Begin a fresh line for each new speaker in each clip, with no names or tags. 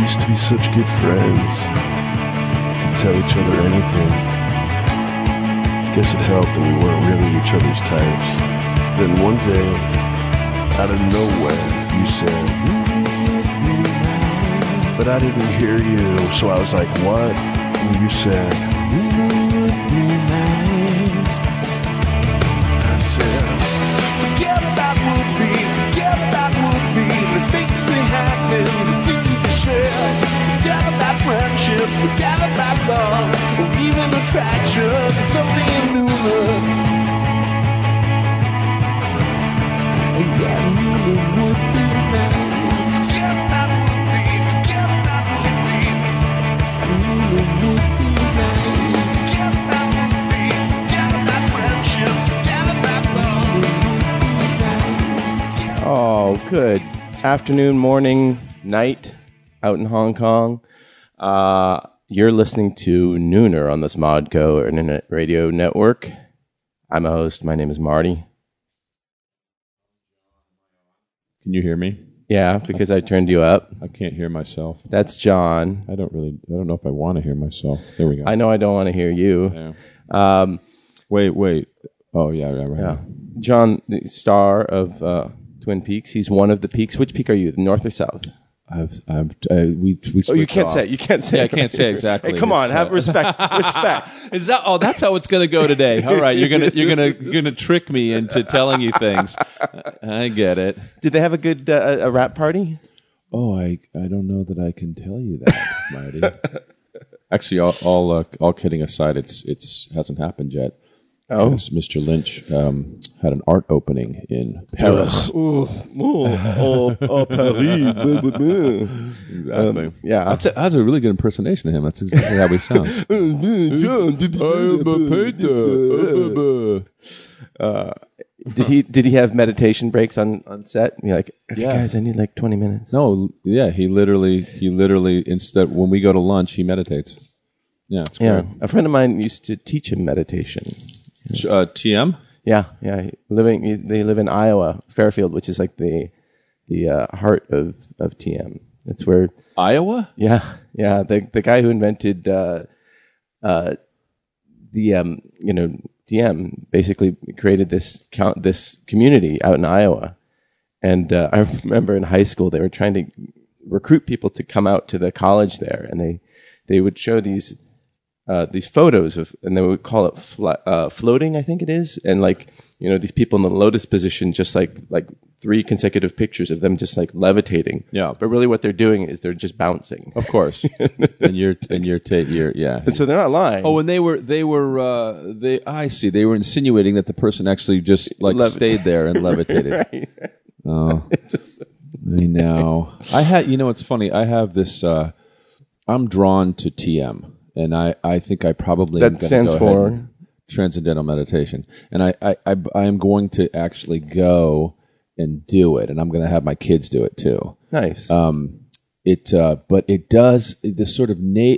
used to be such good friends. Could tell each other anything. Guess it helped that we weren't really each other's types. Then one day, out of nowhere, you said, But I didn't hear you, so I was like, What? And you said, I said, Forget about would be, forget about would be. Let's make this thing happen. The thing you just share. Forget about friendship, forget about love, or even attraction. It's something inhuman. And yet, human would be nice. Forget about would be, forget about would be. Human would be nice. Forget about would be, forget about friendship, forget about love.
Oh, good afternoon, morning, night out in Hong Kong. Uh, you're listening to Nooner on the Smodco Internet Radio Network. I'm a host. My name is Marty.
Can you hear me?
Yeah, because I turned you up.
I can't hear myself.
That's John.
I don't really. I don't know if I want to hear myself. There we go.
I know I don't want to hear you.
Yeah.
Um,
Wait, wait. Oh yeah, yeah, right.
yeah. John, the star of uh, Twin Peaks, he's one of the peaks. Which peak are you, north or south?
I've, I've, I, we, we.
Oh, you can't say. You can't say.
Yeah, I can't say exactly.
Hey, come on,
It's,
have
uh,
respect. respect.
Is that? Oh, that's how it's going to go today. All right, you're gonna, you're gonna, you're gonna trick me into telling you things. I get it.
Did they have a good uh, a rap party?
Oh, I, I don't know that I can tell you that, Marty. Actually, all, all, uh, all kidding aside, it's, it's hasn't happened yet.
Oh.
'Cause Mr. Lynch um, had an art opening in Paris.
oh, oh, Paris.
Exactly.
yeah.
That's a, that's a really good impersonation of him. That's exactly how he sounds.
Did he did he have meditation breaks on on set? And you're like, okay,
Yeah.
guys, I need like twenty minutes.
No, yeah, he literally, he literally, instead, when we go to lunch, he meditates. Yeah, it's
Yeah,
great.
a friend of mine used to teach him meditation.
Uh, TM?
Yeah, yeah. Living, they live in Iowa, Fairfield, which is like the the uh, heart of of TM. That's where,
Iowa?
yeah, yeah. The the guy who invented uh, uh, the um, you know DM basically created this count this community out in Iowa, and uh, I remember in high school they were trying to recruit people to come out to the college there, and they they would show these uh, these photos of, and they would call it flo- uh, floating, I think it is, and like you know these people in the lotus position, just like like three consecutive pictures of them just like levitating.
Yeah.
but really what they're doing is they're just bouncing.
Of course. and you're, and you're, ta- you're yeah.
Oh, So they're not lying.
Oh, and they were they were uh, they. I see. They were insinuating that the person actually just like
Levitated.
stayed there and levitated. Oh, I know. I had. You know, it's funny. I have this. Uh, I'm drawn to TM, and I I think I probably
That
am gonna
stands
go ahead
for?
and- transcendental meditation, and I I I, I am going to actually go and do it, and I'm going to have my kids do it too
nice.
it uh, but it does this sort of na-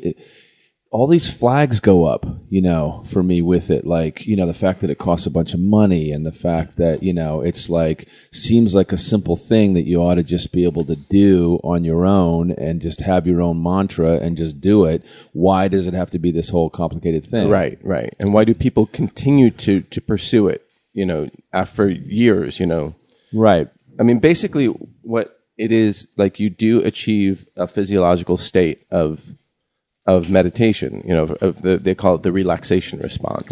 all these flags go up you know for me with it like you know the fact that it costs a bunch of money and the fact that you know it's like seems like a simple thing that you ought to just be able to do on your own and just have your own mantra and just do it why does it have to be this whole complicated thing
Right, right. And why do people continue to to pursue it? You know, after years, you know.
right
I mean, basically, what it is like, you do achieve a physiological state of of meditation. You know, of, of the they call it the relaxation response,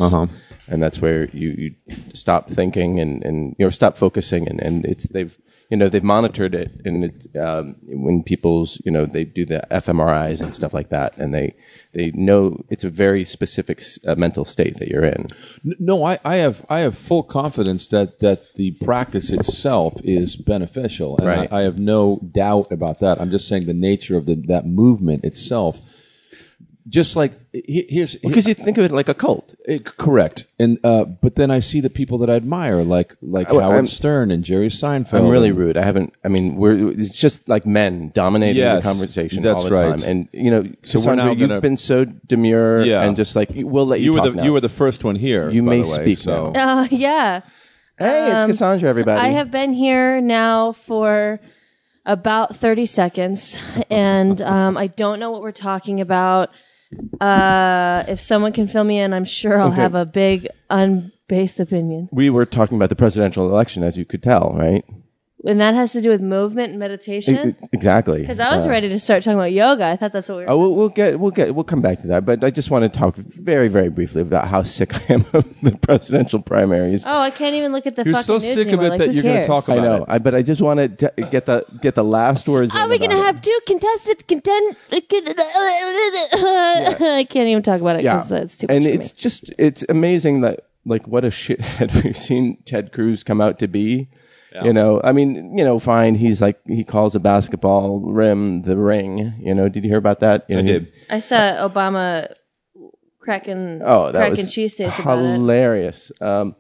and that's where you, you stop thinking and and you know stop focusing, and and it's they've you know they've monitored it, and it's um, when people's you know they do the fMRIs and stuff like that, and they they know it's a very specific s- uh, mental state that you're in.
N- No, I, I have I have full confidence that that the practice itself is beneficial, and
Right.
I, I have no doubt about that. I'm just saying the nature of the, that movement itself. Just like he- here's
Because you think of it like a cult.
eh, correct, and uh, but then I see the people that I admire, like like
Oh,
Howard
I'm-
Stern and Jerry Seinfeld.
I'm really
and-
rude. I haven't. I mean, we're it's just like men dominating the
Yes,
conversation
that's
all the
right.
time. And you know,
So we're
Cassandra,
now
you've
gonna-
been so demure
Yeah.
and just like we'll let you,
you were
talk
the
now.
you were the first one here.
You
by
may
the way,
speak
so.
now.
Uh, yeah. Um,
hey, it's Cassandra, everybody.
I have been here now for about 30 seconds, and um, I don't know what we're talking about. Uh, if someone can fill me in, I'm sure I'll have a big unbased opinion.
We were talking about the presidential election, as you could tell, right?
And that has to do with movement and meditation.
E- Exactly.
Because I was ready to start talking about yoga. I thought that's what we were
Oh, we'll, we'll get we'll get we'll come back to that, but I just want to talk very very briefly about how sick I am of the presidential primaries.
Oh, I can't even look at the
You're
fucking
so
news
sick of
anymore.
it
Like,
that
who
you're
cares?
gonna talk
I
about
know,
it.
I, but I just want to de- get the get the last words.
Are
in
we
about
Oh, gonna
it.
have two contested contend? I can't even talk about it
yeah,
because uh, it's too much
and
for
it's
me.
just it's amazing that like what a shithead we've seen Ted Cruz come out to be. You know, I mean, you know, fine. He's like he calls a basketball rim the ring. You know, did you hear about that? You
I
know,
did.
I saw Obama cracking
Oh, that
cracking
was
cheese taste about it.
hilarious. Um,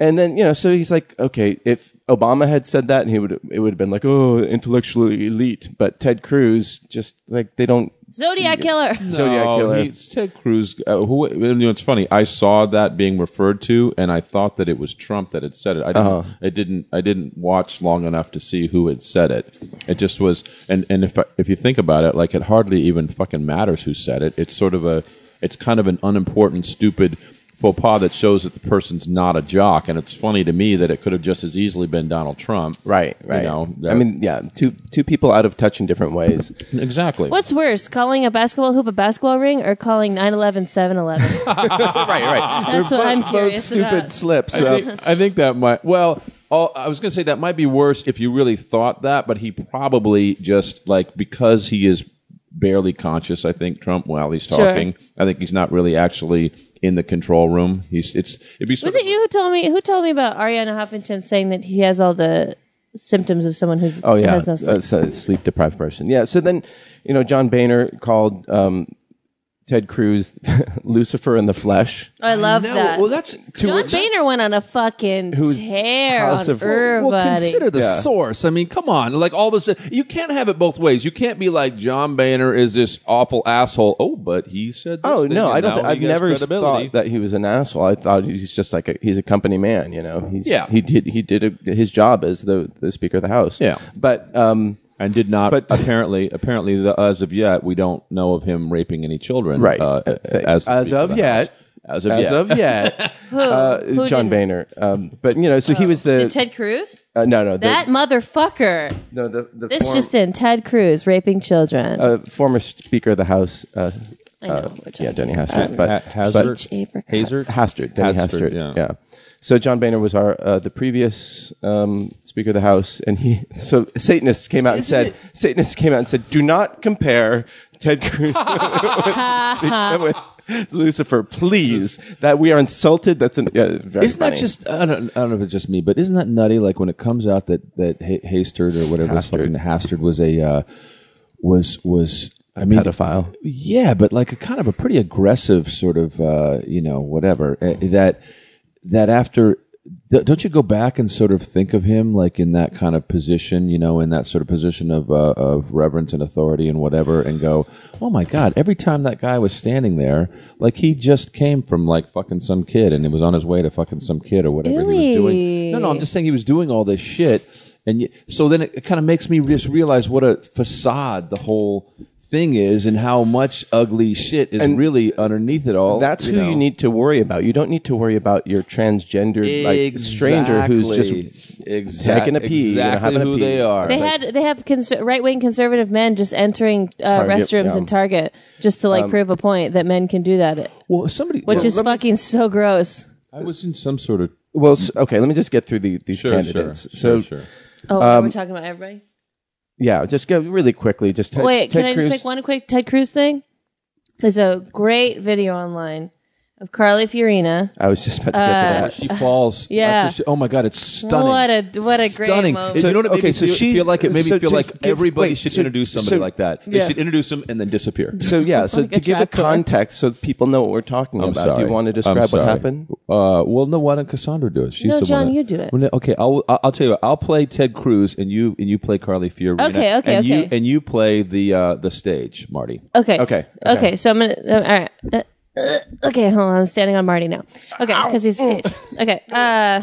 and then you know, so he's like, okay, if Obama had said that, he would it would have been like, oh, intellectual elite. But Ted Cruz just like they don't.
Zodiac killer.
Zodiac
No,
killer.
he- Ted Cruz. Uh, who? You know, it's funny. I saw that being referred to, and I thought that it was Trump that had said it. I didn't.
Uh-huh.
I didn't. I didn't watch long enough to see who had said it. It just was. And and if I- if you think about it, like it hardly even fucking matters who said it. It's sort of a. It's kind of an unimportant, stupid faux pas that shows that the person's not a jock. And it's funny to me that it could have just as easily been Donald Trump.
Right,
You
right.
know, that-
I mean, yeah, two two people out of touch in different ways.
exactly.
What's worse, calling a basketball hoop a basketball ring or calling 9/11 7/11?
right, right.
That's what I'm
Both
curious
stupid
about.
slips.
I
uh,
think, I think that might. Well, all, I was going to say that might be worse if you really thought that, but he probably just like because he is barely conscious. I think Trump while he's
Sure.
talking, I think he's not really actually in the control room. He's it's it'd be sort
Was
of,
it you who told me who told me about Ariana Huffington saying that he has all the symptoms of someone who's
Oh yeah,
has no sleep?
sleep deprived person. Yeah. So then, you know, John Boehner called um, Ted Cruz Lucifer in the flesh.
I love that.
Well, that's to
John
which-
Boehner went on a fucking
Who's
tear
House
on
of- Well,
everybody.
Well, consider the
Yeah.
source. I mean, come on. Like all of a sudden, you can't have it both ways. You can't be like John Boehner is this awful asshole. Oh, but he said. This
Oh
thing,
no,
and
I don't.
now
Th-
he
I've
gets
never
credibility.
thought that he was an asshole. I thought he's just like a, he's a company man. You know, he's
Yeah.
He did he did a, his job as the the Speaker of the House.
Yeah.
but um,
and did not.
But-
apparently, apparently, the, as of yet, we don't know of him raping any children.
right
Uh, as the
as
Speaker
of
the
yet.
House. As of
As
yet.
of yet, uh,
Who
John
didn't- Oh.
Boehner. Um, but you know, so he was the
Did Ted Cruz?
uh, no, no, the,
That motherfucker.
no, the, the
This
form-
just in: Ted Cruz raping children.
uh, former Speaker of the House. Uh,
I know. We're
yeah,
talking
Denny Hastert,
Ha-
but
Hazard,
H A for crap.
Hazard,
Hastert, Denny
Hastert,
Hastert,
yeah.
yeah. So John Boehner was our uh, the previous um, Speaker of the House, and he so Satanists came out and said Satanists came out and said, do not compare Ted Cruz with, with Lucifer, please. That we are insulted. That's an, yeah, very
Isn't that
funny.
just? I don't, I don't know if it's just me, but isn't that nutty? Like when it comes out that that Ha- Hastert or whatever his
Hastert.
fucking Hastert was a uh, was was. I mean,
pedophile?
Yeah, but like a kind of a pretty aggressive sort of, uh, you know, whatever. uh, That that after, th- don't you go back and sort of think of him like in that kind of position, you know, in that sort of position of uh, of reverence and authority and whatever, and go, oh my god, every time that guy was standing there, like he just came from like fucking some kid, and he was on his way to fucking some kid or whatever he was doing. No, no, I'm just saying he was doing all this shit. And y so then it, it kind of makes me just realize what a facade the whole thing is and how much ugly shit is really underneath it all.
That's who
know.
you need to worry about. You don't need to worry about your transgender like stranger who's
Exactly.
just
Exact-
taking a pee, you know,
Exactly
having a
who
pee.
they are.
They had they have conser- right wing conservative men just entering uh,
Target,
restrooms
yeah. Um,
in Target just to like prove a point that men can do that,
well, somebody.
which is fucking so gross.
I was in some sort of
well. s okay, let me just get through the, these
sure, sure,
candidates. so
sure, sure.
Oh, are
Um,
we talking about everybody?
yeah, just go really quickly. Just Ted-
Wait,
Ted
can I just
Cruz-
make one quick Ted Cruz thing? There's a great video online of Carly Fiorina.
I was just about to get to that.
She falls. after
Uh, Yeah.
she- oh my god, it's stunning.
What a- what a great
stunning.
moment.
It- you know what? It made
Okay,
me
so
feel,
she-
feel like it made
so
me feel
to
like
give-
everybody
wait,
should
so-
introduce somebody
so-
like that. They
Yeah.
should introduce them and then disappear.
So yeah, so to
a
give a
trapdoor.
context, so people know what we're talking about. Do you want to
I'm
describe what
sorry.
happened?
Uh, well, no. Why don't Cassandra do it? She's
No,
the
John,
one
you do it.
Well, no, okay, I'll I'll I'll tell you. What, I'll play Ted Cruz, and you and you play Carly Fiorina.
Okay, okay,
and You,
okay.
and you play the uh, the stage, Marty.
Okay.
Okay,
Okay.
okay.
so I'm gonna. uh, all right. Uh,
Mm.
uh, okay. Hold on. I'm standing on Marty now. Okay. Because he's staged. Okay. Uh,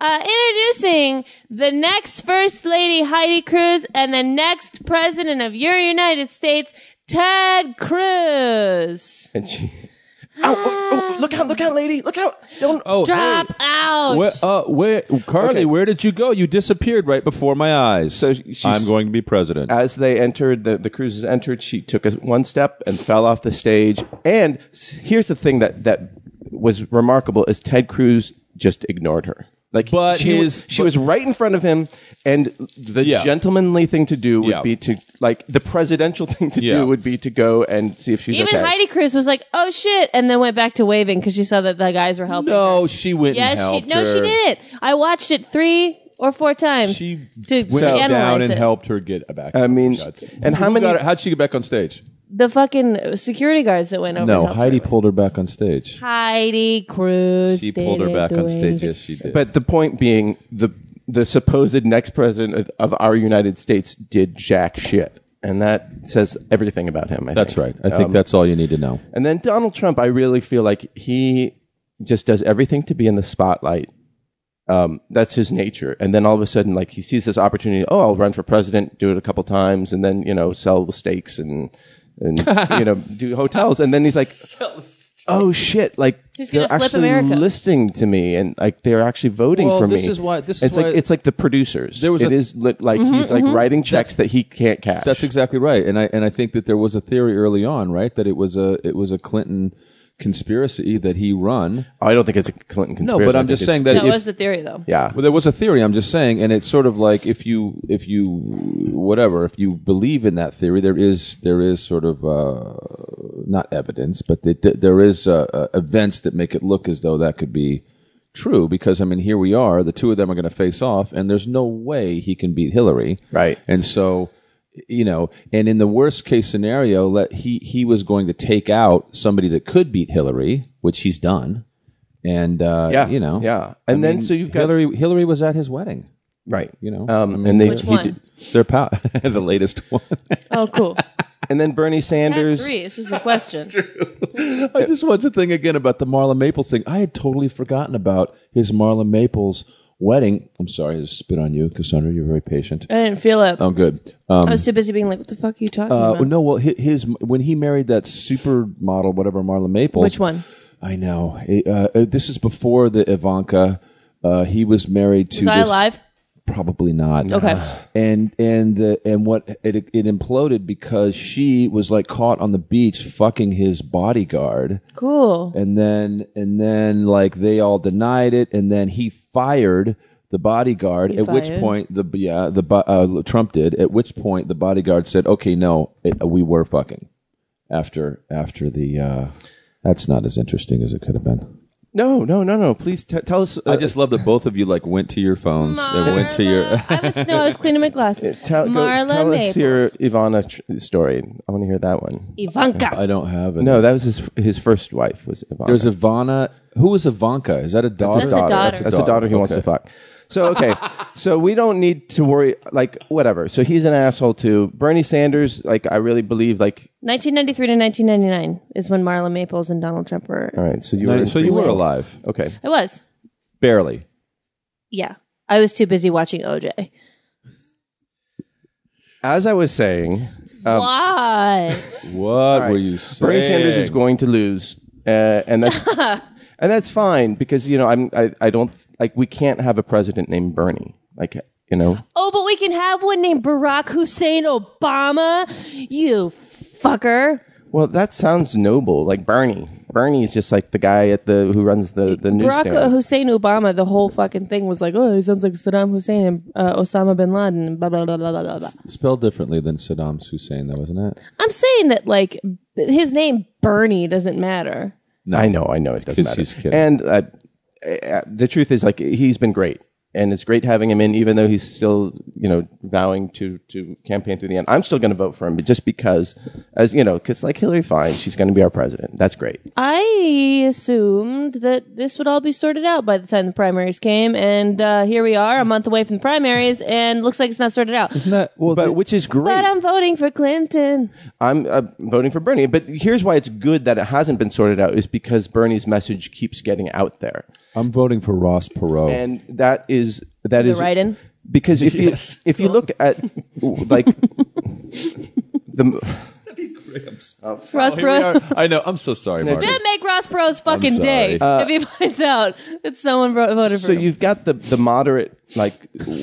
Uh, introducing the next First Lady Heidi Cruz and the next President of your United States, Ted Cruz.
And she, Ow, oh, oh, look out, look out, lady, look out! Don't
Oh,
Drop out.
Where, uh, where, Carly?
Okay.
Where did you go? You disappeared right before my eyes.
So she's-
I'm going to be president.
as they entered the, the cruises entered she took a, one step and fell off the stage and s- here's the thing that, that was remarkable is ted cruz just ignored her like
But
she, wa-
his-
she was right in front of him and the
Yeah.
gentlemanly thing to do would
Yeah.
be to like the presidential thing to
Yeah.
do would be to go and see if she's
Even
okay
Heidi Cruz was like, "Oh shit," and then went back to waving because she saw that the guys were helping.
no,
her.
she went.
yes,
and helped
she no, she
her.
did it. I watched it three or four times.
She
to,
went
to
down
analyze
and
it.
helped her get back.
i mean
Guts.
and how
Who
many
got her- how'd she get back on stage?
the fucking security guards that went over. and
No,
helped
Heidi
her.
pulled her back on stage.
Heidi Cruz.
She pulled her
didn't
back
do
on stage.
anything.
Yes, she did.
but the point being the the supposed next president of, of our united states did jack shit and that says everything about him I
that's right.
think.
I think that's all you need to know.
And then Donald Trump, I really feel like he just does everything to be in the spotlight. Um, that's his nature. And then all of a sudden, like he sees this opportunity. Oh, I'll run for president, do it a couple times, and then you know sell steaks and and you know do hotels. And then he's like, Oh shit! Like
He's gonna
they're
flip
actually
America.
listening to me, and like they're actually voting
Well,
for me.
this is why- this is
it's
why-
like it's like the producers. There
There
was
was
it
a-
is li- like
Mm-hmm,
he's like writing checks that he can't cash.
That's exactly right, and I and I think that there was a theory early on, right, that it was a it was a Clinton conspiracy that he run.
oh, I don't think it's a Clinton
No,
conspiracy.
but
I
I'm
think
just
it's-
saying that
That
if,
was the theory, though.
yeah.
Well, there was a theory. I'm just saying, and it's sort of like if you, if you, whatever, if you believe in that theory, there is there is sort of uh, not evidence, but the, there is uh, uh, events that make it look as though that could be true. Because I mean, here we are, the two of them are going to face off, and there's no way he can beat Hillary,
Right.
And so, you know, and in the worst case scenario, let he he was going to take out somebody that could beat Hillary, which he's done. And uh,
Yeah,
you know,
yeah. And then so you've got-
Hillary. Hillary was at his wedding.
right.
You know,
um, and they
Which
he
one?
did-
Their pal, the latest one.
Oh, cool.
and then Bernie
Ted
Sanders.
three. This was a question.
I just want to think again about the Marla Maples thing. I had totally forgotten about his Marla Maples wedding. I'm sorry, I just spit on you, Cassandra. You're very patient.
I didn't feel it.
Oh, good. Um,
I was too busy being like, "What the fuck are you talking
uh,
about?"
no, well, hi- his when he married that supermodel, whatever Marla Maples.
Which one?
I know. It, uh, uh, this is before the Ivanka. Uh, he was married to.
Was I
this-
alive?
Probably not.
Okay.
and and the, and what it it imploded because she was like caught on the beach fucking his bodyguard
Cool.
and then and then like they all denied it and then he fired the bodyguard at which
fired.
point the yeah the bo- uh, Trump did at which point the bodyguard said okay no it, we were fucking after after the uh that's not as interesting as it could have been
No, no, no, no. Please t- tell us. Uh,
I just love that both of you like went to your phones and went to your
I was no, I was cleaning my glasses.
tell, go-
Marla
tell us
Maples.
your Ivana tr- story. I want to hear that one.
Ivanka.
I don't have it
No, that was his his first wife was Ivana.
There's Ivana. Who was Ivanka? Is that a daughter?
That's a daughter.
That's a daughter, he wants
Okay.
to fuck. So okay, so we don't need to worry. Like whatever. So he's an asshole too. Bernie Sanders. Like I really believe. Like
1993 to 1999 is when Marla Maples and Donald Trump were.
all right. So you
No,
were.
so you were alive,
Okay.
I was.
barely.
Yeah. I was too busy watching OJ.
As I was saying,
Um,
what?
What were you saying?
Bernie Sanders is going to lose, uh, and that's and that's fine because you know I'm I, I don't like we can't have a president named Bernie like you know
Oh, but we can have one named Barack Hussein Obama. You fucker.
well that sounds noble like Bernie Bernie is just like the guy at the who runs the the
Barack
newsstand
Hussein Obama, the whole fucking thing was like, oh, he sounds like Saddam Hussein and uh, Osama bin Laden and blah, blah, blah, blah, blah, blah, blah.
Spelled differently than Saddam Hussein, though, wasn't it?
I'm saying that, like, his name, Bernie, doesn't matter.
I know I know it doesn't
Because
matter
he's kidding.
and uh, uh, the truth is like he's been great and it's great having him in, even though he's still, you know, vowing to to campaign through the end. I'm still going to vote for him, but just because, as you know, because like Hillary, fine, she's going to be our president. That's great.
I assumed that this would all be sorted out by the time the primaries came, and uh, here we are, a month away from the primaries, and looks like it's not Oh, sorted out.
Isn't that well?
But which is great.
But um, I'm voting for Clinton.
I'm uh, voting for Bernie. But here's why it's good that it hasn't been sorted out is because Bernie's message keeps getting out there,
I'm voting for Ross Perot.
and that is that is
write-in?
Because if
Yes.
you if you look at like the
Ross Perot.
I know. I'm so sorry, Marcus.
That make Ross Perot's fucking day
sorry.
if he finds out that someone vo- voted for
so
him.
you've got the the moderate like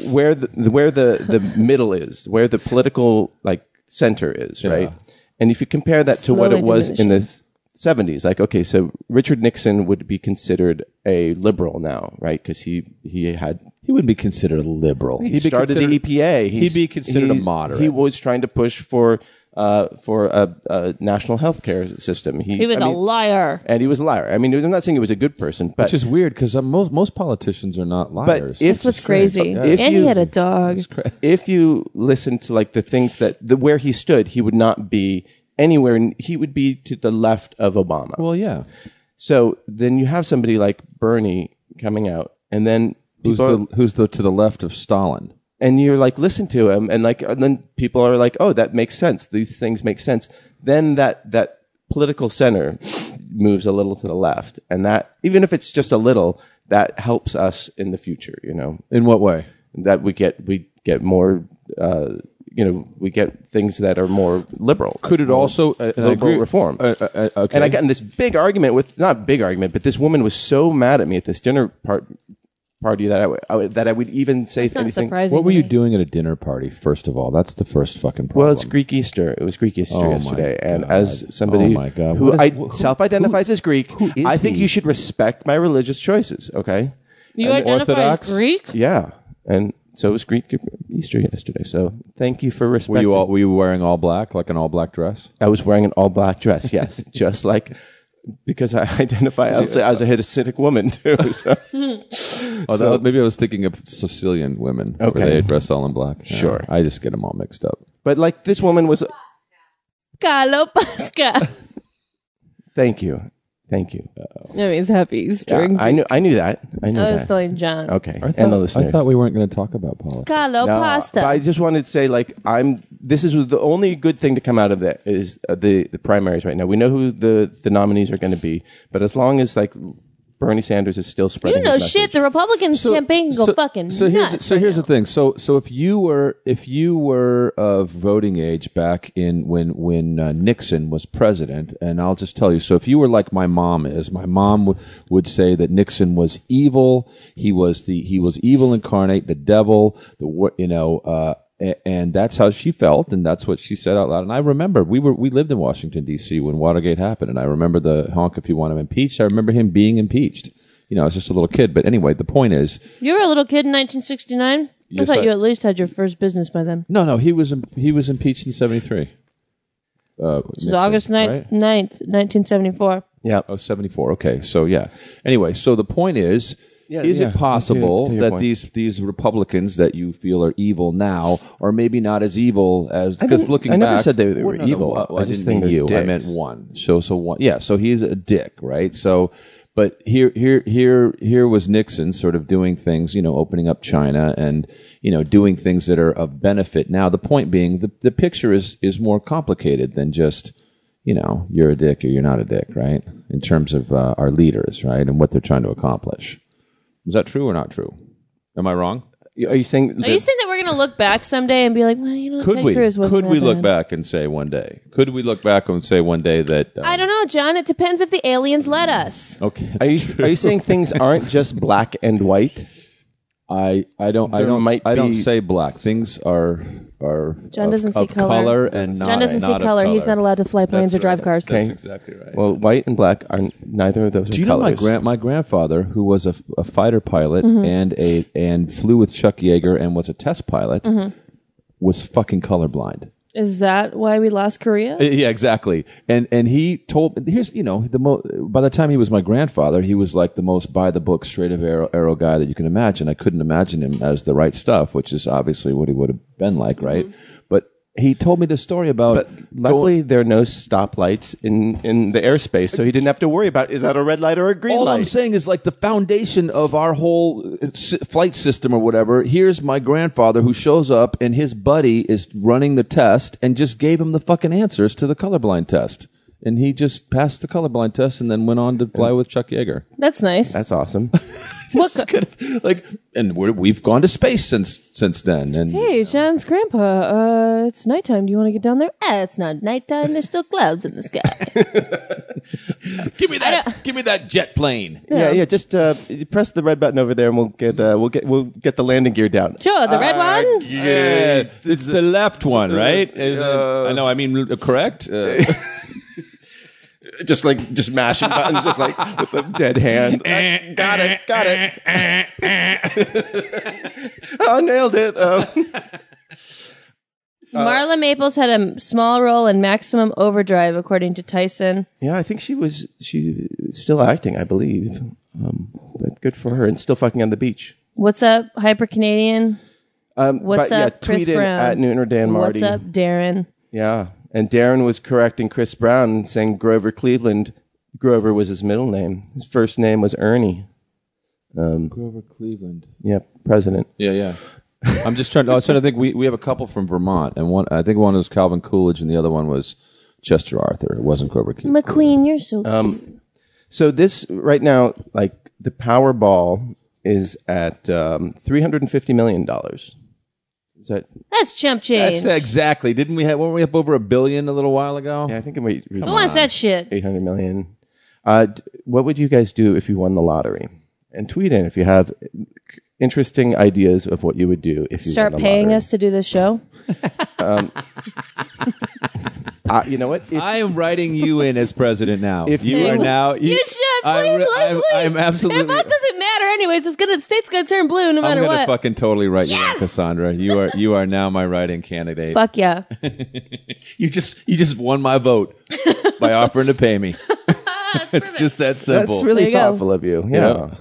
where the the- where the the middle is where the political like center is right and if you compare that to what
Slowly
it was in the 70s like okay so richard nixon would be considered a liberal now right because he he had
He wouldn't be considered a liberal.
he started the EPA. He's-
he'd be considered a moderate.
He was trying to push for uh, for a, a national health care system.
he was
I
a
mean-
liar.
and he was a liar. I mean, I'm not saying he was a good person, but
which is weird because most most politicians are not liars.
if-
That's what's crazy.
Yeah.
And
If
he
you-
had a dog.
if you listen to like the things that the, where he stood, he would not be anywhere. n- He would be to the left of Obama.
well, yeah.
so then you have somebody like Bernie coming out, and then
Who's
people-
the who's the to the left of Stalin?
and you're like listen to him and like and then people are like oh that makes sense these things make sense then that that political center moves a little to the left and that even if it's just a little that helps us in the future you know
In what way?
that we get we get more uh, you know we get things that are more liberal
Could it also uh, and I
liberal
agree-
reform
Uh, uh, uh, okay.
and I got in this big argument with not big argument, but this woman was so mad at me at this dinner part, party that I would- I would that I would even say
It's not
anything.
surprising.
What were
to
you
me.
doing at a dinner party? First of all, that's the first fucking problem.
Well, it's Greek Easter. It was Greek Easter
Oh my
yesterday, and
God.
as somebody
Oh my God.
who,
What is-
I,
who-
self-identifies as Greek,
who is
I think
he?
you should respect my religious choices. Okay,
You identify
Orthodox?
as Greek?
yeah, and so it was Greek Easter yesterday. So thank you for respecting.
were you all were you wearing all black, like an all black dress?
I was wearing an all-black dress. Yes, just like because I identify as, a- as a Hasidic woman too. So.
Oh,
So-
that- maybe I was thinking of Sicilian women.
Okay.
where they dress all in black. Yeah.
Sure.
I just get them all mixed up.
But like this woman was.
Carlo Pasca.
Thank you, thank you.
no, he's happy. He's during. Oh,
I knew. I knew that. I knew
I was
that.
telling John.
okay,
I thought,
and the listeners.
I thought we weren't going to talk about politics.
Carlo
No,
Oh, Pasta.
But I just wanted to say, like, I'm. This is the only good thing to come out of that is uh, the the primaries right now. We know who the the nominees are going to be, but as long as like Bernie Sanders is still
you
spreading,
don't know
his
shit. The
message-
Republican campaign can go fucking
so here's
nuts.
so here's the thing so so if you were if you were of voting age back in when when uh, Nixon was president and I'll just tell you so if you were like my mom is my mom w- would say that Nixon was evil he was the he was evil incarnate the devil the wor- you know uh a- and that's how she felt, and that's what she said out loud. And I remember we were we lived in Washington D.C. when Watergate happened, and I remember the honk if you want him impeached. I remember him being impeached. You know, I was just a little kid, but anyway, the point is,
you were a little kid in 1969. I
Yes,
thought
I-
you at least had your first business by then.
No, no, he was he was impeached in '73. Uh,
It was August 9th,
right?
9th 1974.
Yeah.
Oh, 74. Okay, so yeah. Anyway, so the point is,
Yeah,
is
yeah,
it possible
to- to your
that
point.
these these Republicans that you feel are evil now are maybe not as evil as because
didn't-
looking
I never
back-
said they were
Well, no, no,
evil.
well,
I
I,
just
just
think
think you.
they're
I meant
dicks.
one. So so one. Yeah. So he's a dick, right? So. But here, here, here, here was Nixon sort of doing things, you know, opening up China and you know doing things that are of benefit. Now, the point being, the, the picture is is more complicated than just you know, you're a dick or you're not a dick, right? In terms of uh, our leaders, right, and what they're trying to accomplish. Is that true or not true? Am I wrong?
Are you saying?
Are you saying that we're going to look back someday and be like, well, you know,
Could
Ted
we?
Cruz wasn't
Could
that
we look
bad.
back and say one day? Could we look back and say one day that?
um,
Uh,
I don't know, John. It depends if the aliens let us.
okay.
are you, are you saying things aren't just black and white?
I, I don't I
There
don't
might
I don't
be-
say black. Things are are
John
of-
doesn't see
of
color.
and not,
John doesn't see
not a
color. He's
color.
not allowed to fly planes or
That's
drive
right.
cars.
That's
Okay.
exactly right.
Well, white and black are neither of those.
Do you know my grand my grandfather, who was a, a fighter pilot
Mm-hmm.
and
Mm-hmm.
a and flew with Chuck Yeager and was a test pilot, was fucking colorblind.
Is that why we lost Korea?
Uh, Yeah, exactly. And and he told here's you know the mo- by the time he was my grandfather, he was like the most by the book straight of arrow, arrow guy that you can imagine. I couldn't imagine him as the right stuff, which is obviously what he would have been like, right? But he told me the story about
But luckily, there are no stoplights in, in the airspace, so he didn't have to worry about is that a red light or a green
all
light.
I'm saying is like the foundation of our whole uh, s- flight system or whatever. Here's my grandfather who shows up and his buddy is running the test and just gave him the fucking answers to the colorblind test. And he just passed the colorblind test and then went on to fly with Chuck Yeager.
That's nice.
That's awesome.
What could like? And we're, we've gone to space since since then. And
Hey, John's grandpa. Uh, it's nighttime. Do you want to get down there? Ah, it's not nighttime. There's still clouds in the sky.
give me that, give me that jet plane.
yeah, yeah. Just uh, press the red button over there, and we'll get uh, we'll get we'll get the landing gear down.
Sure, the red one.
Yeah, it's the left one, right? Is it- I know. I mean, uh, correct. Uh,
Just like just mashing buttons, just like Eh, with a dead hand. Like, got it, got it. eh, oh, nailed it. Oh.
Marla Maples had a m- small role in Maximum Overdrive, according to Tyson.
Yeah, I think she was she still acting, I believe. Um, but good for her, and still fucking on the beach.
What's up, Hyper Canadian?
Um,
What's
but, yeah,
up, Chris
tweet in
Brown?
at Nooner Dan Marty.
What's up, Darren?
Yeah, and Darren was correcting Chris Brown, saying Grover Cleveland. Grover was his middle name. His first name was Ernie.
Grover Cleveland.
Yep, president.
yeah, yeah.
I'm just trying. To, I was trying to think. We we have a couple from Vermont, and one I think one was Calvin Coolidge, and the other one was Chester Arthur. It wasn't Grover Cleveland.
McQueen, you're so
Um, So this right now, like the Powerball is at um, three hundred and fifty million dollars. Is that?
That's chump change.
That's exactly. Didn't we have? Weren't we up over a billion a little while ago?
Yeah, I think it might.
Who wants that shit?
eight hundred million. Uh, d- what would you guys do if you won the lottery? And tweet in if you have interesting ideas of what you would do if you
Start
won the
paying
lottery.
us to do this show.
Uh, you know what? If-
I am writing you in as president now.
If
you
you-
are now,
You should, please,
I re- I'm-
Leslie.
I'm absolutely.
It doesn't matter, anyways. It's gonna the state's gonna turn blue no
I'm
matter
gonna
what.
fucking totally write you, in, Cassandra. You are you are now my writing candidate.
Fuck yeah.
You just you just won my vote by offering to pay me. it's just that
that's
simple.
There
really
you go.
thoughtful of you. Yeah.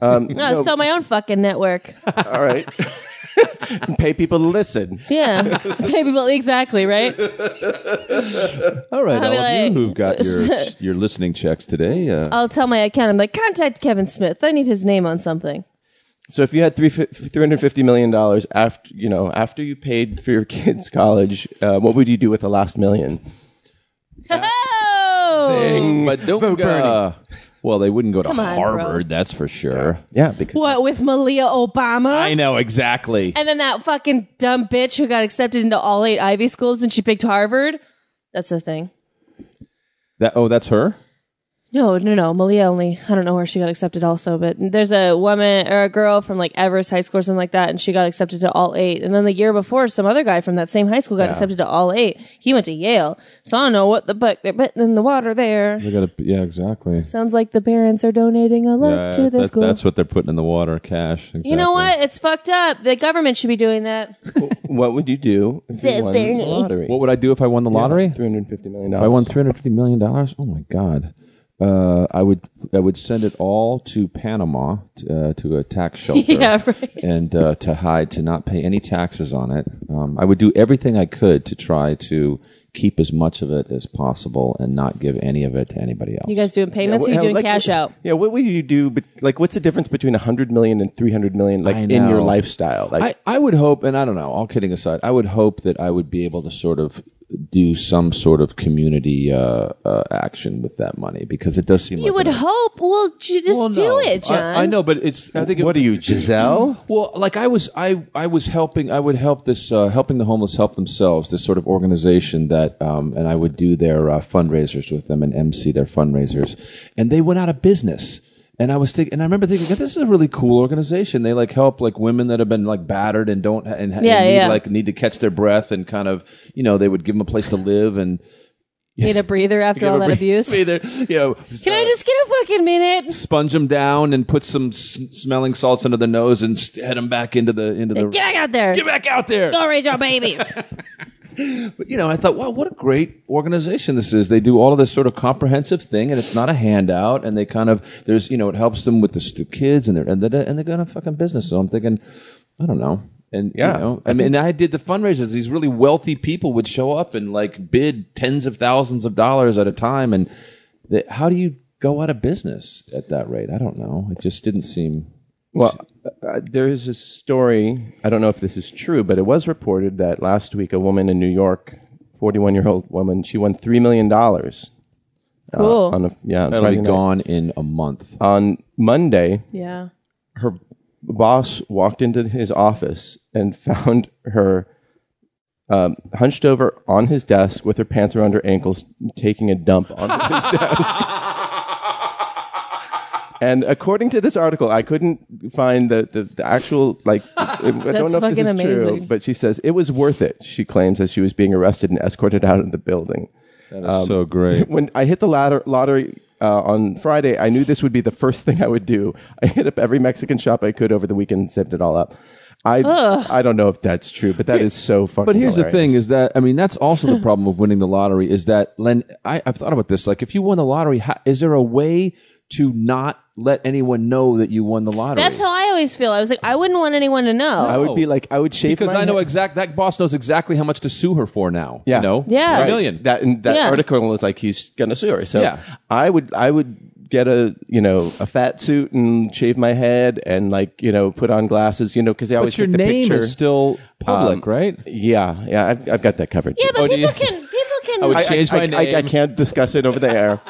Um,
No, it's still my own fucking network.
all right. Pay people to listen.
Yeah. Okay, people- exactly, right?
All right,
I'll
all
be
of
like-
you who've got your your listening checks today. Uh,
I'll tell my account, I'm like, contact Kevin Smith. I need his name on something.
So if you had three three hundred fifty million dollars after you know after you paid for your kids' college, uh, what would you do with the last million?
Oh!
but don't
Vote
go. well, they wouldn't go to
Come on, bro.
Harvard. That's for sure.
Yeah, because
What, with Malia Obama?
I know exactly.
And then that fucking dumb bitch who got accepted into all eight Ivy schools and she picked Harvard. That's a thing.
That oh, that's her.
No, no, no. Malia only, I don't know where she got accepted also, but there's a woman or a girl from like Everest High School or something like that, and she got accepted to all eight. And then the year before, some other guy from that same high school got accepted to all eight. He went to Yale. So I don't know what the fuck they're putting in the water there.
They gotta, yeah, exactly.
Sounds like the parents are donating a lot
Yeah,
to the
that's,
school.
that's what they're putting in the water, cash. Exactly.
you know what? It's fucked up. The government should be doing that.
what would you do if you won the lottery?
What would I do if I won the lottery?
Three hundred fifty million
If I
dollars.
won three hundred fifty million dollars, oh my god, uh, I would I would send it all to Panama t- uh, to a tax shelter,
Yeah, right.
and uh, to hide to not pay any taxes on it. Um, I would do everything I could to try to keep as much of it as possible and not give any of it to anybody else.
You guys doing payments
What-
or you
how-
doing
like,
cash
what-
out?
Yeah, what would you do? But like, what's the difference between a hundred million and three hundred million? Like
I
in your
know.
lifestyle, like
I, I would hope, and I don't know, all kidding aside, I would hope that I would be able to sort of do some sort of community uh, uh, action with that money because it does seem
You
like
would
an-
hope. Well, ju- just
Well,
do
no.
it, John.
I, I know, but it's. I think. it-
what are you, Giselle?
Well, like I was, I I was helping. I would help this, uh, helping the homeless help themselves. This sort of organization that, um, and I would do their uh, fundraisers with them and MC their fundraisers, and they went out of business. And I was thinking, and I remember thinking, this is a really cool organization. They like help like women that have been like battered and don't ha- and, ha-
Yeah,
and need,
yeah.
like need to catch their breath and kind of you know they would give them a place to live and
Need a breather after all that abuse. Can
Either you know,
I just get a fucking minute?
uh, sponge them down and put some s- smelling salts under their nose and s- head them back into the into the
Get back out there.
Get back out there.
Uh, Go raise your babies.
But you know, I thought, wow, what a great organization this is. They do all of this sort of comprehensive thing, and it's not a handout. And they kind of there's you know it helps them with the, stu- kids and they're and they and they got a fucking business. So I'm thinking, I don't know. And
Yeah.
you know, I mean, and I did the fundraisers. These really wealthy people would show up and like bid tens of thousands of dollars at a time. And the, how do you go out of business at that rate? I don't know. It just didn't seem.
Well, uh, there is a story. I don't know if this is true, but it was reported that last week a woman in New York, 41 year old woman, she won $3 million. Cool.
Cool.
on a, yeah, on,
That'll
Friday
be
night.
gone in a month.
on Monday,
Yeah.
her boss walked into his office and found her um, hunched over on his desk with her pants around her ankles, taking a dump on his desk. And according to this article, I couldn't find the, the, the actual like. I don't
That's
know if this is
fucking
true,
amazing.
but she says it was worth it. She claims as she was being arrested and escorted out of the building.
so
Um,
great.
When I hit the latter, lottery uh, on Friday, I knew this would be the first thing I would do. I hit up every Mexican shop I could over the weekend and saved it all up. I I don't know if that's true, but that is so fucking.
But here's the
hilarious.
thing: is that I mean, that's also the problem of winning the lottery. Is that Len? I, I've thought about this. Like, if you won the lottery, how, is there a way to not let anyone know that you won the lottery?
That's how I always feel. I was like, I wouldn't want anyone to know.
I would be like, I would shave
because
my
I know
head-
exact that boss knows exactly how much to sue her for now.
Yeah.
you know,
Yeah.
a
Right.
million.
That and that
Yeah.
article was like he's gonna sue her. So
Yeah.
I would I would get a you know a fat suit and shave my head and like you know put on glasses you know because I always
but your
get the
name
picture.
is still public, right?
yeah yeah I've, I've got that covered.
yeah, but
Oh, do
people
you-
can people can
I would change my
I, I,
name.
I can't discuss it over the air.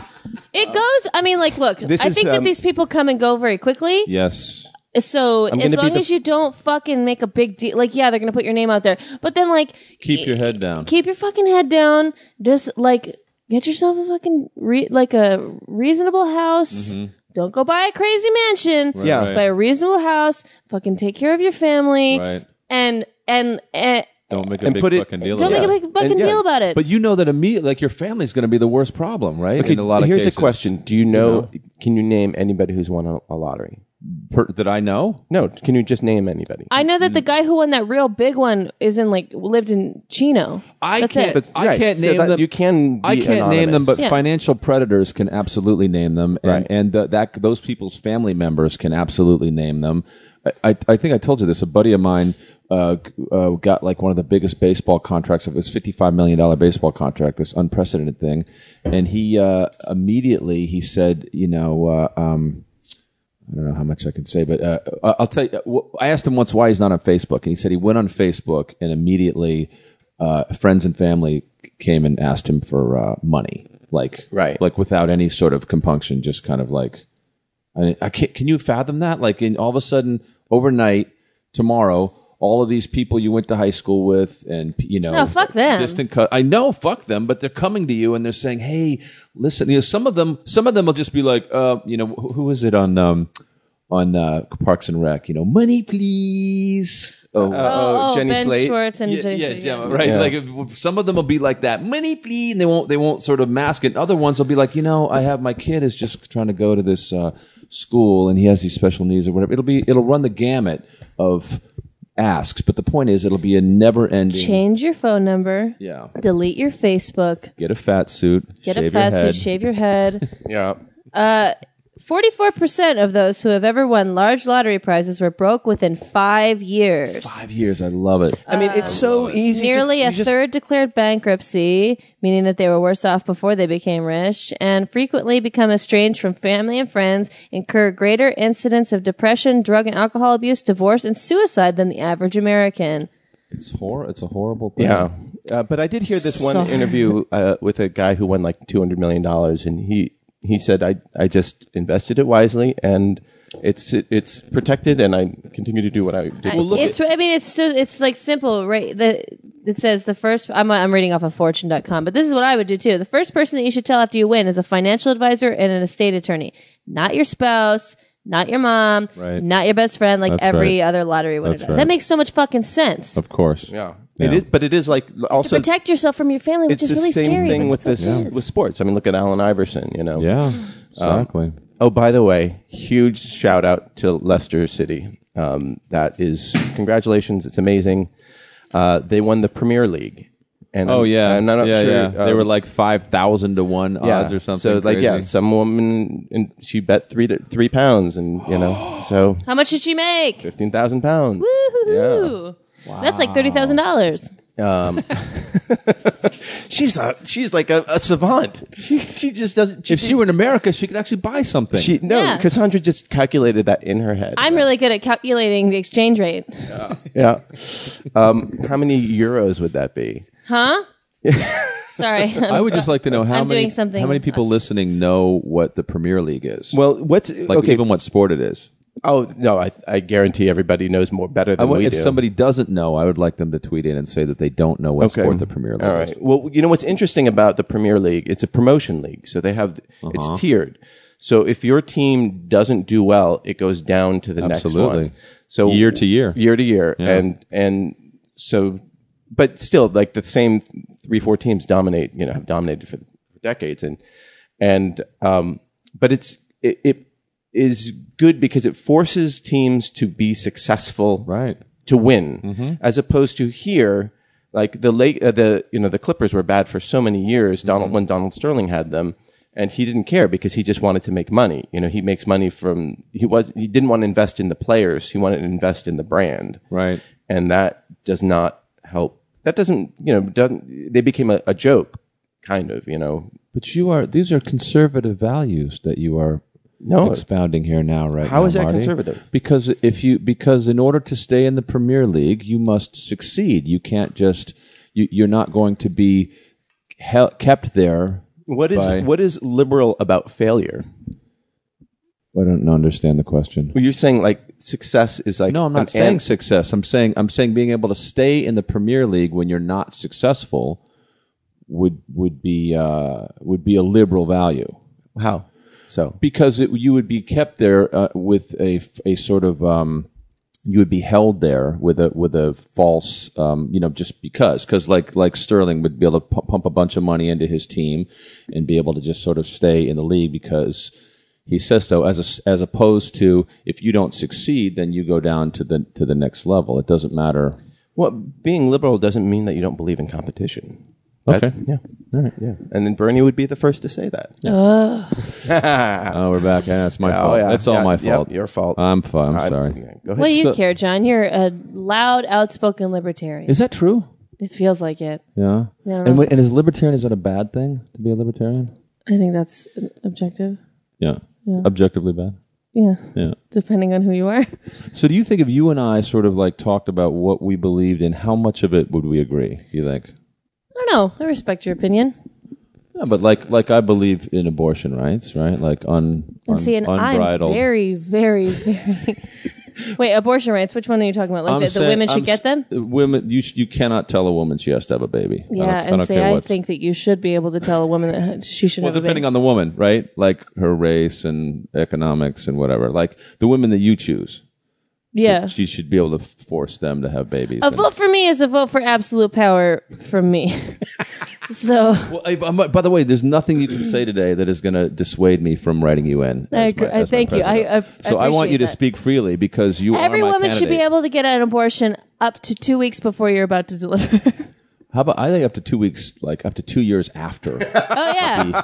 it goes I mean like look,
This
I
is,
think that
um,
these people come and go very quickly.
Yes.
So
I'm
as
gonna be
long
the-
as you don't fucking make a big deal, like yeah, they're gonna put your name out there, but then like
Keep your head down.
keep your fucking head down. Just like get yourself a fucking re- like a reasonable house. Don't go buy a crazy mansion.
Yeah.
Just buy a reasonable house. Fucking take care of your family.
Right.
And and and
Don't make a
And
big
put it-
fucking deal.
don't
about
make
it.
a big fucking
And, yeah.
deal about it.
But you know that immediately, like your family's going to be the worst problem, right?
Okay,
In a lot of
here's
cases.
a question: Do you know, Can you name anybody who's won a, a lottery?
Per- that I know.
No. Can you just name anybody?
I know that the guy who won that real big one is in like lived in Chino.
Oh,
I
That's
can't.
it.
But-
I
right,
can't
so
name
that
them.
you can
I
be
can't name them,
anonymous.
but
Yeah.
financial predators can absolutely name them, and
Right.
and th- that those people's family members can absolutely name them. I, I, I think I told you this. A buddy of mine uh, g- uh, got like one of the biggest baseball contracts. It was fifty five million dollar baseball contract, this unprecedented thing, and he uh, immediately he said, you know. Uh, um, I don't know how much I can say, but uh, I- I'll tell you. wh- I asked him once why he's not on Facebook, and he said he went on Facebook, and immediately uh, friends and family came and asked him for uh, money, like
Right.
like without any sort of compunction, just kind of like, I, I can't. Can you fathom that? Like, in all of a sudden, overnight, tomorrow, all of these people you went to high school with, and you know,
No, fuck them.
Distant co- I know, fuck them, but they're coming to you and they're saying, "Hey, listen." You know, some of them, some of them will just be like, uh, you know, who, who is it on um, on uh, Parks and Rec? You know, money, please. Oh,
Oh,
oh,
Jenny
Ben
Slate.
Schwartz and
yeah,
Jenny
yeah,
Slate,
Gemma, right. Like if- some of them will be like that, money, please, and they won't they won't sort of mask it. Other ones will be like, you know, I have my kid is just trying to go to this uh, school and he has these special needs or whatever. It'll be it'll run the gamut of asks, but the point is, it'll be a never ending.
Change your phone number.
Yeah,
Delete your Facebook.
get a fat suit.
Get a
shave
fat
your
suit.
head.
Shave your head.
yeah.
44% of those who have ever won large lottery prizes were broke within five years.
Five years, I love it.
I mean, it's so easy.
Uh, Nearly
to,
a third declared bankruptcy, meaning that they were worse off before they became rich, and frequently become estranged from family and friends, incur greater incidence of depression, drug and alcohol abuse, divorce, and suicide than the average American.
It's hor- It's a horrible thing.
Yeah. Uh, but I did hear this one
Sorry.
interview uh, with a guy who won like two hundred million dollars, and he he said, "I I just invested it wisely, and it's it, it's protected, and I continue to do what I did." before."
it's, I mean, it's so, it's like simple, right? The, it says the first, I'm, I'm reading off of fortune.com, but this is what I would do too. The first person that you should tell after you win is a financial advisor and an estate attorney, not your spouse, not your mom,
Right.
not your best friend, like
That's
every
right.
other lottery winner.
That's
does.
right.
That makes so much fucking sense.
Of course.
yeah.
Yeah.
It is, but it is like
to
also
protect yourself from your family, which
it's
is
the
really
same
scary.
thing
but
with
that's
this
what it is.
with sports. I mean, look at Allen Iverson. You know.
Yeah. Exactly.
Oh, by the way, huge shout out to Leicester City. Um, that is congratulations. It's amazing. Uh, they won the Premier League, And
Oh
I'm-
yeah,
I'm not
yeah,
sure.
yeah. they
um,
were like five thousand to one odds or something.
So like yeah,
crazy.
some woman and she bet three to, three pounds, and you know, so
How much did she make?
fifteen thousand pounds.
Woo-hoo-hoo. That's like thirty thousand dollars.
She's a she's like a, a savant. She she just doesn't. She,
if she were in America, she could actually buy something.
she no,
Yeah.
Cassandra just calculated that in her head.
I'm really good at calculating the exchange rate.
yeah. Um, how many euros would that be?
Huh? Sorry.
I would just like to know how
I'm
many
doing something
how many people listening know what the Premier League is.
Well, what's
like
okay?
even what sport it is.
oh no, I, I guarantee everybody knows more better
I
than
want-
we
if
do.
somebody doesn't know, I would like them to tweet in and say that they don't know what sport the Premier League
All
is.
right. Well, you know what's interesting about the Premier League? It's a promotion league, so they have
Uh-huh.
it's tiered. So if your team doesn't do well, it goes down to the next
Absolutely.
one. So
Year to year.
year to year, and and so, but still, like the same three four teams dominate. You know, have dominated for, for decades, and and um, but it's it, it is good because it forces teams to be successful,
Right.
to win, as opposed to here, like the late, uh, the you know the Clippers were bad for so many years. Donald when Donald Sterling had them, and he didn't care because he just wanted to make money. You know, he makes money from he was he didn't want to invest in the players. He wanted to invest in the brand,
Right.
And that does not help. That doesn't you know doesn't they became a, a joke, kind of you know.
But you are these are conservative values that you are
No, it's-
expounding here now, right?
How
now,
is that
Marty.
conservative?
Because if you because in order to stay in the Premier League, you must succeed. You can't just you, you're not going to be hel- kept there.
What is
by-
what is liberal about failure?
I don't understand the question.
Well, you're saying like success is like
No, I'm
an
not saying
ant-
success. I'm saying I'm saying being able to stay in the Premier League when you're not successful would would be uh, would be a liberal value
how. So
because it, you would be kept there uh, with a, f- a sort of um, you would be held there with a with a false um, you know just because because like like Sterling would be able to pu- pump a bunch of money into his team and be able to just sort of stay in the league because he says so as a s as opposed to if you don't succeed then you go down to the to the next level it doesn't matter
Well, being liberal doesn't mean that you don't believe in competition.
Okay.
yeah. All right. Yeah. And then Bernie would be the first to say that.
oh we're back yeah, it's my
Ah. Oh,
fault
yeah.
it's all
Yeah,
my
yep,
fault
your fault.
I'm fu- I'm
I-
sorry
yeah, go ahead.
What do you
So-
care, John? You're a loud, outspoken libertarian.
is that true
It feels like it.
yeah
Yeah, I don't
and
know.
wh- and is libertarian is that a bad thing to be a libertarian
I think that's objective.
Yeah. Objectively bad.
Yeah.
Yeah.
Depending on who you are.
So do you think if you and I sort of like talked about what we believed in, how much of it would we agree, do you think?
I don't know. I respect your opinion.
Yeah, but like like I believe in abortion rights, right? Like un,
And
un-
see, and
unbridled.
I'm very, very, very. Wait, abortion rights. Which one are you talking about? Like
I'm
that the
saying-
women should
I'm
get them?
s- Women, you sh- you cannot tell a woman she has to have a baby. I
Yeah,
don't- I
and
don't
say
care
I
what's-
think that you should be able to tell a woman that she should
Well,
have a
depending on
baby.
the woman, right? Like her race and economics and whatever. Like the women that you choose,
yeah,
she should be able to force them to have babies.
a
And-
vote for me is a vote for absolute power from me. so
Well, I, I'm- by the way, there's nothing you can say today that is going to dissuade me from writing you in.
I
as
agree.
my-
I
as my
thank you. I-
president.
I- I
so I want you
appreciate
to
that.
speak freely because you
every
are my
woman should be
candidate.
able to get an abortion up to two weeks before you're about to deliver.
How about I think up to two weeks, like up to two years after
oh yeah,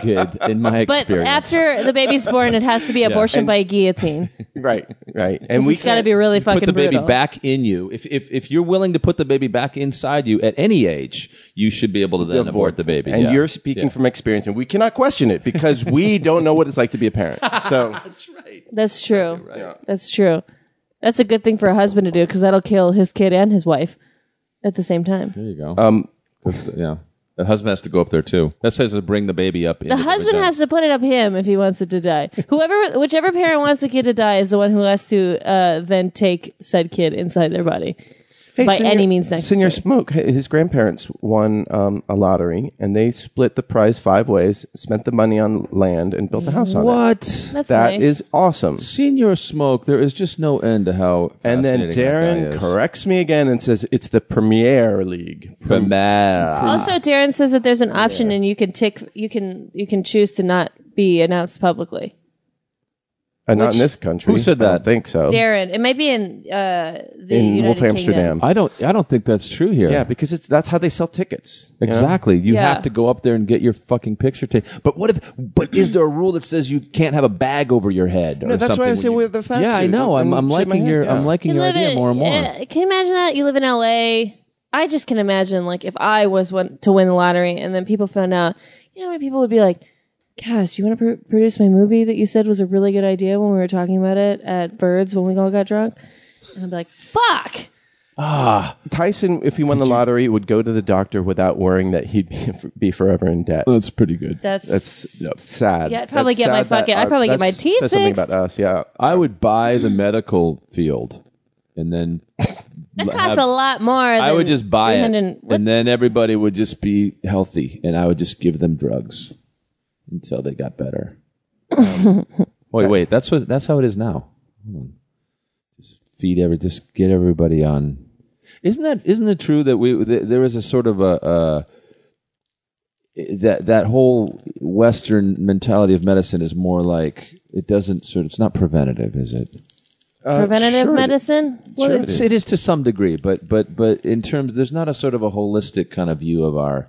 kid, in my
but
experience.
after the baby's born, it has to be abortion by guillotine.
Right. Right. And we
It's got to
can't-
be really fucking
put the baby
brutal.
back in you. If, if if you're willing to put the baby back inside you at any age, you should be able to then abort the baby.
And
yeah.
you're speaking
Yeah.
from experience, and we cannot question it because we don't know what it's like to be a parent. So
That's true. That's true. That's a good thing for a husband to do because that'll kill his kid and his wife at the same time.
there you go. Um, yeah, the husband has to go up there too. That says to bring the baby up.
The husband has to put it up him if he wants it to die. Whoever, whichever parent wants the kid to die is the one who has to uh, then take said kid inside their body. By
Senior-
any means necessary.
Senior Smoke, hi- his grandparents won um, a lottery, and they split the prize five ways, spent the money on land, and built a house on it.
what.
That's
That
nice.
is awesome.
Senior smoke, there is just no end to how.
And then Darren corrects me again and says it's the Premier League.
Premier.
also, Darren says that there's an option and you can tick, you can, you can choose to not be announced publicly.
Uh, not in this country.
who said
I don't
that?
think so.
Darren, it might be in uh, the
in
United
Wolf
Kingdom.
Amsterdam.
I don't. I don't think that's true here.
Yeah, because it's that's how they sell tickets. you know?
Exactly. You
Yeah.
have to go up there and get your fucking picture taken. But what if? But is there a rule that says you can't have a bag over your head? Or
No, that's
something
why I
when
say
you-
wear the fat
Yeah, I
suit
know. I'm,
and
I'm
shave my
liking
head,
your.
yeah.
I'm liking your idea more and more.
uh, can you imagine that? You live in LA. I just can imagine, like, if I was one, to win the lottery and then people found out, you know, how many people would be like, Cass, do you want to pr- produce my movie that you said was a really good idea when we were talking about it at Birds when we all got drunk? And I'd be like, fuck.
Tyson, if he won the lottery, would go to the doctor without worrying that he'd be, be forever in debt.
That's pretty good.
That's,
That's sad.
Yeah, I'd probably
That's
get my
sad that
fucking- I'd
our-
probably get my
that's-
teeth
Says something about
fixed.
us. Yeah,
I would buy the medical
Field,
and then
that costs a lot more.
I would just buy it,
What,
and then everybody would just be healthy, and I would just give them drugs until they got better. Um, wait, wait. That's what. That's how it is now. Hold on. Just feed every. Just get everybody on. Isn't that? Isn't it true that we th- there is a sort of a. Uh, that that whole Western mentality of medicine is more like it doesn't sort of it's not preventative, is it?
preventative medicine?
Well, it's, it is to some degree, but but but in terms, there's not a sort of a holistic kind of view of our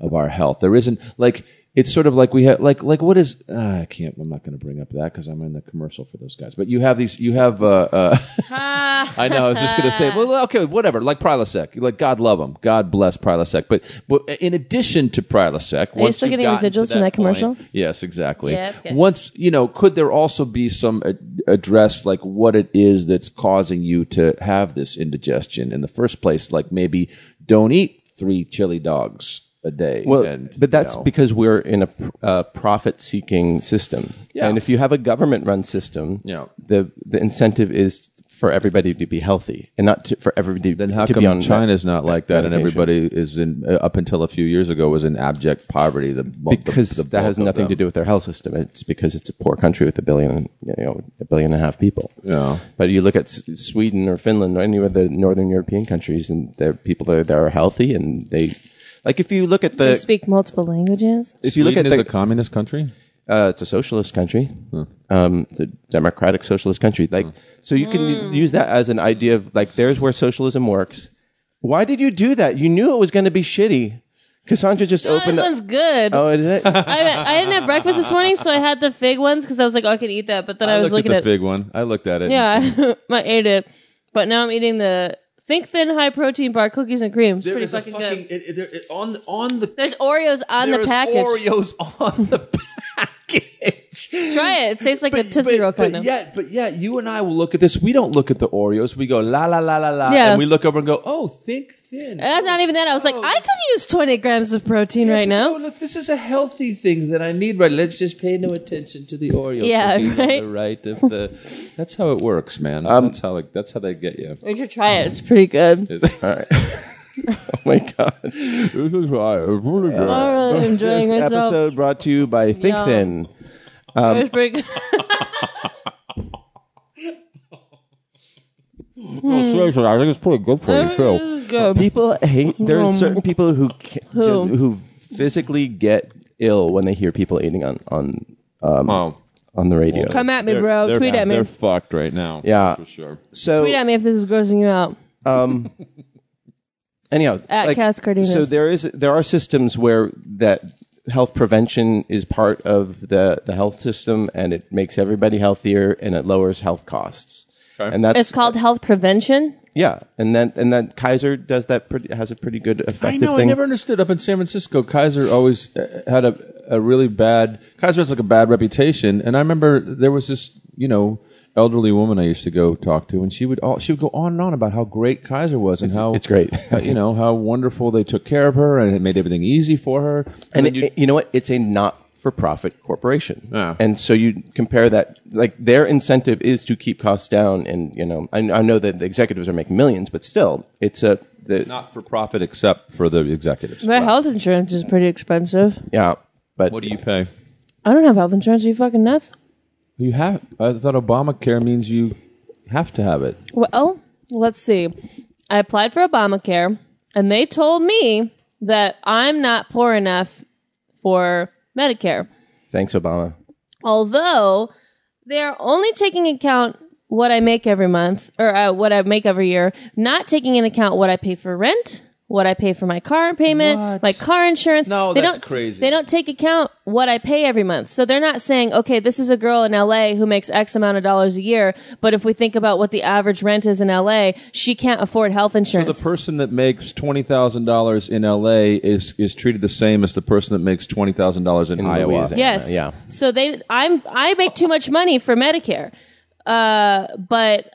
of our health. There isn't like it's sort of like we have like like what is uh, I can't I'm not going to bring up that because I'm in the commercial for those guys. But you have these you have uh, uh I know I was just going to say well okay whatever like Prilosec like God love him God bless Prilosec but but in addition to Prilosec are
you still getting residuals from that commercial?
yes exactly
Yeah, okay.
once you know could there also be some ad- address like what it is that's causing you to have this indigestion in the first place like maybe don't eat three chili dogs a day
Well,
and,
but that's
you know.
because we're in a pr- uh, profit-seeking system,
Yeah.
and if you have a government-run system,
Yeah.
the the incentive is for everybody to be healthy and not to, for everybody
Then how
to
come
be on
China's not like that, and
medication.
everybody is in uh, up until a few years ago was in abject poverty? The bu- the-
because
the
that
bulk
has
of
nothing
them.
to do with their health system. It's because it's a poor country with a billion, you know, a billion and a half people.
Yeah.
But you look at S- Sweden or Finland or any of the northern European countries, and the people that are there are healthy, and they like if you look at
They
the
speak multiple languages.
if you look at
Sweden
the
is a communist country.
uh, it's a socialist country. Um, it's a democratic socialist country. Like, so you can
Hmm.
use that as an idea of like, there's where socialism works. Why did you do that? You knew it was going to be shitty. Cassandra just
Oh,
opened.
this one's good.
oh, is it?
I, I didn't have breakfast this morning, so I had the fig ones because I was like, oh, I can eat that. But then I,
I,
was
looked
looking
at
at,
the fig one. I looked at it.
yeah, I ate it. But now I'm eating the Think Thin high protein bar cookies and cream. It's pretty
There's a
fucking,
fucking-
good.
it- it- there- it- on the- on the
There's Oreos on
there
the
is
package.
Oreos on the package.
Try it. It tastes like a Tootsie
but,
Roll
but
kind of.
Yeah, but yeah, you and I will look at this. We don't look at the Oreos. We go la la la la la,
Yeah. Uh,
and we look over and go, oh, think thin.
And that's not even that. I was like, I could use 20 grams of protein right
Oh,
now.
look, this is a healthy thing that I need. Right, let's just pay no attention to the Oreo.
Yeah,
cookies on
right.
the right of the. That's how it works, man.
That's how like that's how they get you.
You should try it. It's pretty good.
oh my god!
I'm really enjoying
This
myself.
episode brought to you by Think
Yeah.
Thin.
It was pretty good. Mm-hmm.
I think it's pretty good for you
It was good.
People hate. There are certain people who ca-
Who?
Just, who physically get ill when they hear people eating on on
Oh,
on the radio.
Come at me,
they're-
bro.
they're-
Tweet at me.
They're fucked right now.
Yeah.
for sure.
so
Tweet at me if this is grossing you out.
anyhow,
At Cass Cardenas.
So there is there are systems where that health prevention is part of the the health system, and it makes everybody healthier, and it lowers health costs. And that's
It's called health prevention.
yeah, and then and then Kaiser does that pretty has a pretty good effective
I know.
thing.
I never understood. Up in San Francisco, Kaiser always uh, had a, a really bad. Kaiser has like a bad reputation, and I remember there was this, you know, elderly woman I used to go talk to, and she would all, she would go on and on about how great Kaiser was and how
it's great.
how, you know how wonderful they took care of her and it made everything easy for her.
and
then
it, it- you know what? It's a not for profit corporation.
Yeah.
And so you compare that, like their incentive is to keep costs down. And, you know, I, I know that the executives are making millions, but still, it's a, the,
not for profit except for the executives.
My health insurance is pretty expensive.
yeah. But
What do you pay?
I don't have health insurance. Are you fucking nuts?
You have. I thought Obamacare means you have to have it.
Well, let's see. I applied for Obamacare, and they told me that I'm not poor enough for Medicare.
thanks, Obama.
Although They are only taking account what I make every month or uh, what I make every year, not taking into account what I pay for rent, what I pay for my car payment, my car insurance.
No,
they
that's
don't,
crazy.
They don't take account what I pay every month. So they're not saying, okay, this is a girl in LA who makes X amount of dollars a year, but if we think about what the average rent is in LA, she can't afford health
The
insurance.
person that makes twenty thousand dollars in L.A. is is treated the same as the person that makes twenty thousand dollars in,
In
Iowa.
Louisiana.
Yes.
Yeah.
So they, I'm, I make too much money for Medicare, uh, but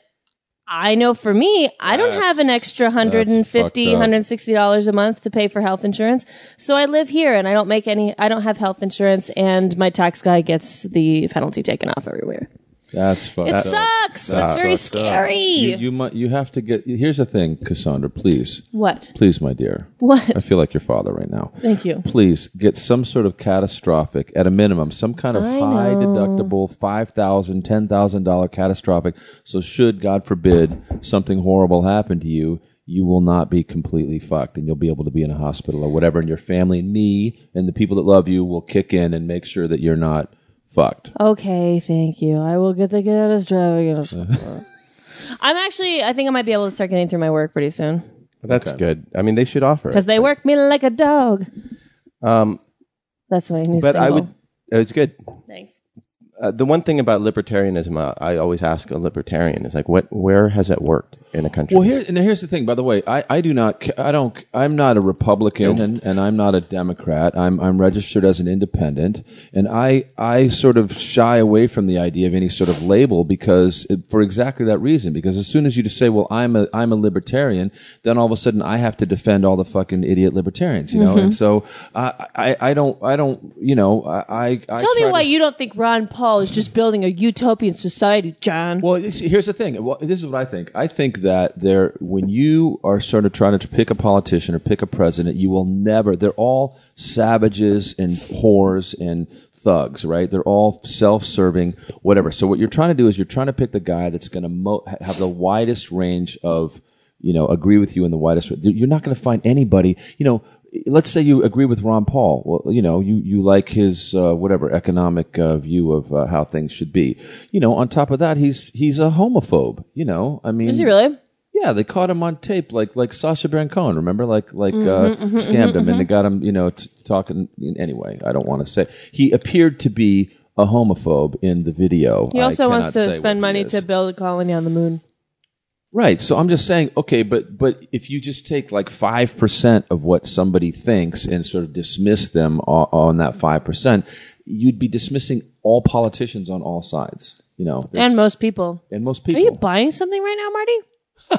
I know for me, I don't have an extra 150
fucked up.
160 dollars a month to pay for health insurance. So I live here and I don't make any. I don't have health insurance, and my tax guy gets the penalty taken off every year.
That's fucked.
It
up.
sucks. That's very scary.
You, you might you have to get. Here's the thing, Cassandra. Please,
What?
please, my dear.
What?
I feel like your father right now.
Thank you.
Please get some sort of catastrophic, at a minimum, some kind of
I
high
know.
deductible, five thousand, ten thousand dollar catastrophic. So, should God forbid something horrible happen to you, you will not be completely fucked, and you'll be able to be in a hospital or whatever. And your family, and me, and the people that love you will kick in and make sure that you're not fucked.
Okay, thank you. I will get the catastrophic. I'm actually. I think I might be able to start getting through my work pretty soon
Well, that's good. I mean, they should offer it.
because they work me like a dog.
Um,
That's my new
but
single.
I would. uh, It's good.
Thanks.
Uh, the one thing about libertarianism, uh, I always ask a libertarian is like, what? Where has it worked in a country?
Well, here and here's the thing. By the way, I, I do not ca- I don't I'm not a Republican and, and I'm not a Democrat. I'm I'm registered as an independent, and I I sort of shy away from the idea of any sort of label because for exactly that reason. Because as soon as you just say, well, I'm a I'm a libertarian, then all of a sudden I have to defend all the fucking idiot libertarians, you know. And so I, I I don't I don't you know I I
Tell me why
you.
you don't think Ron Paul is just building a utopian society, John.
Well, you see, here's the thing. Well, this is what I think. I think that there, when you are sort of trying to pick a politician or pick a president, you will never. They're all savages and whores and thugs, right? They're all self-serving, whatever. So what you're trying to do is you're trying to pick the guy that's going to mo- ha- have the widest range of, you know, agree with you in the widest. You're not going to find anybody, you know. Let's say you agree with Ron Paul. Well, you know, you, you like his uh, whatever economic uh, view of uh, how things should be. You know, on top of that, he's he's a homophobe. You know, I mean,
is he really?
yeah, they caught him on tape, like like Sasha Baron Cohen. Remember, like like
Mm-hmm,
uh, scammed him, and they got him, you know, t- talking. Anyway, I don't want to say he appeared to be a homophobe in the video.
He
I
also wants
cannot say
to
what
spend
he
money
is.
to build a colony on the moon.
Right. So I'm just saying, okay, but but if you just take like five percent of what somebody thinks and sort of dismiss them on, on that five percent, you'd be dismissing all politicians on all sides. You know, there's-
And most people.
and most
Are
people.
you buying something right now,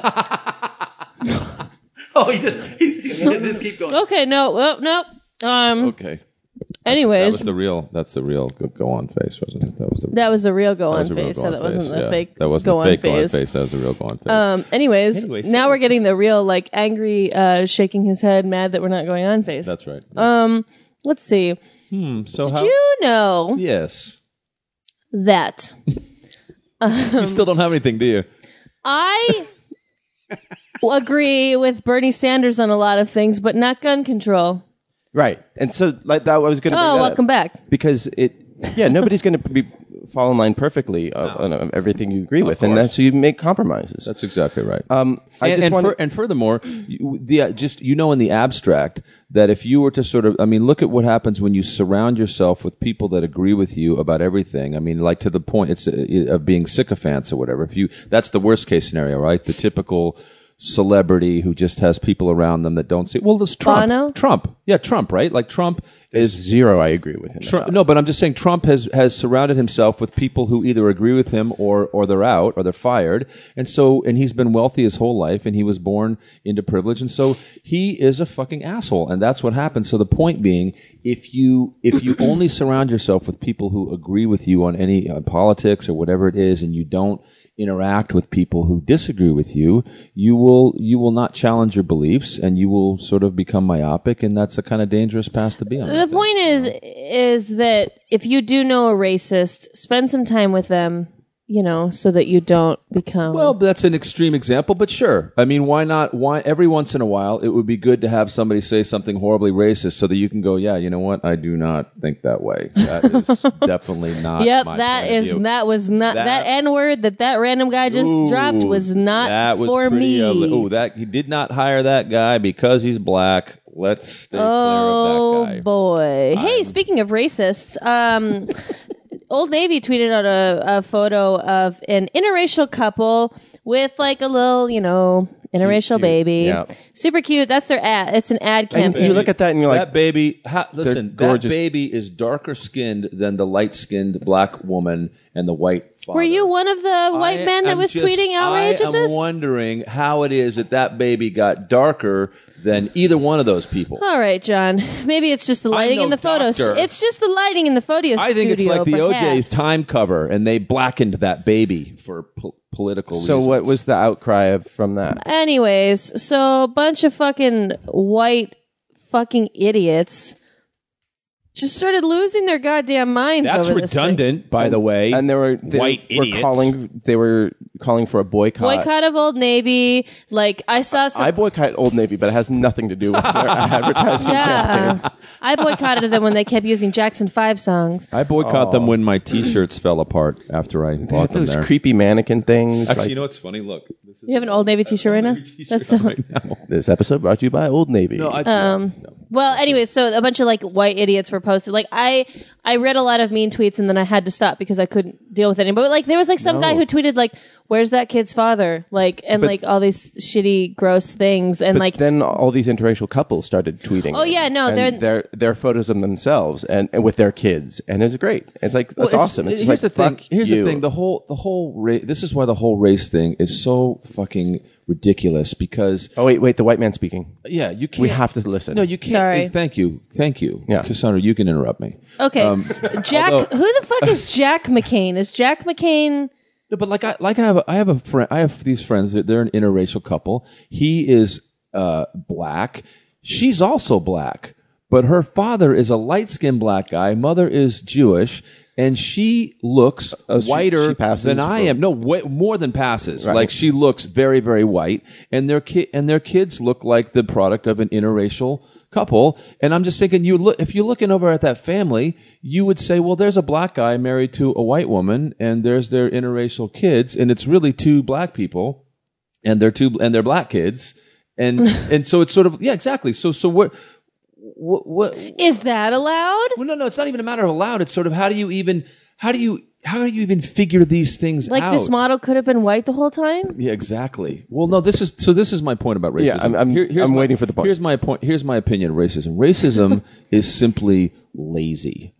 Marty?
Oh, he just, he's, he's gonna just keep going.
Okay, no, well, no. Um.
okay.
anyways,
That was the real. That's the real go, go on face, wasn't it? That was the.
that was a real go
that
on
was the real
phase,
go
so
on
that wasn't
face,
the
yeah.
fake
That wasn't
go
the fake
on
go on
phase.
face. That was the real go on face.
Um. Anyways, now we're getting the real like angry, uh, shaking his head, mad that we're not going on phase.
That's right.
Let's see.
so how?
Do um, you know
yes.
that
you still don't have anything, do you?
I agree with Bernie Sanders on a lot of things, but not gun control.
right. And so, like that, I was going to.
Oh, welcome back.
because it yeah nobody's going to be fall in line perfectly uh, on uh, everything you agree with and that's so you make compromises
That's exactly right.
um, I
and,
just
and,
wanna-
fur- and furthermore, you, the uh, just you know in the abstract that if you were to sort of, I mean, look at what happens when you surround yourself with people that agree with you about everything. I mean, like to the point it's uh, of being sycophants or whatever. If you, that's the worst case scenario, right? The typical celebrity who just has people around them that don't see. Well, this Trump,
Bono?
Trump, yeah, Trump, right? Like Trump
is zero i agree with him
Trump, no, but I'm just saying Trump has, has surrounded himself with people who either agree with him or, or they're out or they're fired. And so, and he's been wealthy his whole life and he was born into privilege. And so he is a fucking asshole. And that's what happens. So the point being, if you, if you only surround yourself with people who agree with you on any uh, politics or whatever it is and you don't interact with people who disagree with you, you will, you will not challenge your beliefs and you will sort of become myopic. And that's a kind of dangerous path to be on. I think.
The point is, is that if you do know a racist, spend some time with them you know, so that you don't become.
Well, that's an extreme example, but sure. I mean, why not? Why every once in a while it would be good to have somebody say something horribly racist so that you can go, yeah, you know what? I do not think that way. That is definitely not.
yep,
my
that
point of
is
view."
that was not that,
That-
n word that that random guy just
Ooh,
dropped was not
that was
for
pretty
me.
ugly. Ooh, that he did not hire that guy because he's black. Let's stay clear
Oh
of that guy.
boy! Hey, speaking of racists, um, Old Navy tweeted out a, a photo of an interracial couple with like a little, you know, interracial
cute.
baby,
Yeah.
super cute. That's their ad. It's an ad
And
campaign.
you look at that and you're like,
that baby, ha, listen, that
gorgeous.
baby is darker skinned than the light skinned black woman and the white. Father.
Were you one of the white
I
men that
am
was
just-
tweeting outrage
I
at this?
am wondering how it is that that baby got darker than either one of those people.
All right, John. Maybe it's just the lighting
no
in the photos.
doctor.
It's just the lighting in the photos.
I think it's
studio,
like the
perhaps.
OJ's time cover, and they blackened that baby for po- political
so
reasons.
what was the outcry of from that?
Anyways, so a bunch of fucking white fucking idiots just started losing their goddamn minds.
That's
over this thing.
redundant, by the way.
And there were they
white
were
idiots.
calling they were calling for a boycott.
Boycott of Old Navy. Like I saw some.
I boycott Old Navy, but it has nothing to do with their advertising.
yeah, I boycotted them when they kept using Jackson Five songs.
I boycott them when my T-shirts fell apart after I
They had
bought them
those
there.
creepy mannequin things.
Actually,
like,
you know what's funny? Look, this is
You have an Old Navy T-shirt right now. That's so.
this episode brought to you by Old Navy.
I,
Well, anyway, so a bunch of like white idiots were posted. Like I, I read a lot of mean tweets, and then I had to stop because I couldn't deal with anybody. But like there was like some guy who tweeted like, "Where's that kid's father?" Like and like all these shitty, gross things, and
but
like
then all these interracial couples started tweeting.
Oh, yeah, no,
and
they're-
their their photos of themselves and, and with their kids, and it's great. It's like that's
Well,
awesome. It's just
here's
like,
the thing.
fuck
Here's
you.
the thing. The whole the whole ra- this is why the whole race thing is so fucking ridiculous because
oh wait, wait, the white man speaking.
yeah, you can't.
We have to listen.
No, you can't.
Sorry.
Thank you. Thank you.
Yeah.
Cassandra, you can interrupt me.
okay,
um,
Jack, who the fuck is Jack McCain? Is Jack McCain?
No, but like I like I have a, I have a friend I have these friends that they're an interracial couple. He is uh, black. She's also black, but her father is a light skinned black guy. Mother is Jewish, and she looks
Oh, she-
whiter
she passes
than I
for-
am. No, wa- more than passes. Like she looks very very white, and their ki- and their kids look like the product of an interracial couple. And I'm just thinking, you look if you're looking over at that family, you would say, well, there's a black guy married to a white woman, and there's their interracial kids, and it's really two black people, and they're two and they're black kids, and and so it's sort of yeah, exactly. So so what what what
Is that allowed?
well, no, no, it's not even a matter of allowed. It's sort of how do you even how do you how do you even figure these things
Like
out?
this model could have been white the whole time.
Yeah, exactly. Well, no, this is so. This is my point about racism.
Yeah, I'm- I'm- I'm
my-
waiting for the point.
Here's my point. Here's my opinion of racism. Racism is simply lazy.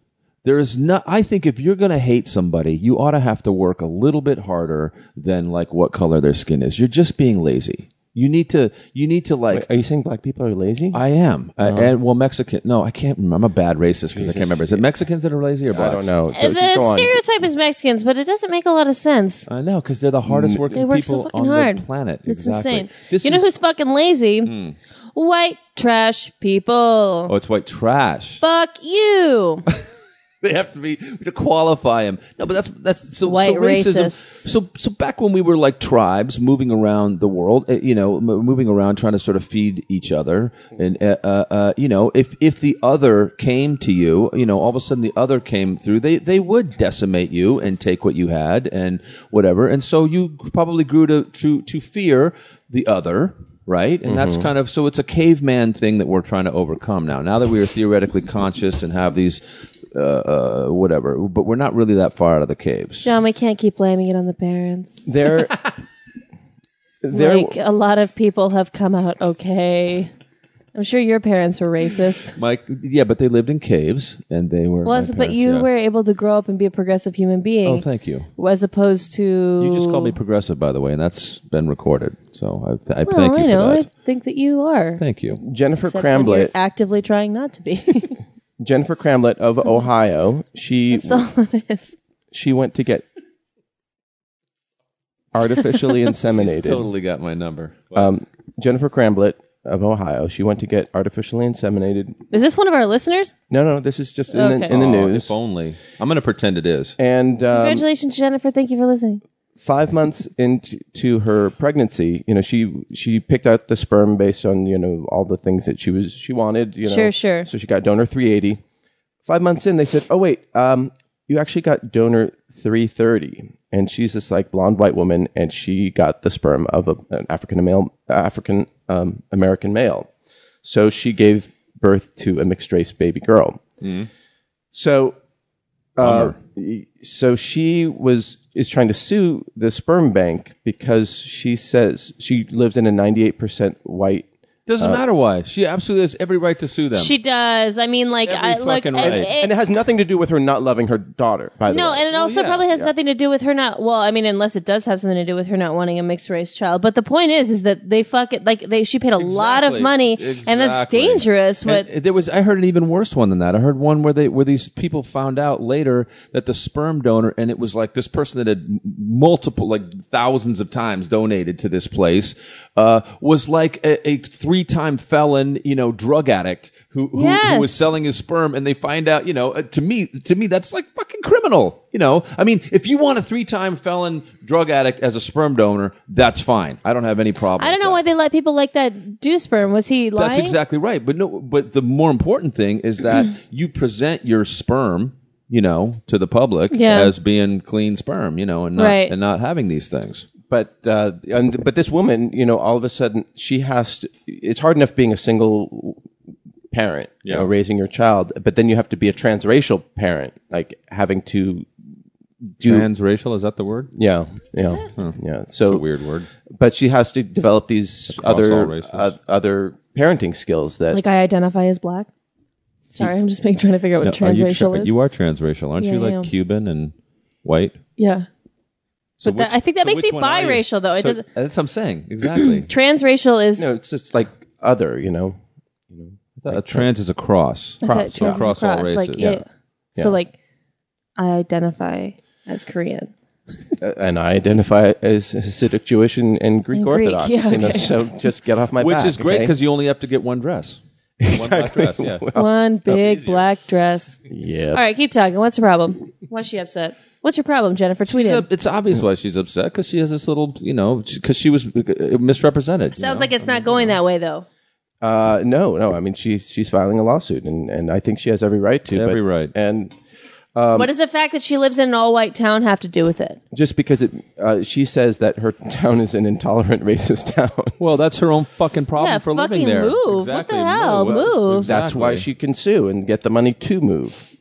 There is not. I think if you're going to hate somebody, you ought to have to work a little bit harder than like what color their skin is. You're just being lazy. You need to. You need to like.
Are you saying black people are lazy?
I am. I-
Uh-huh.
and well, Mexican. No, I can't remember. I'm a bad racist because I can't remember. Is it Mexicans that are lazy or
I don't
blacks?
know. Go-
Uh, the
go on.
stereotype is Mexicans, but it doesn't make a lot of sense.
I know because they're the
Mm.
hardest working
They work
people
so fucking
on
hard.
the planet.
It's
exactly.
insane.
This
you know
is- Hmm.
who's fucking lazy? White trash people.
Oh, it's white trash.
Fuck you.
they have to be to qualify him. No, but that's that's so
White
so racism.
racists.
So so back when we were like tribes moving around the world, uh, you know, m- moving around trying to sort of feed each other, and uh, uh, uh, you know, if if the other came to you, you know, all of a sudden the other came through, they they would decimate you and take what you had and whatever, and so you probably grew to to to fear the other. Right, and that's kind of so. It's a caveman thing that we're trying to overcome now. Now that we are theoretically conscious and have these uh, uh, whatever. But we're not really that far out of the caves.
John, we can't keep blaming it on the parents.
They're they're
like uh, a lot of people have come out okay. I'm sure your parents were racist.
Mike, yeah, but they lived in caves and they were.
Was
my
but
parents,
you
yeah.
were able to grow up and be a progressive human
Oh,
being,
thank you.
as opposed to
You just called me progressive, by the way, and that's been recorded. So I, I
Well,
thank you
I know.
for
I
that.
think that you are.
Thank you.
Jennifer
Except when you're
Cramblett.
actively trying not to be.
Jennifer Cramlett of
Mm-hmm.
Ohio. She
That's all it is.
she went to get artificially inseminated.
Totally got my number.
um, Jennifer Cramblett of Ohio. She went to get artificially inseminated.
Is this one of our listeners?
Um,
No, no, this is just in,
Okay.
the, in the
Aw,
news.
Oh, If only. I'm going to pretend it is.
And um,
Congratulations, Jennifer. Thank you for listening.
five months into to her pregnancy, you know, she she picked out the sperm based on you know all the things that she was she wanted. You know,
Sure, sure.
So she got donor three eighty. Five months in, they said, "Oh wait, um, you actually got donor three thirty. And she's this like blonde white woman, and she got the sperm of a, an African male, African um, American male. So she gave birth to a mixed race baby girl. So, uh, so she was is trying to sue the sperm bank because she says she lives in a ninety eight percent white.
Doesn't matter why. She absolutely has every right to sue them.
She does. I mean, like,
Every
I, look,
fucking
it-
right.
it-
And it has nothing to do with her not loving her daughter, by the
no,
way.
and it also
yeah,
probably has nothing to do with her not. Well, I mean, unless it does have something to do with her not wanting a mixed race child. But the point is, is that they fuck it. Like they, she paid a lot of
Exactly.
money, and that's
Exactly.
dangerous. But
And there was I heard an even worse one than that. I heard one where they where these people found out later that the sperm donor and it was like this person that had m- multiple like thousands of times donated to this place uh, was like a, a three time felon, you know, drug addict who who, who was
Yes.
selling his sperm and they find out, you know, uh, to me to me that's like fucking criminal, you know. I mean, if you want a three time felon drug addict as a sperm donor, that's fine. I don't have any problem.
I don't
with
know
that.
why they let people like that do sperm. Was he lying?
That's exactly right. But no, but the more important thing is that you present your sperm, you know, to the public
Yeah.
as being clean sperm, you know, and not
Right.
and not having these things.
but uh, and, but this woman, you know, all of a sudden she has to. It's hard enough being a single parent, you
Yeah.
know, raising your child, but then you have to be a transracial parent, like having to do,
Transracial is that the word?
yeah, yeah, yeah. So
It's a weird word.
but she has to develop these
all
other
races.
uh, other parenting skills that
Like I identify as black. Sorry, I'm just being, trying to figure out what
are you,
transracial is.
are transracial, aren't
you?
you?
Yeah, I
Like
Like am.
Cuban and white.
yeah, But that- I think that makes me biracial, though. It doesn't-
That's what I'm saying. Exactly.
transracial is
you know it's just like other you know
a trans is a cross.
I thought
cross,
trans is
cross all races.
Like,
Yeah.
yeah. So like, I identify as Korean.
and I identify as Hasidic Jewish and, and Greek
And Greek,
Orthodox
yeah,
you know
okay.
so just get off my
Which
back
is great
okay?
because you only have to get one dress. One black dress, yeah.
Oh,
One big black dress.
yeah
All right, keep talking. What's the problem? Why's she upset? What's your problem, Jennifer? Tweet
It's,
it.
ob- it's obvious why she's upset because she has this little, you know, because she was uh, misrepresented.
Sounds like it's not going that way though.
uh, no no I mean she's she's filing a lawsuit and, and I think she has every right to but-
Every right.
and
what does the fact that she lives in an all-white town have to do with it?
just because it uh, she says that her town is an intolerant racist town
Well, that's her own fucking problem
Yeah,
for living
fucking
there.
move. What the hell? Move.
that's why she can sue and get the money to move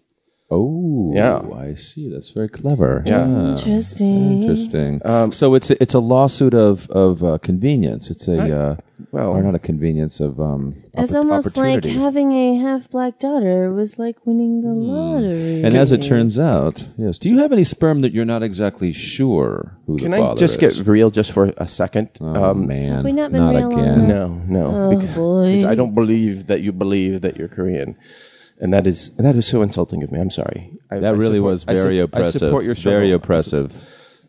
Oh,
Yeah.
I see. That's very clever.
Yeah.
Oh,
Interesting.
Interesting. Um, so it's a, it's a lawsuit of of uh, convenience. It's a uh,
well-
or not a convenience of um.
It's
oppor-
almost like
opportunity.
having a half-black daughter was like winning the lottery.
And as it turns out, yes. Do you have any sperm that you're not exactly sure who
can
the
I
father
just
is?
get real just for a second Um,
oh man,
we not been real long
again.
enough?
No, no.
Oh, boy.
I don't believe that you believe that you're Korean. And that is that is so insulting of me. I'm sorry. I,
That
I
really
support-
was
I su-
very oppressive.
I support your struggle. Uh,
very oppressive.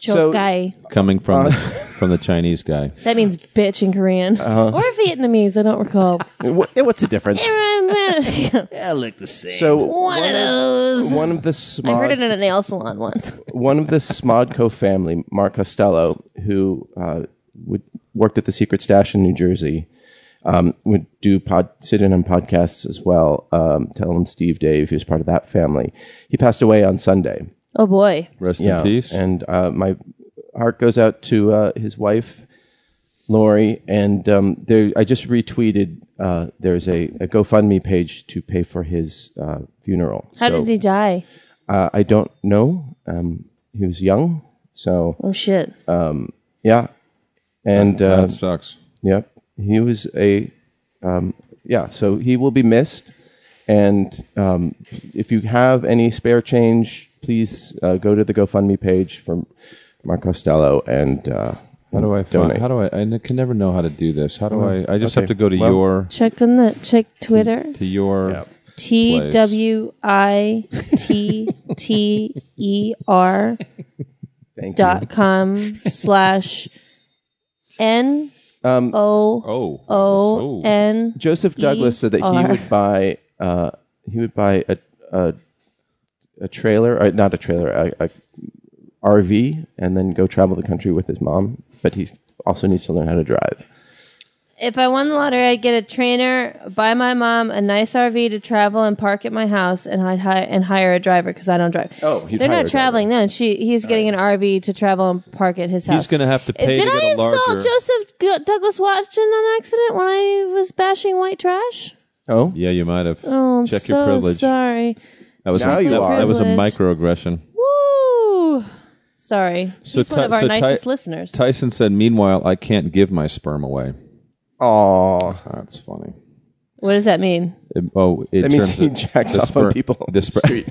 So-
Chokai.
Coming from the, from the Chinese guy.
that means bitch in Korean or Vietnamese. I don't recall.
What- eh, what's the difference? So one,
One of those.
one of the
I heard it
Smod,
in a nail salon once.
one of the Smodco family, Mark Costello, who uh, would, worked at the Secret Stash in New Jersey, um, would do pod, sit in on podcasts as well. Um, tell him Steve Dave, who's part of that family. He passed away on Sunday.
Oh boy.
Rest in peace.
And uh, my heart goes out to uh, his wife, Lori. And um, there, I just retweeted. Uh, there's a, a GoFundMe page to pay for his uh, funeral.
How did he die?
Uh, I don't know. Um, he was young, so
Oh shit.
yeah. And uh,
that sucks.
yep, he was a um, yeah. So he will be missed. And um, if you have any spare change, please uh, go to the GoFundMe page for Mark Costello and. Uh,
How do I find?
donate. Uh-huh.
How do I? I n- can never know how to do this. How do I? I just
Okay.
have to go to
Well-
your
check on the check Twitter.
to your.
T W I T T E R
Thank
dot com slash N O
Oh.
O N.
Um, Joseph Douglas said that he
E.R..
would buy uh, he would buy a a, a trailer, or not a trailer, a, a RV, and then go travel the country with his mom. But he also needs to learn how to drive.
If I won the lottery, I'd get a trainer, buy my mom a nice RV to travel and park at my house, and I'd hi- and hire a driver because I don't drive.
Oh, he'd
they're
hire
not
a driver.
traveling. No, she he's getting an RV to travel and park at his house.
He's going to have to
Uh,
pay
Did
to
I
get a
insult
larger.
Joseph G- Douglas Watson on accident when I was bashing white trash?
Oh,
yeah, you might have.
Oh, I'm
Check
so
your privilege.
sorry.
That was
Now
a,
you
that,
are.
that was a
Privilege.
microaggression.
Woo! Sorry.
So
He's one
Ty-
of our
so Ty-
nicest listeners.
Tyson said, "Meanwhile, I can't give my sperm away."
Aw.
That's funny.
what does that mean?
It- oh, it
That means
turns
he
it-
jacks
the
off on
sperm-
people on
The
the
sper-
street.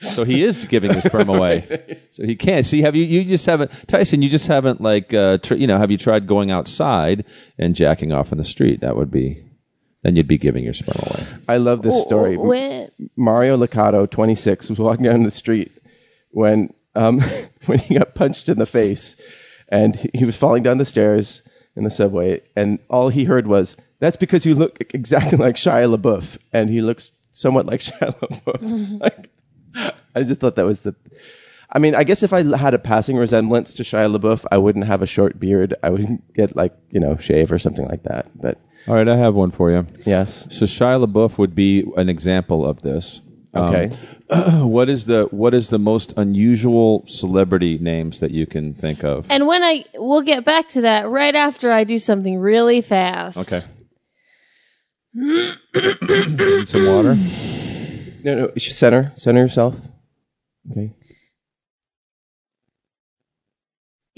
so he is giving his sperm away. So he can't. See, have you? You just haven't, Tyson. You just haven't like, uh, tr- you know, have you tried going outside and jacking off in the street? That would be. Then you'd be giving your sperm away.
I love this story.
When-
Mario Licato, 26, was walking down the street when um, when he got punched in the face, and he, he was falling down the stairs in the subway, and all he heard was, "That's because you look exactly like Shia LaBeouf," and he looks somewhat like Shia LaBeouf. like, I just thought that was the. I mean, I guess if I had a passing resemblance to Shia LaBeouf, I wouldn't have a short beard. I would get like you know shave or something like that. But
All right, I have one for you.
yes,
So Shia LaBeouf would be an example of this. Um,
okay.
what is the what is the most unusual celebrity names that you can think of?
And when I we'll get back to that right after I do something really fast.
Okay. Need some water.
No, no, center, center yourself. Okay.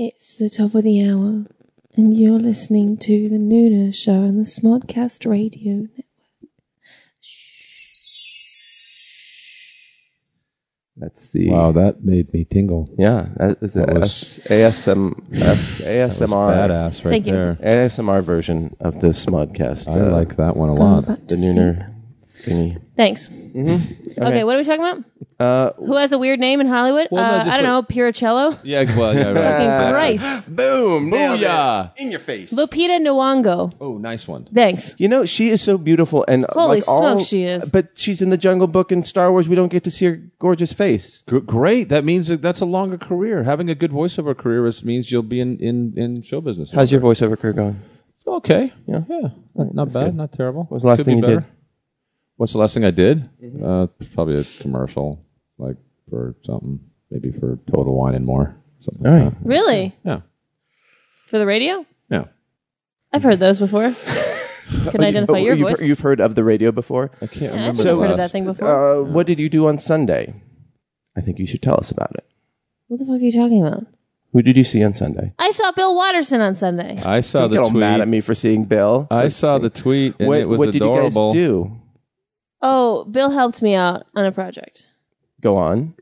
It's the top of the hour, and you're listening to the Nuno Show on the Smodcast Radio Network.
That's the
Wow, that made me tingle.
yeah. That is the
That
S- ASM, S-
That's
ASMR
badass right
Thank you.
there.
ASMR version of this modcast.
I like that one a
Um,
lot.
the Nooner thingy.
Thanks. Mm-hmm. Okay. what are we talking about?
Uh,
Who has a weird name in Hollywood?
Well, no,
uh,
just Uh,
I don't know. Piricello?
Yeah, well, yeah, right.
Fucking Christ.
boom! nailed it.
Booyah.
In your face.
Lupita Nyong'o.
Oh, nice one.
Thanks.
You know she is so beautiful and uh,
Holy
like all-
smoke, she is.
But she's in the Jungle Book and Star Wars. We don't get to see her gorgeous face.
Gr- Great. That means that that's a longer career. Having a good voiceover career is, means you'll be in, in, in show business.
How's your voiceover career going?
Okay.
Yeah.
Yeah. Not, not bad. Not terrible.
was the last
Could
thing
be
you did? Mm-hmm.
better. What's the last thing I did? Uh, probably a commercial, like for something, maybe for Total Wine and More. Something like
All right.
that.
Really?
Yeah.
For the radio?
Yeah.
I've heard those before. Can
Oh,
identify your
Oh, you've,
voice.
You've heard of the radio before.
I can't
Yeah, I've
remember.
never
the
heard
last-
of that thing before.
Uh, what did you do on Sunday? I think you should tell us about it.
what the fuck are you talking about?
Who did you see on Sunday?
I saw Bill Watterson on Sunday.
I saw
Don't
the
get all
tweet.
mad at me for seeing Bill.
I saw the tweet and
what,
it was
what did
adorable.
you guys do?
Oh, Bill helped me out on a project.
Go on.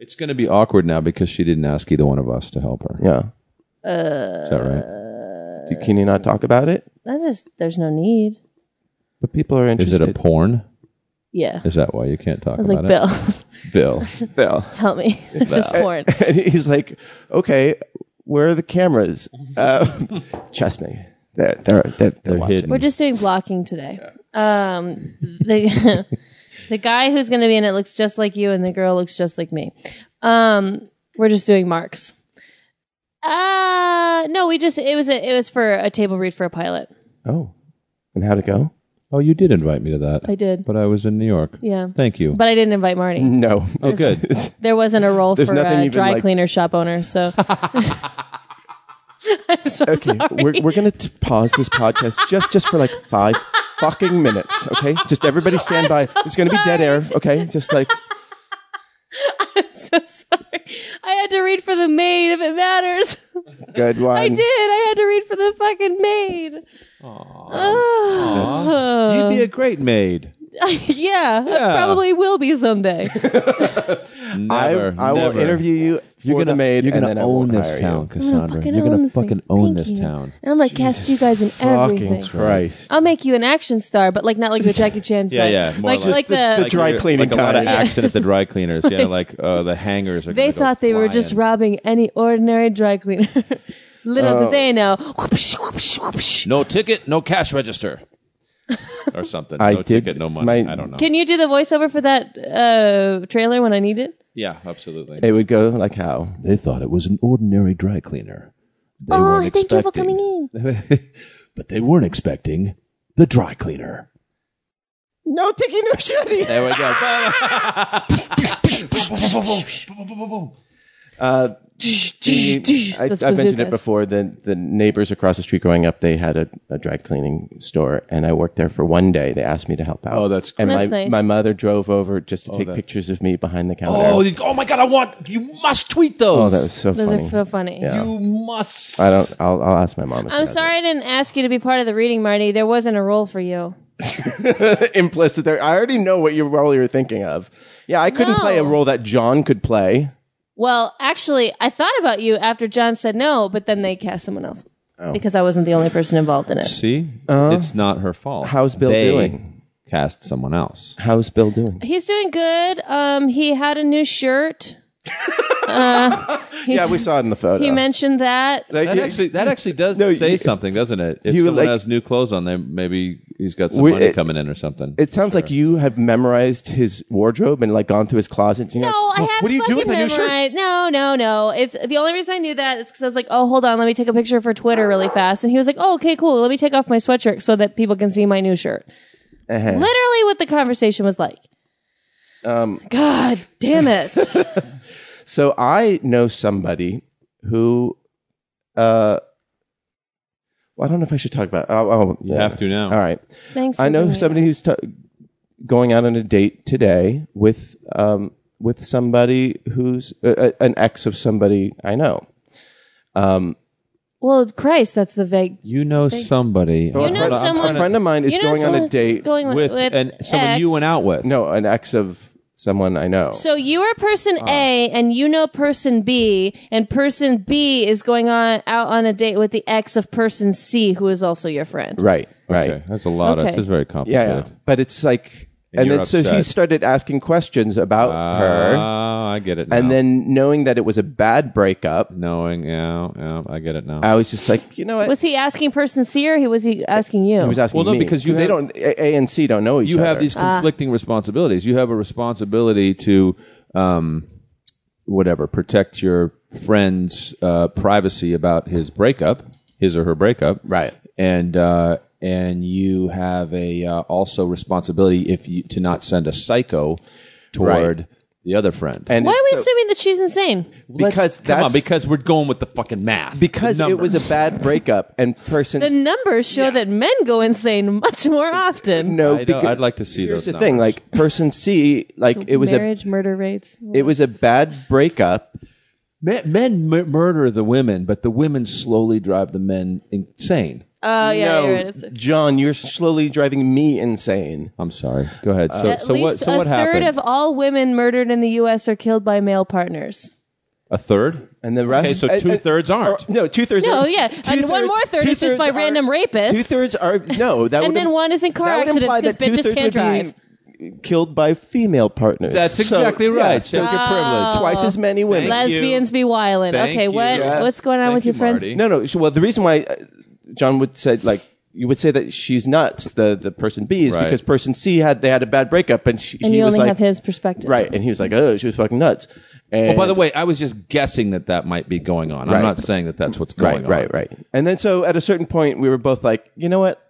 It's going to be awkward now because she didn't ask either one of us to help her.
Yeah.
Uh,
Is that right?
Do- Can you not talk about it?
I just there's no need.
But people are
Is it
interested.
a porn?
Yeah. I
Is that why you can't talk
was
about
like, Bill,
it? Bill.
Bill?
help me. this porn.
And he's like, "Okay, where are the cameras? Uh, trust me, they're they're they're, they're watching.
hidden.
We're just doing blocking today. Um the the guy who's gonna be in it looks just like you and the girl looks just like me. Um we're just doing marks. Uh no, we just it was a, it was for a table read for a pilot.
Oh, and how'd it go?
oh, you did invite me to that.
I did.
But I was in New York.
Yeah.
Thank you.
But I didn't invite Marty.
No. Oh,
good.
There wasn't a role
There's
for
nothing
a
even,
dry
like-
cleaner shop owner, so I'm so
Okay,
sorry.
we're we're gonna t- pause this podcast just just for like five fucking minutes. Okay, just everybody stand by. it's gonna be dead air. Okay, just like
so sorry. I had to read for the maid if it matters.
good one.
I did. I had to read for the fucking maid. Aww.
You'd be a great maid.
yeah, I probably will be someday. I'm
Never,
I, I will
never.
interview you for
You're gonna
the maid.
You're gonna
and then I will
own this
hire
town,
You.
Cassandra.
fucking
you're gonna
own this
fucking
thing.
own
Thank
this
you.
town.
And I'm gonna cast you guys in everything.
Fucking Christ.
I'll make you an action star, but like not like the Jackie Chan.
Yeah,
side.
yeah, more
Like
like-
like
The-
the.
the dry
Like,
cleaning
like a lot of
kind.
action at the dry cleaners. Yeah, like uh, the hangers. Are
they
gonna go
thought they were
flying.
just robbing any ordinary dry cleaner. Little
Oh.
did they know.
No ticket, no cash register, or something.
I
no
did-
ticket, no money.
my-
I don't know.
Can you do the voiceover for that uh, trailer when I need it?
yeah, absolutely.
It would go like how?
They thought it was an ordinary dry cleaner. They oh, weren't thank you for coming in. but they weren't expecting the dry cleaner.
No ticket, no shitty.
There we go.
the- I,
That's
I've mentioned it
bazookas.
before. The the neighbors across the street growing up, they had a, a dry cleaning store, and I worked there for one day. They asked me to help out.
Oh, that's
and
That's
my
nice.
my mother drove over just to take pictures of me behind the counter.
oh, you- oh my God! I want you. Must tweet
Oh,
those.
that was so
Those
funny.
are so funny.
Yeah.
you must.
I don't. I'll, I'll ask my mom. if she
I'm
has
sorry I didn't ask you to be part of the reading, Marty. There wasn't a role for you.
it. Implicit there. I already know what your role you're thinking of. Yeah, I couldn't play a
No.
role that John could play.
Well, actually, I thought about you after John said no, but then they cast someone else
Oh.
because I wasn't the only person involved in it.
See, it's not her fault.
Uh-huh. How's Bill
They
doing?
Cast someone else.
How's Bill doing?
He's doing good. Um, he had a new shirt.
yeah, we saw it in the photo.
He mentioned that.
Like,
That
you-
actually, that actually does
No,
say
you-
something, doesn't it? If
you,
someone
like-
has new clothes on, then maybe he's got some
We-
money
it-
coming in or something.
It sounds like you have memorized his wardrobe and like gone through his closet. And you're
No,
like,
I
"Well,
haven't.
What do you do
fucking
with the new shirt?
memorized- No, no, no. It's the only reason I knew that is because I was like, oh, hold on, let me take a picture for Twitter really fast. And he was like, oh, okay, cool. Let me take off my sweatshirt so that people can see my new shirt.
Uh-huh.
Literally, what the conversation was like. Um, God damn it!
So I know somebody who, uh, well, I don't know if I should talk about. Oh, oh you
have to now.
All right,
Thanks.
I
for
know
doing
somebody who's t- going out on a date today with um, with somebody who's uh, uh, an ex of somebody I know.
that. Well, Christ, that's the vague.
You know somebody.
Well,
You
a
know
friend-
someone.
a friend of mine is
you know
going on a
someone's
date
going
with, and someone you
X.
went out with.
No, an ex of someone I know.
So you are person
Ah.
A, and you know person B, and person B is going on out on a date with the ex of person C, who is also your friend.
right, right.
Okay, that's a lot. Of,
Okay.
this is very
Yeah,
complicated.
yeah. But it's like, and,
you're
then so he
upset.
started asking questions about her,
Ah, I get it. Now.
and then knowing that it was a bad breakup,
knowing, yeah, yeah, I get it now.
I was just like, you know what?
Was he asking person C, or he was he asking you?
he was asking
Well, no,
me
because you
they
have-
don't a, A and C don't know each
you
other.
have these conflicting responsibilities. You have a responsibility to, um, whatever, protect your friend's uh, privacy about his breakup, his or her breakup,
Right.
And uh, and you have a uh, also responsibility if you to not send a psycho toward the other friend.
and
Why are we
so-
assuming that she's insane?
because
Come
that's
on, because we're going with the fucking math.
because
The
it was a bad breakup and person
The numbers show that men go insane much more often.
no.
I don't-
because,
I'd like to see
here's
those
the thing,
numbers.
like person C, like it was a
marriage murder rates.
it was a bad breakup.
Men, men mur- murder the women, but the women slowly drive the men insane.
Oh yeah,
no,
you're right. It's-
John, you're slowly driving me insane.
I'm sorry. Go ahead. So,
at
so
least
what? So
a
what
third
happened?
of all women murdered in the U.S. are killed by male partners.
a third.
And the rest, oh,
Okay, so
and- and-
two-thirds aren't.
No, two thirds.
No, yeah, and one more third is just by random rapists.
Two thirds are no. That
And
would
then
im-
one is in car
that would
accidents
imply
'cause
that
bitches
two-thirds
can't
would be Killed by female partners.
That's
So,
exactly
yeah,
right.
so
Check your
Oh.
privilege.
twice as many women.
Thank you.
Lesbians be wildin'.
Thank
Okay,
you.
what
Yes.
what's going on
Thank
with
you,
your friends?
Marty.
No, no. so- Well, the reason why uh, John would say like you would say that she's nuts. The the person B is
Right.
because person C had they had a bad breakup and she,
And
he
you
was
only
like
have his perspective,
right, and he was like oh she was fucking nuts. And
Oh, by the way, I was just guessing that that might be going on.
Right.
I'm not saying that that's what's
right,
going on.
right, right. And then so at a certain point we were both like you know what,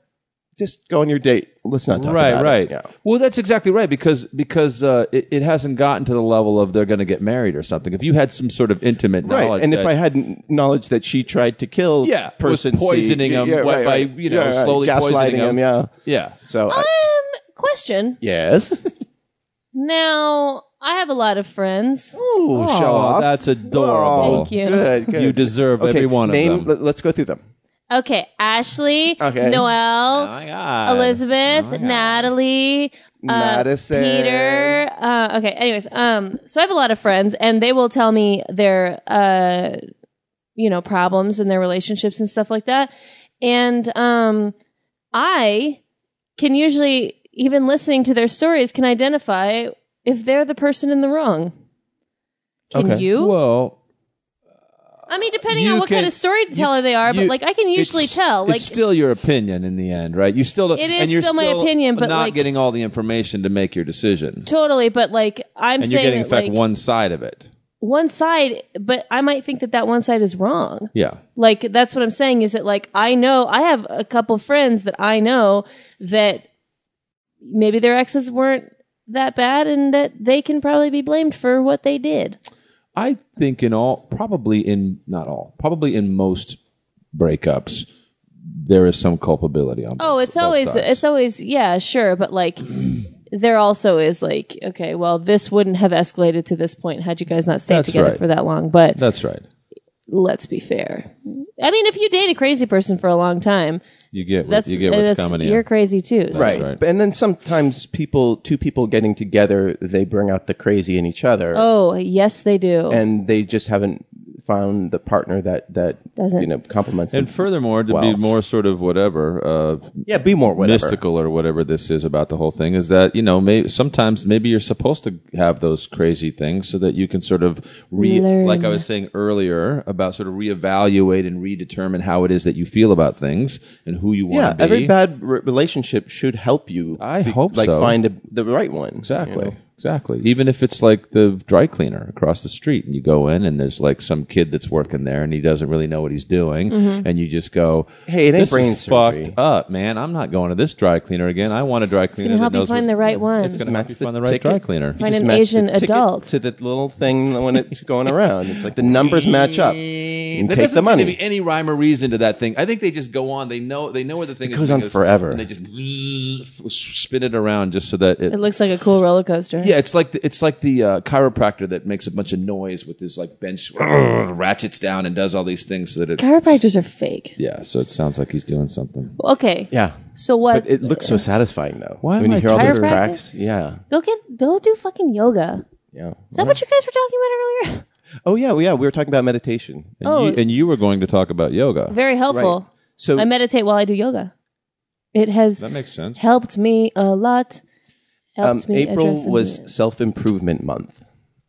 just go on your date. Let's not talk
Right,
about
right.
it. Yeah.
Well, that's exactly right because because uh, it, it hasn't gotten to the level of they're going to get married or something. If you had some sort of intimate
Right,
knowledge,
and if
that-
I had n- knowledge that she tried to kill,
yeah,
person
was poisoning
C,
them
yeah, right,
by
right.
you know
Yeah, right.
slowly
gaslighting
poisoning them.
him, yeah.
yeah.
So I,
Um, question.
yes,
Now, I have a lot of friends.
Ooh, show off.
that's adorable.
Thank you.
Good, good.
You deserve
okay,
every one of
name,
them.
let- Let's go through them.
Okay, Ashley,
Okay.
Noelle,
my Oh God.
Elizabeth, Natalie, uh,
Madison.
Peter. Uh, okay, anyways, um, so I have a lot of friends, and they will tell me their, uh, you know, problems and their relationships and stuff like that. And um, I can usually, even listening to their stories, can identify if they're the person in the wrong. Can
Okay.
you?
Well,
I mean, depending
You
on what
can-
kind of storyteller
you-
they are, but
you-
like I can usually
it's-
tell. Like
it's still your opinion in the end, right? You still don't-
It is
and you're
still my opinion, but,
not
like-
getting all the information to make your decision,
totally, but like I'm
and you're
saying
getting in
that,
fact
like,
one side of it.
one side, but I might think that that one side is wrong.
Yeah,
Like that's what I'm saying is that like I know I have a couple friends that I know that maybe their exes weren't that bad and that they can probably be blamed for what they did.
I think in all, probably in not all, probably in most breakups, there is some culpability on.
Oh,
both-
it's
both
always
sides.
it's always yeah, sure, but like there also is like okay, well this wouldn't have escalated to this point had you guys not stayed
That's
together
right.
for that long, but
that's right.
let's be fair. I mean, if you date a crazy person for a long time,
You get what,
that's
you get what's
that's-
coming
You're
in.
crazy too. So-
right.
right.
And then sometimes people, two people getting together, they bring out the crazy in each other,
Oh, yes they do.
and they just haven't found the partner that that
Doesn't-
you know complements
And
them.
furthermore, to be
Well.
more sort of whatever, uh,
yeah, be more whatever.
mystical or whatever this is about the whole thing, is that you know, may sometimes maybe you're supposed to have those crazy things so that you can sort of re,
Learn.
like I was saying earlier about sort of reevaluate and redetermine how it is that you feel about things and who you
Yeah,
want to be.
every bad re- relationship should help you.
I hope
like
so.
find a, the right one.
Exactly. Exactly. Even if it's like the dry cleaner across the street and you go in and there's like some kid that's working there and he doesn't really know what he's doing and you just go,
Mm-hmm. Hey, it ain't
this
brain
is
surgery."
fucked up, man. I'm not going to this dry cleaner again. I want a dry cleaner
gonna help
that
you
knows
find
what's-
the right one.
It's going to help you
Match the
find the right
ticket.
dry cleaner.
You
Find
just
an
match the
Asian
ticket
adult.
to the little thing when it's going around. It's like the numbers match up. You
There
take
doesn't
the money.
seem to be any rhyme or reason to that thing. I think they just go on. They know they know where the thing is.
goes on forever.
and they just spin it around just so that it
it looks like a cool roller coaster.
Yeah, it's like the, it's like the uh, chiropractor that makes a bunch of noise with his like bench ratchets down and does all these things so that it.
Chiropractors are fake.
yeah, so it sounds like he's doing something.
Okay.
yeah.
So what?
But it looks so satisfying though.
Why
when
am
you
I
hear all those
chiropractic?
cracks. Yeah.
go get go do fucking yoga.
Yeah.
Is that what you guys were talking about earlier?
Oh yeah, well, yeah, we were talking about meditation.
And,
Oh.
you, and you were going to talk about yoga.
Very helpful.
So
I meditate while I do yoga. It has
That makes sense.
helped me a lot.
um,
Helped me address
April
some-
was self-improvement month.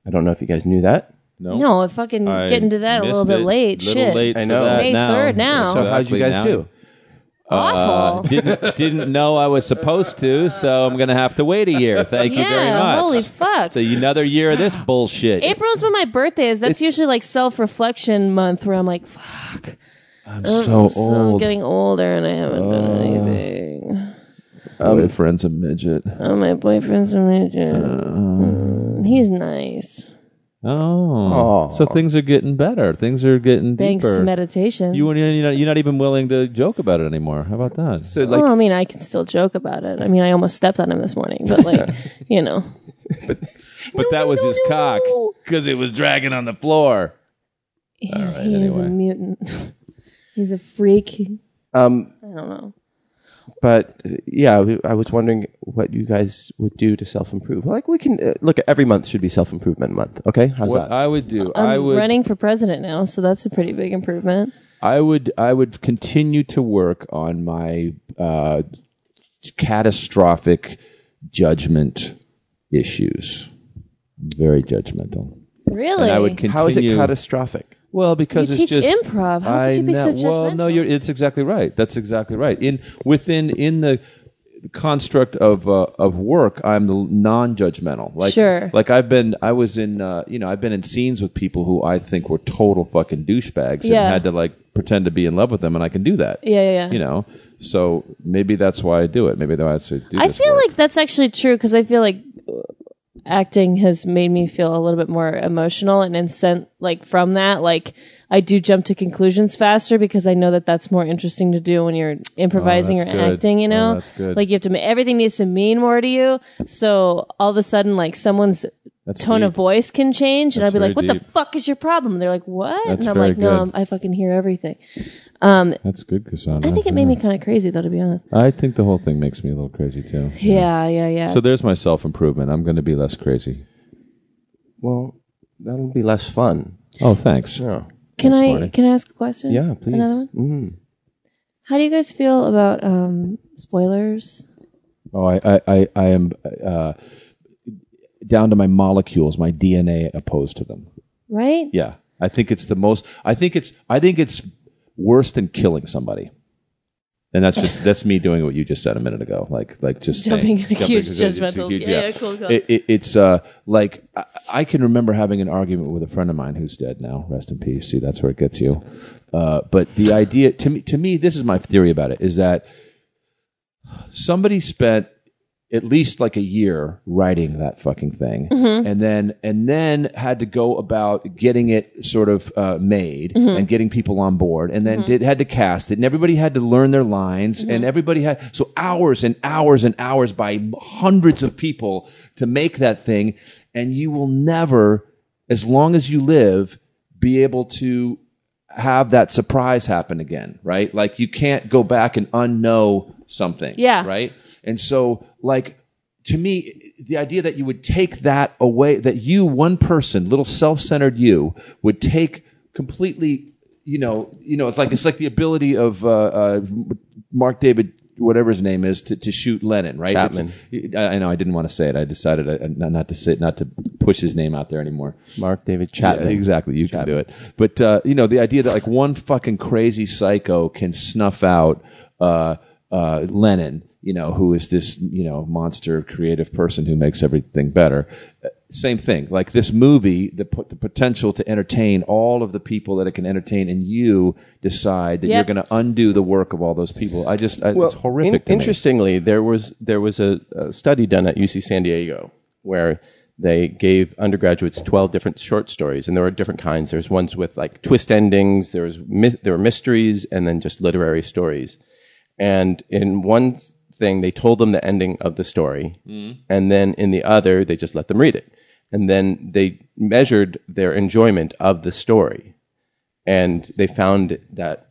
I don't know if you guys knew that.
No,
no, I fucking
I
get into that a little
missed
bit
it.
late.
Little
Shit,
late
I
for
know.
that
May
now.
3rd now.
So how'd you
Exactly
guys
now.
do?
Uh,
awful.
didn't didn't know I was supposed to, so I'm gonna have to wait a year. Thank you very
yeah,
much.
holy fuck.
so another year of this bullshit.
April's when my birthday is. That's usually like self reflection month where I'm like, fuck. I'm so
old. Oh.
getting older and I haven't done anything.
My friend's a midget.
Oh, my boyfriend's a major.
Uh,
Mm, He's nice.
Oh, so things are getting better. Things are getting
Thanks
deeper.
to meditation.
You, you're, not, you're not even willing to joke about it anymore. How about that?
So like
well, I mean, I can still joke about it. I mean, I almost stepped on him this morning, but like, you know.
but that was his cock because it was dragging on the floor.
he is a
anyway.
mutant. He's a freak. Oh.
um
I don't know.
but uh, yeah, we- I was wondering what you guys would do to self-improve. Like we can uh, look every month should be self-improvement month, okay? How's
What
that?
I would do,
I'm
I would,
running for president now, so that's a pretty big improvement.
I would, I would continue to work on my uh, catastrophic judgment issues. Very judgmental.
Really?
And I would continue.
How is it catastrophic?
Well, because
You
it's
teach
just
improv. How could
I
you be so
know- Well, no,
judgmental?
you're, it's exactly right. That's exactly right. In within in the construct of uh, of work, I'm the non-judgmental. Like,
Sure.
Like I've been, I was in, uh, you know, I've been in scenes with people who I think were total fucking douchebags
Yeah.
and had to like pretend to be in love with them, and I can do that.
Yeah, yeah, yeah.
You know, so maybe that's why I do it. Maybe that's why I do.
I
this
feel
work.
like that's actually true because I feel like uh, acting has made me feel a little bit more emotional and incent like from that like I do jump to conclusions faster because I know that that's more interesting to do when you're improvising or
that's good.
acting, you
Oh,
know?
that's good.
Like you have to ma- everything needs to mean more to you. So all of a sudden like someone's tone of
deep.
voice can change and I'll
That's
be like,
very
"What the
deep.
fuck is your problem?" And they're like, "What?"
That's
and I'm
very
like, "No,
good.
I'm- I fucking hear everything."
that's good, Cassandra.
I think it made me kind of crazy though to be honest.
I think the whole thing makes me a little crazy too.
Yeah, yeah, yeah.
So there's my self improvement. I'm going to be less crazy.
Well, that'll be less fun.
Oh, thanks.
No.
can I
Marty.
can I ask a question?
Yeah, please.
Another one?
Mm.
Mm-hmm.
How do you guys feel about um, spoilers?
Oh, I, I, I, I am uh, down to my molecules, my DNA opposed to them.
Right?
Yeah.
I think it's the most. I think it's. I think it's worse than killing somebody. And that's just that's me doing what you just said a minute ago, like like just
Jumping
saying,
a huge
it's a- it's a
judgmental-
huge-
yeah, yeah, cool, cool.
It, it, it's uh like I, I can remember having an argument with a friend of mine who's dead now, rest in peace. See, that's where it gets you. Uh, but the idea to me to me this is my theory about it is that somebody spent at least like a year writing that fucking thing and then and then had to go about getting it sort of uh, made and getting people on board and then did, had to cast it and everybody had to learn their lines and everybody had so hours and hours and hours by hundreds of people to make that thing and you will never as long as you live be able to have that surprise happen again right like you can't go back and unknow something
Yeah.
right right? And so, like, to me, the idea that you would take that away, that you, one person, little self centered you, would take completely, you know, you know, it's like, it's like the ability of, uh, uh, Mark David, whatever his name is, to, to shoot Lennon, right?
Chapman.
It's- I, I know, I didn't want to say it. I decided uh, not, not to say, not to push his name out there anymore.
Mark David Chapman.
Yeah, exactly. You can do it. But uh, you know, the idea that like one fucking crazy psycho can snuff out uh, uh, Lenin, you know, who is this you know monster creative person who makes everything better. Uh, Same thing. Like this movie, the po- the potential to entertain all of the people that it can entertain, and you decide that
Yep.
you're going to undo the work of all those people. I just I, uh, it's
in-
horrific. to me.
interestingly, there was there was a, a study done at UC San Diego where they gave undergraduates twelve different short stories, and there were different kinds. There's ones with like twist endings. There was my, there were mysteries, and then just literary stories. And in one thing, they told them the ending of the story,
Mm.
and then in the other, they just let them read it, and then they measured their enjoyment of the story, and they found that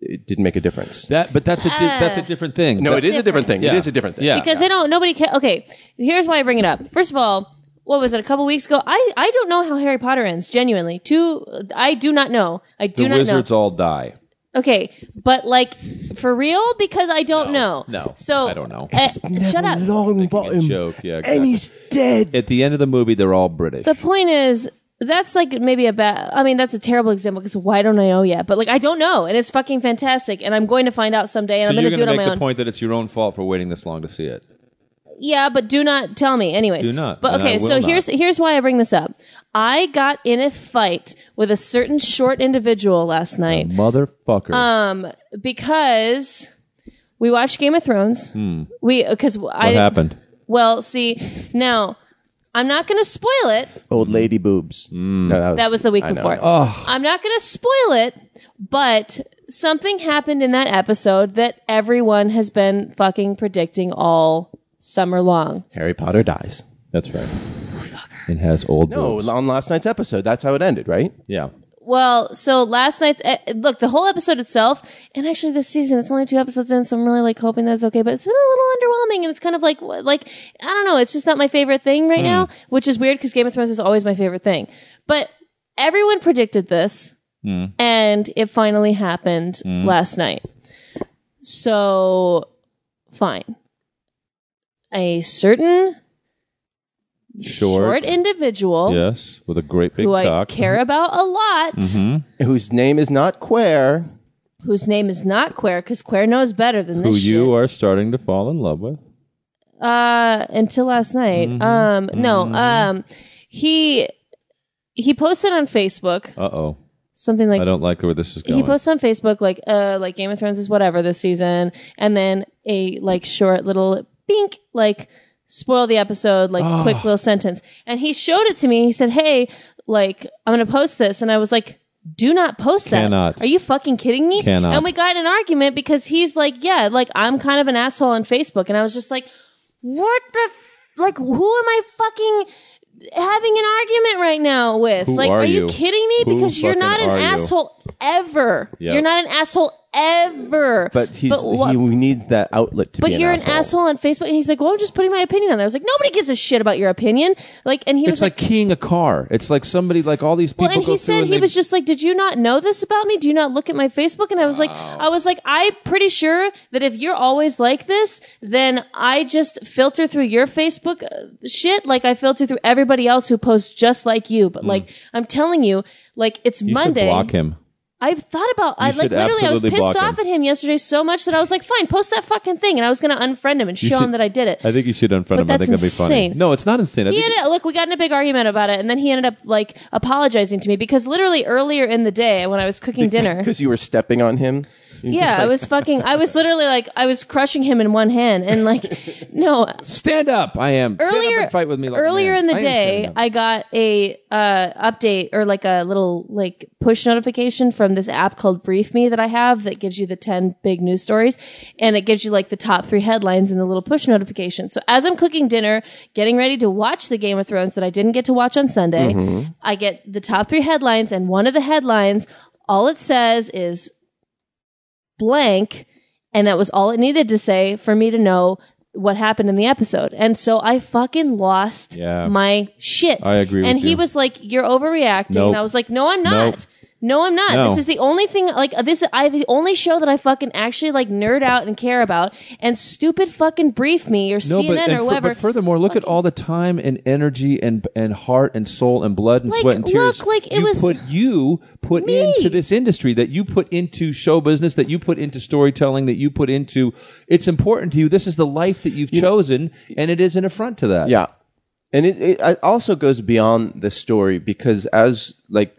it didn't make a difference.
That, but that's a di- that's
Uh,
a different thing.
No,
That-
it is a different thing. It
Yeah.
is a different thing.
Yeah.
because they don't nobody ca- okay here's why i bring it up first of all what was it a couple weeks ago i i don't know how harry potter ends genuinely two i do not know i do
the
not know
wizards all die.
okay but like for real because i don't know
no,
so
I don't know.
eh, shut up
Long bottom.
Joke, yeah.
And
exactly.
he's dead.
At the end of the movie, they're all British.
the point is that's like maybe a bad i mean that's a terrible example because why don't i know yet but like i don't know and it's fucking fantastic and i'm going to find out someday and i'm
so
going
you're
to do it
gonna
on
make
my
the
own
point that it's your own fault for waiting this long to see it.
Yeah, but do not tell me. Anyways,
Do not,
But
and I
okay,
will
so
not.
here's here's why I bring this up. I got in a fight with a certain short individual last night
Motherfucker.
Uh,
Mm-hmm.
because we watched Game of Thrones. We because I
Hmm. what happened?
well see now. I'm not going to spoil it.
Old lady boobs. No, that was,
That was the week
I know.
before. I'm not going to spoil it, but something happened in that episode that everyone has been fucking predicting all summer long.
Harry Potter dies.
That's right. It has old
No,
boobs.
on last night's episode, that's how it ended, right?
yeah.
Well, so last night's eh, look, the whole episode itself, and actually this season, it's only two episodes in, so I'm really like hoping that's okay. But it's been a little underwhelming, and it's kind of like wh- like I don't know, it's just not my favorite thing right now, which is weird because Game of Thrones is always my favorite thing. But everyone predicted this, and it finally happened last night. So fine, a certain
Short.
short individual
yes, with a great big
who I
cock.
care about a lot.
Whose name is not Quare.
whose name is not Queer because Queer knows better than
who
this.
you are starting to fall in love with.
are uh, until last night.
Mm-hmm.
Um, no, um, he he posted on Facebook
Uh oh.
something
I
like
don't like where this is going.
he posted on Facebook like uh like Game of Thrones is whatever this season, and then a like short little bink like spoil the episode like quick
Oh.
little sentence, and he showed it to me. He said, "Hey, like I'm gonna post this," and I was like. Do not post that.
Cannot.
Are you fucking kidding me?
Cannot.
And we got in an argument because he's like, yeah, like I'm kind of an asshole on Facebook, and I was just like, what the f- like? Who am I fucking having an argument right now with?
Who
like,
are
are
you?
you kidding me?
Who
because you're
fucking
not an
are you?
asshole ever.
Yep.
You're not an asshole forever.
But he's
what-
he needs that outlet to
but
be.
you're an asshole on Facebook. And he's like, well, I'm just putting my opinion on there. I was like, nobody gives a shit about your opinion. Like, and he was
It's like keying a car. It's like somebody like all these people.
well, and
go
he
through
said he
they-
was just like, "Did you not know this about me? Do you not look at my Facebook?" And I was like, "I was like, I'm pretty sure that if you're always like this, then I just filter through your Facebook uh, shit like I filter through everybody else who posts just like you." But like, I'm telling you, like it's
Hmm. You should
Monday.
block him.
I've thought about. I like
should
literally, I was
absolutely
pissed
block
off
him.
at him yesterday so much that I was like, "Fine, post that fucking thing," and I was going to unfriend him and show him
should-
that I did it.
I think you should unfriend
But
him. I
that's
think that'd be funny.
insane.
No, it's not insane. I
he
think-
ended up, look, we got in a big argument about it, and then he ended up like apologizing to me because literally earlier in the day when I was cooking dinner,
because you were stepping on him. You're
yeah,
just
I
like,
was fucking, I was literally like, I was crushing him in one hand, and like, no,
Stand up. I am. Stand up
earlier
and fight with me. Like a
earlier
man.
in the
I am standing
day
up.
i got a uh update or like a little like push notification from this app called brief me that i have that gives you the 10 big news stories and it gives you like the top three headlines in the little push notification so as i'm cooking dinner getting ready to watch the game of thrones that i didn't get to watch on sunday
Mm-hmm.
i get the top three headlines and one of the headlines all it says is blank and that was all it needed to say for me to know what happened in the episode. And so I fucking lost
Yeah.
my shit.
I agree with
And he
you.
was like, "You're overreacting."
Nope.
And I was like, "No, I'm not."
Nope.
No, I'm not.
No.
This is the only thing like uh, this I the only show that I fucking actually like nerd out and care about and stupid fucking brief me or
No, but,
CNN
and
or
fur-
whoever.
but furthermore, look at all the time and energy and and heart and soul and blood and
Like,
sweat and tears.
look, like, it
you
was
put you put
me.
into this industry that you put into show business that you put into storytelling that you put into. It's important to you. This is the life that you've chosen, and it is an affront to that.
Yeah, and it, it it also goes beyond the story because as like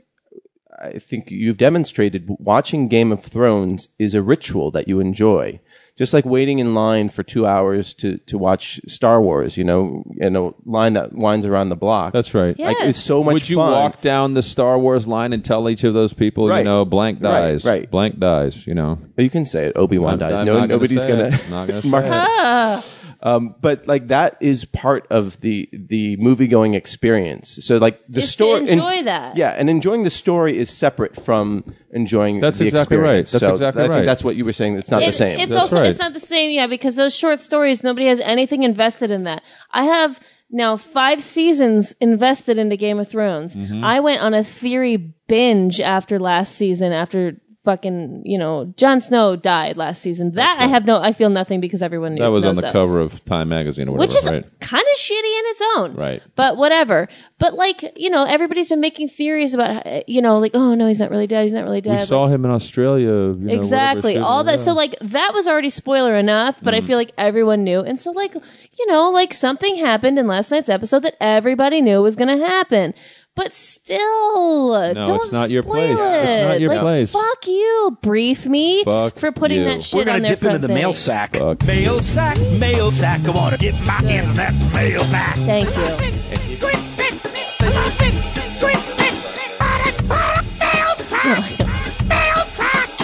I think you've demonstrated, watching Game of Thrones is a ritual that you enjoy. Just like waiting in line for two hours to to watch Star Wars, you know, in a line that winds around the block.
That's right.
Like
Yes.
it's so much
Would you
fun.
walk down the Star Wars line and tell each of those people,
Right.
you know, blank
Right,
dies,
right.
blank dies, you know?
You can say it. Obi Wan
I'm-
dies.
I'm
no,
not gonna
nobody's
say
gonna.
it. Not gonna say
mark
Ah.
that. Um, but like that is part of the the movie going experience. So like the
Is to
story. and-
enjoy that.
Yeah, and enjoying the story is separate from enjoying.
That's
the
exactly right.
experience.
That's
So
exactly
I think
right.
that's what you were saying. It's not the
It-
same.
It's
That's
also
right.
it's not the same, yeah, because those short stories, nobody has anything invested in that. I have now five seasons invested into Game of Thrones.
Mm-hmm.
I went on a theory binge after last season, after fucking, you know, Jon Snow died last season. That I have no I feel nothing because everyone knew
That was on
knows
the
that.
cover of Time magazine or whatever,
Which is
right?
kind of shitty in its own.
Right.
But whatever. But like, you know, everybody's been making theories about, uh, you know, like, oh no, he's not really dead. He's not really dead.
We
Like,
saw him in Australia. you know, whatever
exactly
city,
all that
yeah. Mm.
so like that was already spoiler enough but i feel like everyone knew and so like you know like something happened in last night's episode that everybody knew was gonna happen but still
No,
don't
it's not your
spoil
place.
it.
It's not your
like,
place.
fuck you brief me
Fuck
for putting
you.
that shit
We're gonna
on their
dip into
front
the mail
thing.
sack.
Fuck.
Mail sack, mail sack. Come on, get my hands in that mail sack.
thank you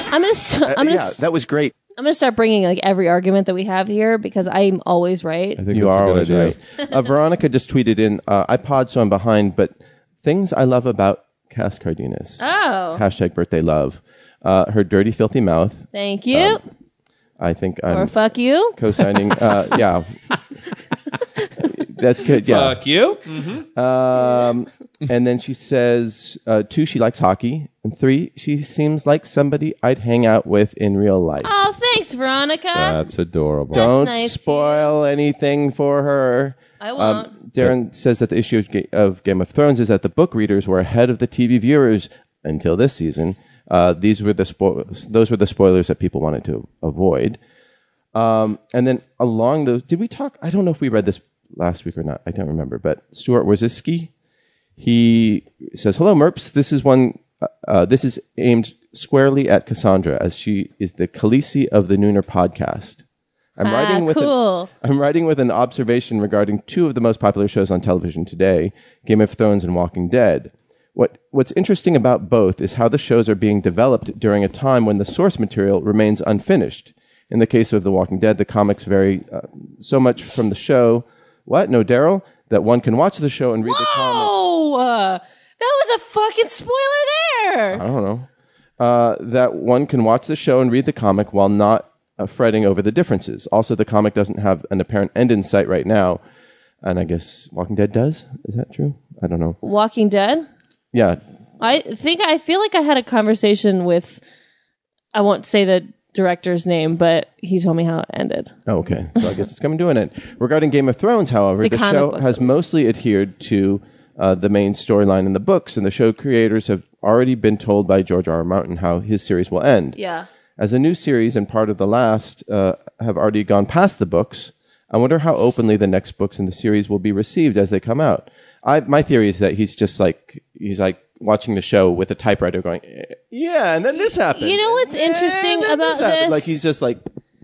i'm gonna
Uh,
st- i'm gonna
yeah,
st-
that was great.
i'm gonna start bringing like every argument that we have here because i'm always right
I think that's
You
a
are
good
always
idea.
right. uh, Veronica just tweeted in. Uh, I pod, so I'm behind. But things I love about Cass Cardenas.
oh
Hashtag birthday love. Uh, her dirty, filthy mouth.
thank you
um,
I think
or
I'm
fuck you
co-signing. uh, yeah, that's good. Yeah,
Fuck you.
Mm-hmm.
Um, and then she says, uh, two, she likes hockey, and three, she seems like somebody I'd hang out with in real life.
oh thanks veronica
That's adorable.
Don't
Oh, nice.
spoil anything for her.
i
Um,
won't
Um, Darren says that the issue of, Ga- of Game of Thrones is that the book readers were ahead of the TV viewers until this season. Uh, these were the spo- those were the spoilers that people wanted to avoid. Um, and then along those, did we talk? I don't know if we read this last week or not. I don't remember. But Stuart Wojcicki, he says, "Hello, Merps. This is one. Uh, uh, this is aimed squarely at Cassandra, as she is the Khaleesi of the Nooner podcast. I'm writing with an-
Ah, cool.
I'm writing with an observation regarding two of the most popular shows on television today, Game of Thrones and Walking Dead. What, what's interesting about both is how the shows are being developed during a time when the source material remains unfinished. In the case of The Walking Dead, the comics vary uh, so much from the show. What? No, Daryl? That one can watch the show and read the comics.
Oh, uh, that was a fucking spoiler there.
I don't know. uh, that one can watch the show and read the comic while not uh, fretting over the differences. Also, the comic doesn't have an apparent end in sight right now, and I guess Walking Dead does. Is that true? I don't know.
Walking Dead.
Yeah,
I think I feel like I had a conversation with. I won't say the director's name, but he told me how it ended.
Oh, okay. So I guess it's coming to an end. Regarding Game of Thrones, however, the,
The comic
show
book
has mostly adhered to uh, the main storyline in the books, and the show creators have already been told by George R. R. Martin how his series will end.
Yeah.
As a new series and part of the last uh, have already gone past the books, I wonder how openly the next books in the series will be received as they come out. I, my theory is that he's just like he's like watching the show with a typewriter, going, "Eh, "Yeah," and then this happened.
You know what's
"Eh, and
interesting
then
about
happened."
this?
Like he's just like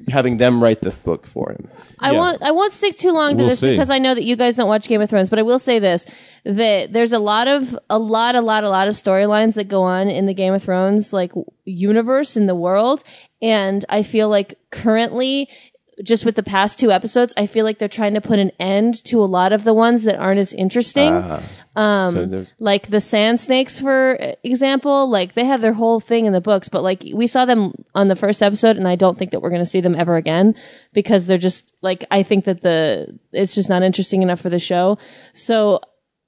having them write the book for him.
I won't. I won't stick too long to
We'll
this
see.
because I know that you guys don't watch Game of Thrones, but I will say this: that there's a lot of a lot, a lot, a lot of storylines that go on in the Game of Thrones like w- universe in the world, and I feel like currently. Just with the past two episodes, I feel like they're trying to put an end to a lot of the ones that aren't as interesting.
Uh,
so they're-
like the sand snakes for example like they have their whole thing in the books but like we saw them on the first episode and i don't think that we're going to see them ever again because they're just like i think that the it's just not interesting enough for the show so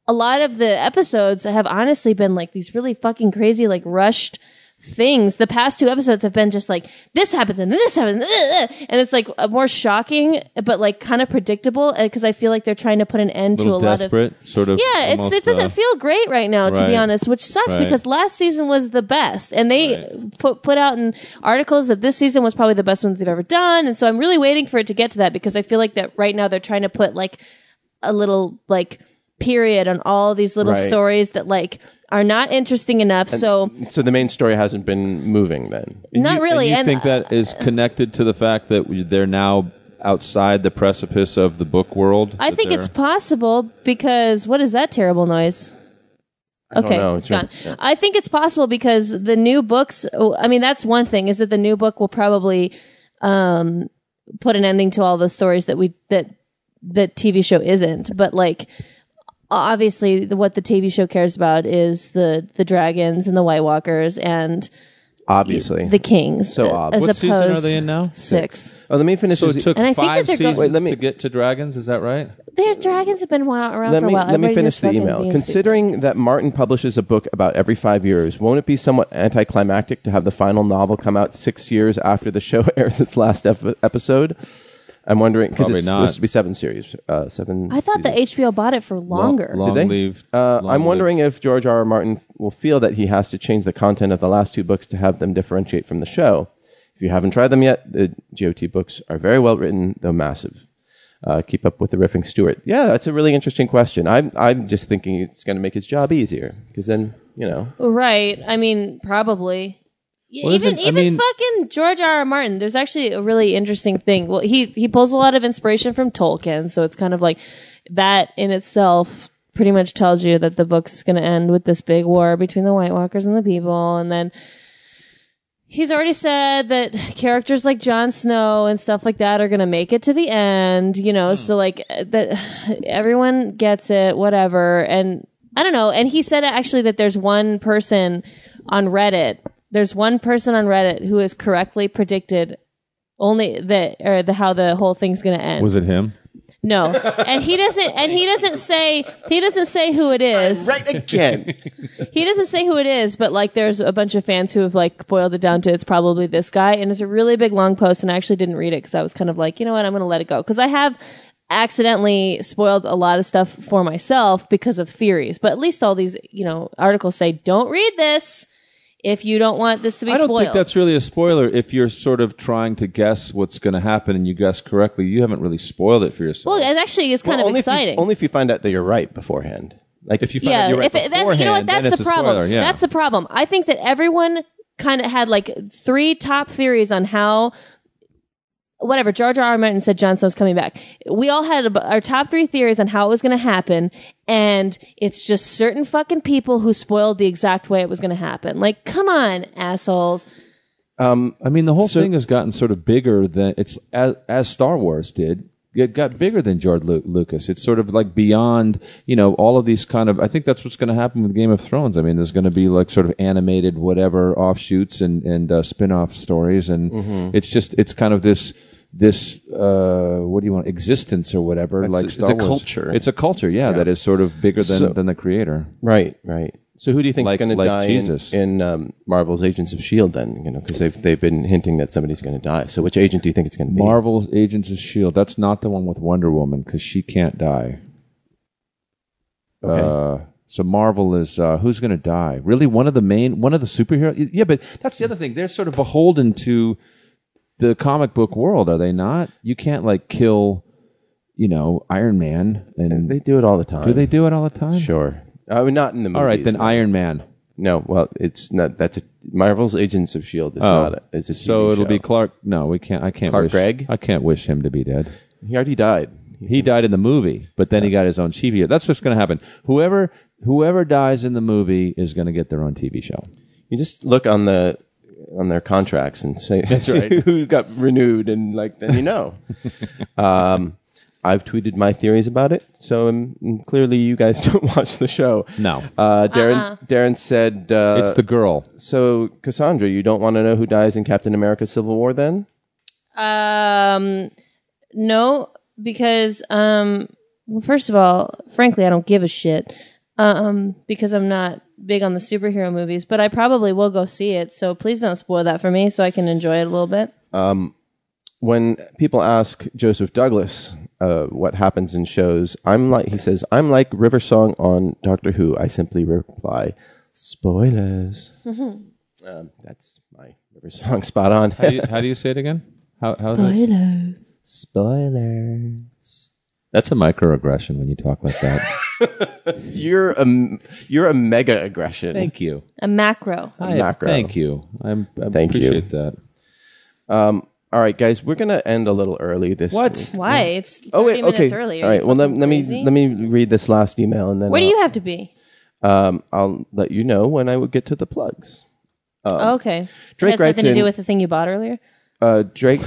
a lot of the episodes have honestly been like these really fucking crazy like rushed things the past two episodes have been just like this happens and this happens uh, uh, and it's like a more shocking but like kind of predictable because i feel like they're trying to put an end to a
little
lot of
desperate, sort of.
yeah, it's, it
almost,
doesn't
uh,
feel great right now, to be
Right.
honest, which sucks
Right.
because last season was the best, and they put put out in articles that this season was probably the best one that they've ever done, and so I'm really waiting for it to get to that because I feel like that right now they're trying to put like a little like period on all these little
Right.
stories that like are not interesting enough. so
So the main story hasn't been moving then.
not
you,
really,
And you
and, uh,
think that is connected to the fact that we- they're now outside the precipice of the book world?
I
That
think it's
they're-
possible because what is that terrible noise?
don't
Okay,
know.
it's
It's-
gone. I think it's possible because the new books. oh, I mean, that's one thing is that the new book will probably um, put an ending to all the stories that we that the TV show isn't. But like, obviously, the, what the TV show cares about is the the dragons and the White Walkers and
Obviously.
the kings.
So
uh,
obvious.
as
What season are
opposed-
they in now?
Six.
oh, let me finish.
So
this-
it took
And I think
five
that they're go-
seasons
Wait, let me-
to get to dragons. Is that right?
Their dragons have been wa- around
let
for
me,
a while.
let me
Everybody's
finish
just
the
fucking
email.
being
Considering that Martin publishes a book about every five years, won't it be somewhat anticlimactic to have the final novel come out six years after the show airs its last ep- episode? I'm wondering because
Probably
it's
not.
supposed to be seven series, uh, seven.
I thought the HBO bought it for longer.
Long
they?
leave.
Uh,
long
I'm
live-
wondering if George R. R. Martin will feel that he has to change the content of the last two books to have them differentiate from the show. If you haven't tried them yet, the GOT books are very well written, though massive. Uh, keep up with the riffing Stewart. Yeah, that's a really interesting question. I'm, I'm just thinking it's going to make his job easier because then, you know,
Right. I mean, probably. Yeah,
Well,
even
isn't- I
even
mean-
fucking George R. R. Martin. There's actually a really interesting thing. Well, he he pulls a lot of inspiration from Tolkien, so it's kind of like that in itself pretty much tells you that the book's going to end with this big war between the White Walkers and the people, and then he's already said that characters like Jon Snow and stuff like that are going to make it to the end, you know, so like uh, that everyone gets it, whatever. And I don't know. And he said actually that there's one person on Reddit. There's one person on Reddit who has correctly predicted only that or the how the whole thing's going to end.
Was it him?
no. and he doesn't and he doesn't say he doesn't say who it is
right again.
he doesn't say who it is, but like there's a bunch of fans who have like boiled it down to it's probably this guy, and it's a really big long post, and I actually didn't read it because I was kind of like, you know what, I'm gonna let it go because I have accidentally spoiled a lot of stuff for myself because of theories, but at least all these you know articles say don't read this if you don't want this to be
I don't
spoiled.
think that's really a spoiler if you're sort of trying to guess what's going to happen and you guess correctly. You haven't really spoiled it for yourself.
well, it actually is kind
Well,
of
only
exciting.
If you, only if you find out that you're right beforehand. Like
if you find out
yeah,
you're right
if it, that's, you know what?
beforehand, then
That's the
it's a
problem.
spoiler, yeah.
That's the problem. I think that everyone kind of had like three top theories on how. Whatever, George R. R. Martin said Jon Snow's coming back. We all had ab- our top three theories on how it was going to happen, and it's just certain fucking people who spoiled the exact way it was going to happen. Like, come on, assholes.
I mean, the whole thing has gotten sort of bigger than it's as, as Star Wars did. it got bigger than George Lu- Lucas. It's sort of like beyond, you know, all of these kind of. I think that's what's going to happen with Game of Thrones. I mean, there's going to be like sort of animated whatever offshoots and and uh, spin-off stories, and
Mm-hmm.
it's just it's kind of this this uh, what do you want existence or whatever like
it's
Star
a
Wars.
culture.
It's a culture, yeah, that is sort of bigger than
So-
than the creator.
Right, right. So who do you think's
Like-
going to
like
die
Jesus.
in, in um, Marvel's Agents of Shield? E Then you know because they've they've been hinting that somebody's going to die. So which agent do you think it's going to be?
Marvel's Agents of Shield. E That's not the one with Wonder Woman because she can't die.
Okay.
Uh, so Marvel is uh, who's going to die? Really, one of the main, one of the superheroes. Yeah, but that's the other thing. They're sort of beholden to the comic book world, are they not? You can't like kill, you know, Iron Man, and
they do it all the time.
do they do it all the time?
Sure. I mean, not in the movies.
All right, then
no.
Iron Man.
No, well, it's not. That's a Marvel's Agents of Shield E is not. A, it's a TV
Oh. so it'll be
show.
Clark. No, we can't. I can't.
Clark
wish,
Gregg?
I can't wish him to be dead.
he already died.
He died in the movie, but then he got his own TV. show. That's what's going to happen. Whoever whoever dies in the movie is going to get their own TV show.
You just look on the on their contracts and say that's right. who got renewed and like then you know. um, I've tweeted my theories about it, so um, clearly you guys don't watch the show.
No.
uh, Darren. Darren said uh,
it's the girl.
So Cassandra, you don't want to know who dies in Captain America: Civil War? Then
Um, no, because um, well, first of all, frankly, I don't give a shit. Um, because I'm not big on the superhero movies, but I probably will go see it. So please don't spoil that for me, so I can enjoy it a little bit.
when people ask Joseph Douglas uh, what happens in shows, I'm like he says, I'm like River Song on Doctor Who. I simply reply, spoilers. um, that's my River Song spot on.
How do you, how do you say it again? How, how's it?
spoilers.
That's a microaggression when you talk like that.
You're a you're a mega aggression.
Thank you.
A macro.
I,
Macro.
Thank you. I'm, I
Thank you.
appreciate that.
All right, guys, we're gonna end a little early this.
What?
Why? It's 30
Oh wait, okay.
minutes earlier.
All right, well let, let me let me read this last email and then
Where do
I'll-
you have to be?
Um, I'll let you know when I would get to the plugs.
Oh, okay.
Oh. Drake
It has nothing
writes
to do
in-
with the thing you bought earlier.
uh, Drake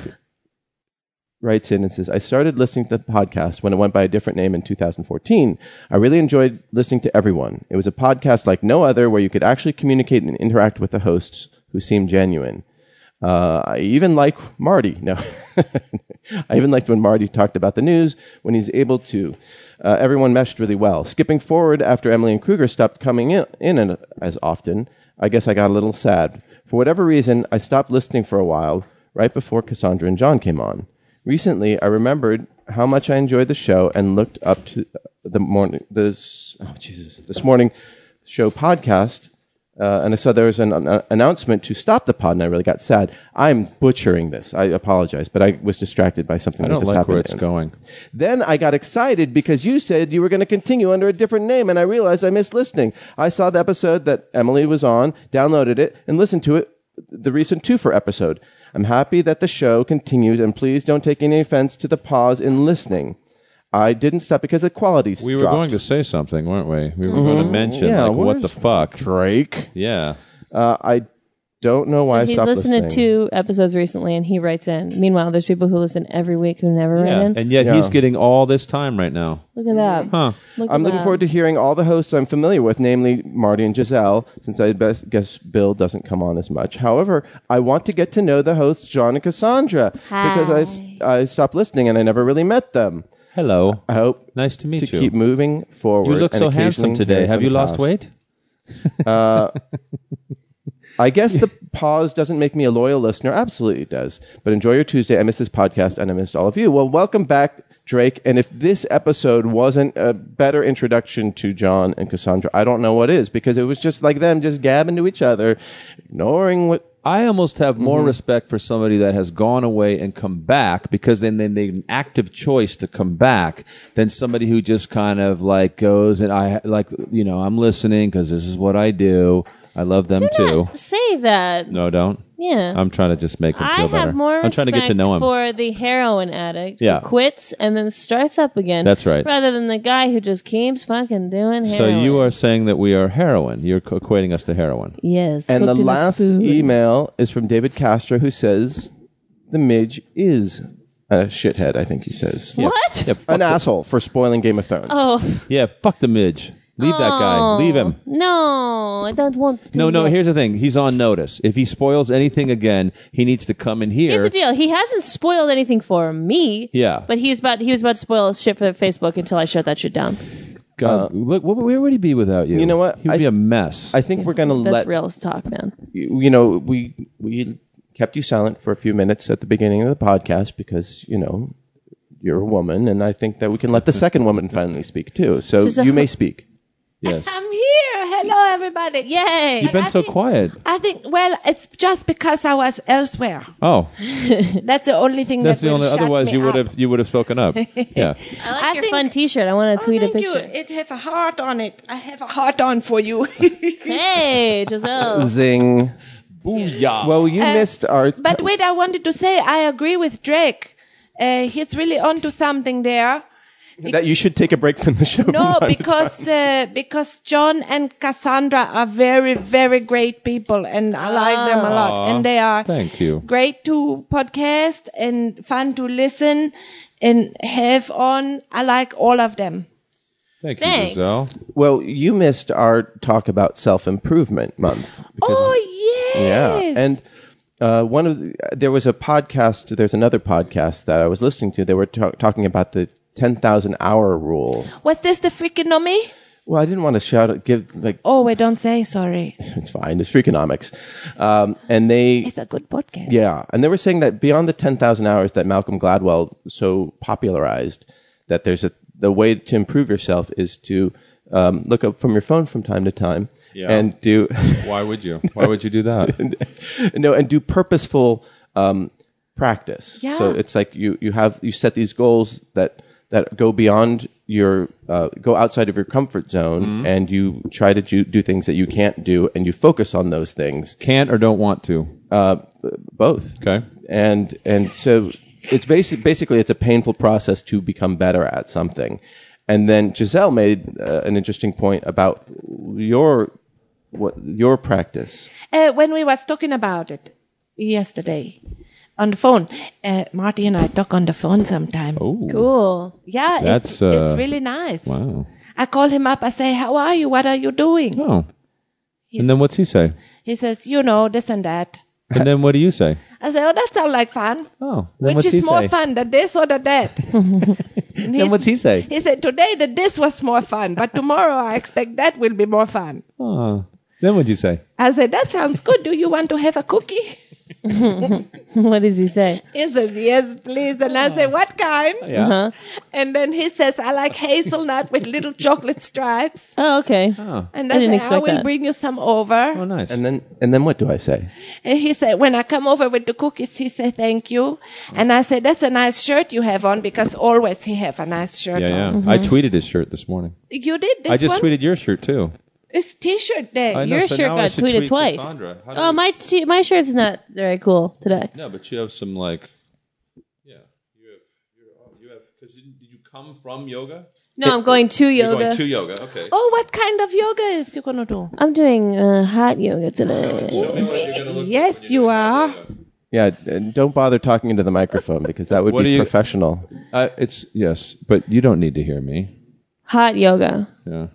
writes in and says, I started listening to the podcast when it went by a different name in 2014. I really enjoyed listening to everyone. It was a podcast like no other where you could actually communicate and interact with the hosts who seemed genuine. Uh, I even like Marty. No, I even liked when Marty talked about the news when he's able to. Uh, everyone meshed really well. Skipping forward after Emily and Kruger stopped coming in, in and- as often, I guess I got a little sad. For whatever reason, I stopped listening for a while right before Cassandra and John came on. Recently, I remembered how much I enjoyed the show and looked up to the morning this oh Jesus this morning show podcast, uh, and I saw there was an, an announcement to stop the pod, and I really got sad. I'm butchering this. I apologize, but I was distracted by something
I
that
don't
just
like
happened.
where it's going.
Then I got excited because you said you were going to continue under a different name, and I realized I missed listening. I saw the episode that Emily was on, downloaded it, and listened to it, the recent twofer episode. I'm happy that the show continues, and please don't take any offense to the pause in listening. I didn't stop because the quality
We were
dropped.
going to say something, weren't we? We were going to mention
Yeah,
like Mm-hmm. what the
where's-
fuck.
Drake.
Yeah.
Uh, I don't know why I
He's
stopped
listened
listening.
to two episodes recently, and he writes in. Meanwhile, there's people who listen every week who never write
Yeah.
in.
And yet
Yeah.
he's getting all this time right now.
Look at that.
Huh.
Look
I'm looking forward to hearing all the hosts I'm familiar with, namely Marty and Giselle, since I best guess Bill doesn't come on as much. However, I want to get to know the hosts John and Cassandra because I, s- I stopped listening and I never really met them.
Hello.
I hope
Nice to
to
meet you.
keep moving forward.
You look
and
so handsome
occasionally
today.
hearing
Have
from
you
the
lost
past.
weight?
I guess the pause doesn't make me a loyal listener. Absolutely it does. But enjoy your Tuesday. I missed this podcast and I missed all of you. Well, welcome back, Drake. And if this episode wasn't a better introduction to John and Cassandra, I don't know what is because it was just like them just gabbing to each other, ignoring what.
I almost have more respect for somebody that has gone away and come back because then, then they an active choice to come back than somebody who just kind of like goes and I like you know I'm listening because this is what I do. I love them too.
Say that.
No, don't.
Yeah.
I'm trying to just make them
I
feel
have
better.
more
I'm trying to get to know
respect
him.
for the heroin addict
Yeah.
who quits and then starts up again.
That's right.
Rather than the guy who just keeps fucking doing heroin.
so you are saying that we are heroin. You're co- equating us to heroin.
yes.
And
cooked
the
in a
last
spoon.
email is from David Castro, who says, The midge is a shithead, I think he says.
What?
An asshole for spoiling Game of Thrones.
Oh
Yeah, fuck the midge. Leave that guy. Leave him.
no, I don't want to.
No, no.
Here's
Here's the thing. He's on notice. If he spoils anything again, he needs to come in here.
here's the deal. He hasn't spoiled anything for me.
Yeah.
but he's about he was about to spoil shit for Facebook until I shut that shit down.
God, look, what, where would he be without you?
Uh, You know what?
He'd
I
be
th-
a mess.
I think we're going to
That's
let
real talk, man.
you you know, we we kept you silent for a few minutes at the beginning of the podcast because you know you're a woman, and I think that we can let the second woman finally speak too. So
Just a-
you may speak.
yes.
I'm here. Hello, everybody.
Yay!
You've been so quiet.
I think, well, it's just because I was elsewhere.
Oh,
That's the only thing
that's
that
the
will
only.
shut
Otherwise,
me
you would
up.
have you would have spoken up. Yeah.
I like
I
your
think-
fun T-shirt. I want
Oh,
to tweet a
thank you.
picture.
It has a heart on it. I have a heart on for you.
Hey,
Oh.
Giselle.
Zing.
Booyah.
Well, you
Uh,
missed our.
but wait, I wanted to say I agree with Drake. Uh, he's really onto something there.
that you should take a break from the show.
No, because uh, because John and Cassandra are very very great people, and I like them a lot, and they are
Thank you.
great to podcast and fun to listen and have on. I like all of them.
Thank you,
Thanks.
Giselle.
Well, you missed our talk about self improvement month.
Oh
Yeah,
yes,
and uh, one of the, there was a podcast. There's another podcast that I was listening to. They were ta- talking about the ten thousand hour rule.
was this the freakonomy?
Well, I didn't want to shout, it- give like
Oh, we don't say sorry.
it's fine. It's freakonomics, um, and they
It's a good podcast.
yeah, and they were saying that beyond the ten thousand hours that Malcolm Gladwell so popularized, that there's a the way to improve yourself is to um, look up from your phone from time to time
Yeah.
and do
Why would you?
Why would you do that?
no, and do purposeful um, practice.
Yeah.
So it's like you you have you set these goals that that go beyond your uh, go outside of your comfort zone, and you try to do, do things that you can't do, and you focus on those things.
Can't or don't want to.
Uh, b- both.
Okay.
And and so it's basic, basically it's a painful process to become better at something. And then Giselle made uh, an interesting point about your what your practice.
uh, when we was talking about it yesterday on the phone, uh, Marty and I talk on the phone sometime. Oh,
Cool.
yeah,
That's,
it's,
uh,
it's really nice.
Wow.
I call him up. I say, "How are you? What are you doing?"
Oh.
He's-
And then what's he say?
he says, "You know this and that."
And then what do you say?
I say, "Oh, that sounds like fun."
Oh, then
which
what's he
is more
say?
fun, the this or the that?
Then what's he say?
He said, "Today the this was more fun, but tomorrow I expect that will be more fun."
Oh. Then what'd you say?
I said, "That sounds good. Do you want to have a cookie?"
What does he say?
He says, "Yes, please." And I say, "What kind?"
Yeah.
Uh-huh. And then he says, I like hazelnut with little chocolate stripes.
Oh, okay.
And
I
I,
didn't
say, I
expect
will
that.
bring you some over.
Oh, nice.
And then and then what do I say?
And he said, when I come over with the cookies, he said, thank you. And I said, that's a nice shirt you have on because always he have a nice shirt
yeah, yeah.
on.
I tweeted his shirt this morning.
You did this
I just
one?
tweeted your shirt too.
It's t-shirt day.
I know,
Your
so
shirt
now I
got
should
tweeted
tweet
twice.
Cassandra. How do
Oh,
Um,
we-
my t- my shirt's not very cool today.
No, but you have some like. Yeah, you have. You're, oh, you have because did you come from yoga?
No, I'm going to
You're
yoga.
going to yoga. Okay.
Oh, what kind of yoga is you gonna do?
I'm doing uh, hot yoga today.
Show me what you're gonna look
Yes,
when
you
you're doing
are.
yoga.
Yeah, and don't bother talking into the microphone because that would be
What do you-
professional.
Uh, it's yes, but you don't need to hear me.
Hot yoga,
Yeah.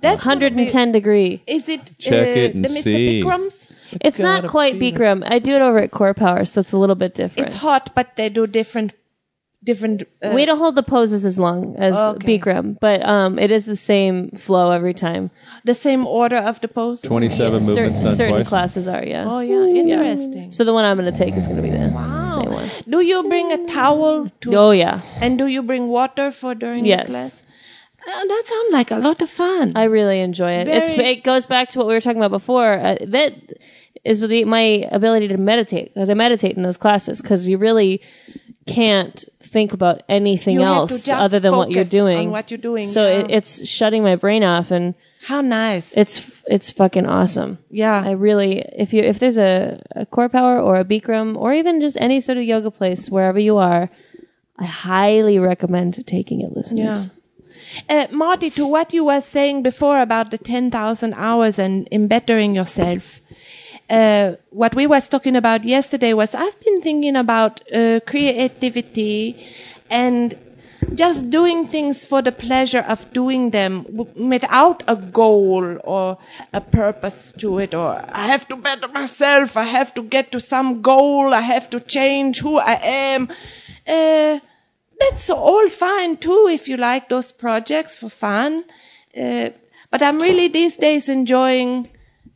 That's
110 degree.
Is it
Check
uh,
it and
the Mr.
see.
Bikram's?
It's not quite Bikram. I do it over at Core Power, so it's a little bit different.
It's hot, but they do different, different. Uh,
we don't hold the poses as long as
Okay.
Bikram, but um, it is the same flow every time.
the same order of the pose.
Twenty-seven movements
Certain,
done
certain
twice.
classes are, yeah.
Oh yeah, interesting.
So the one I'm going to take is going to be the same one.
Do you bring a towel to?
Oh yeah,
And do you bring water for during
Yes.
the class? Oh, that sounds like a lot of fun.
I really enjoy it. It's
Very-
it goes back to what we were talking about before. Uh, that is the, my ability to meditate because I meditate in those classes because you really can't think about anything
You have to
else
just
other than what you're
focus on
doing.
what you're doing,
So it,
yeah.
it's shutting my brain off and.
How nice.
It's it's fucking awesome.
Yeah.
I really if you if there's a, a core power or a Bikram or even just any sort of yoga place wherever you are, I highly recommend taking it, listeners.
uh, Marty, to what you were saying before about the 10,000 hours and in bettering yourself, uh, what we was talking about yesterday was I've been thinking about uh, creativity and just doing things for the pleasure of doing them w- without a goal or a purpose to it or I have to better myself, I have to get to some goal, I have to change who I am. Uh, that's all fine too if you like those projects for fun. Uh, but I'm really these days enjoying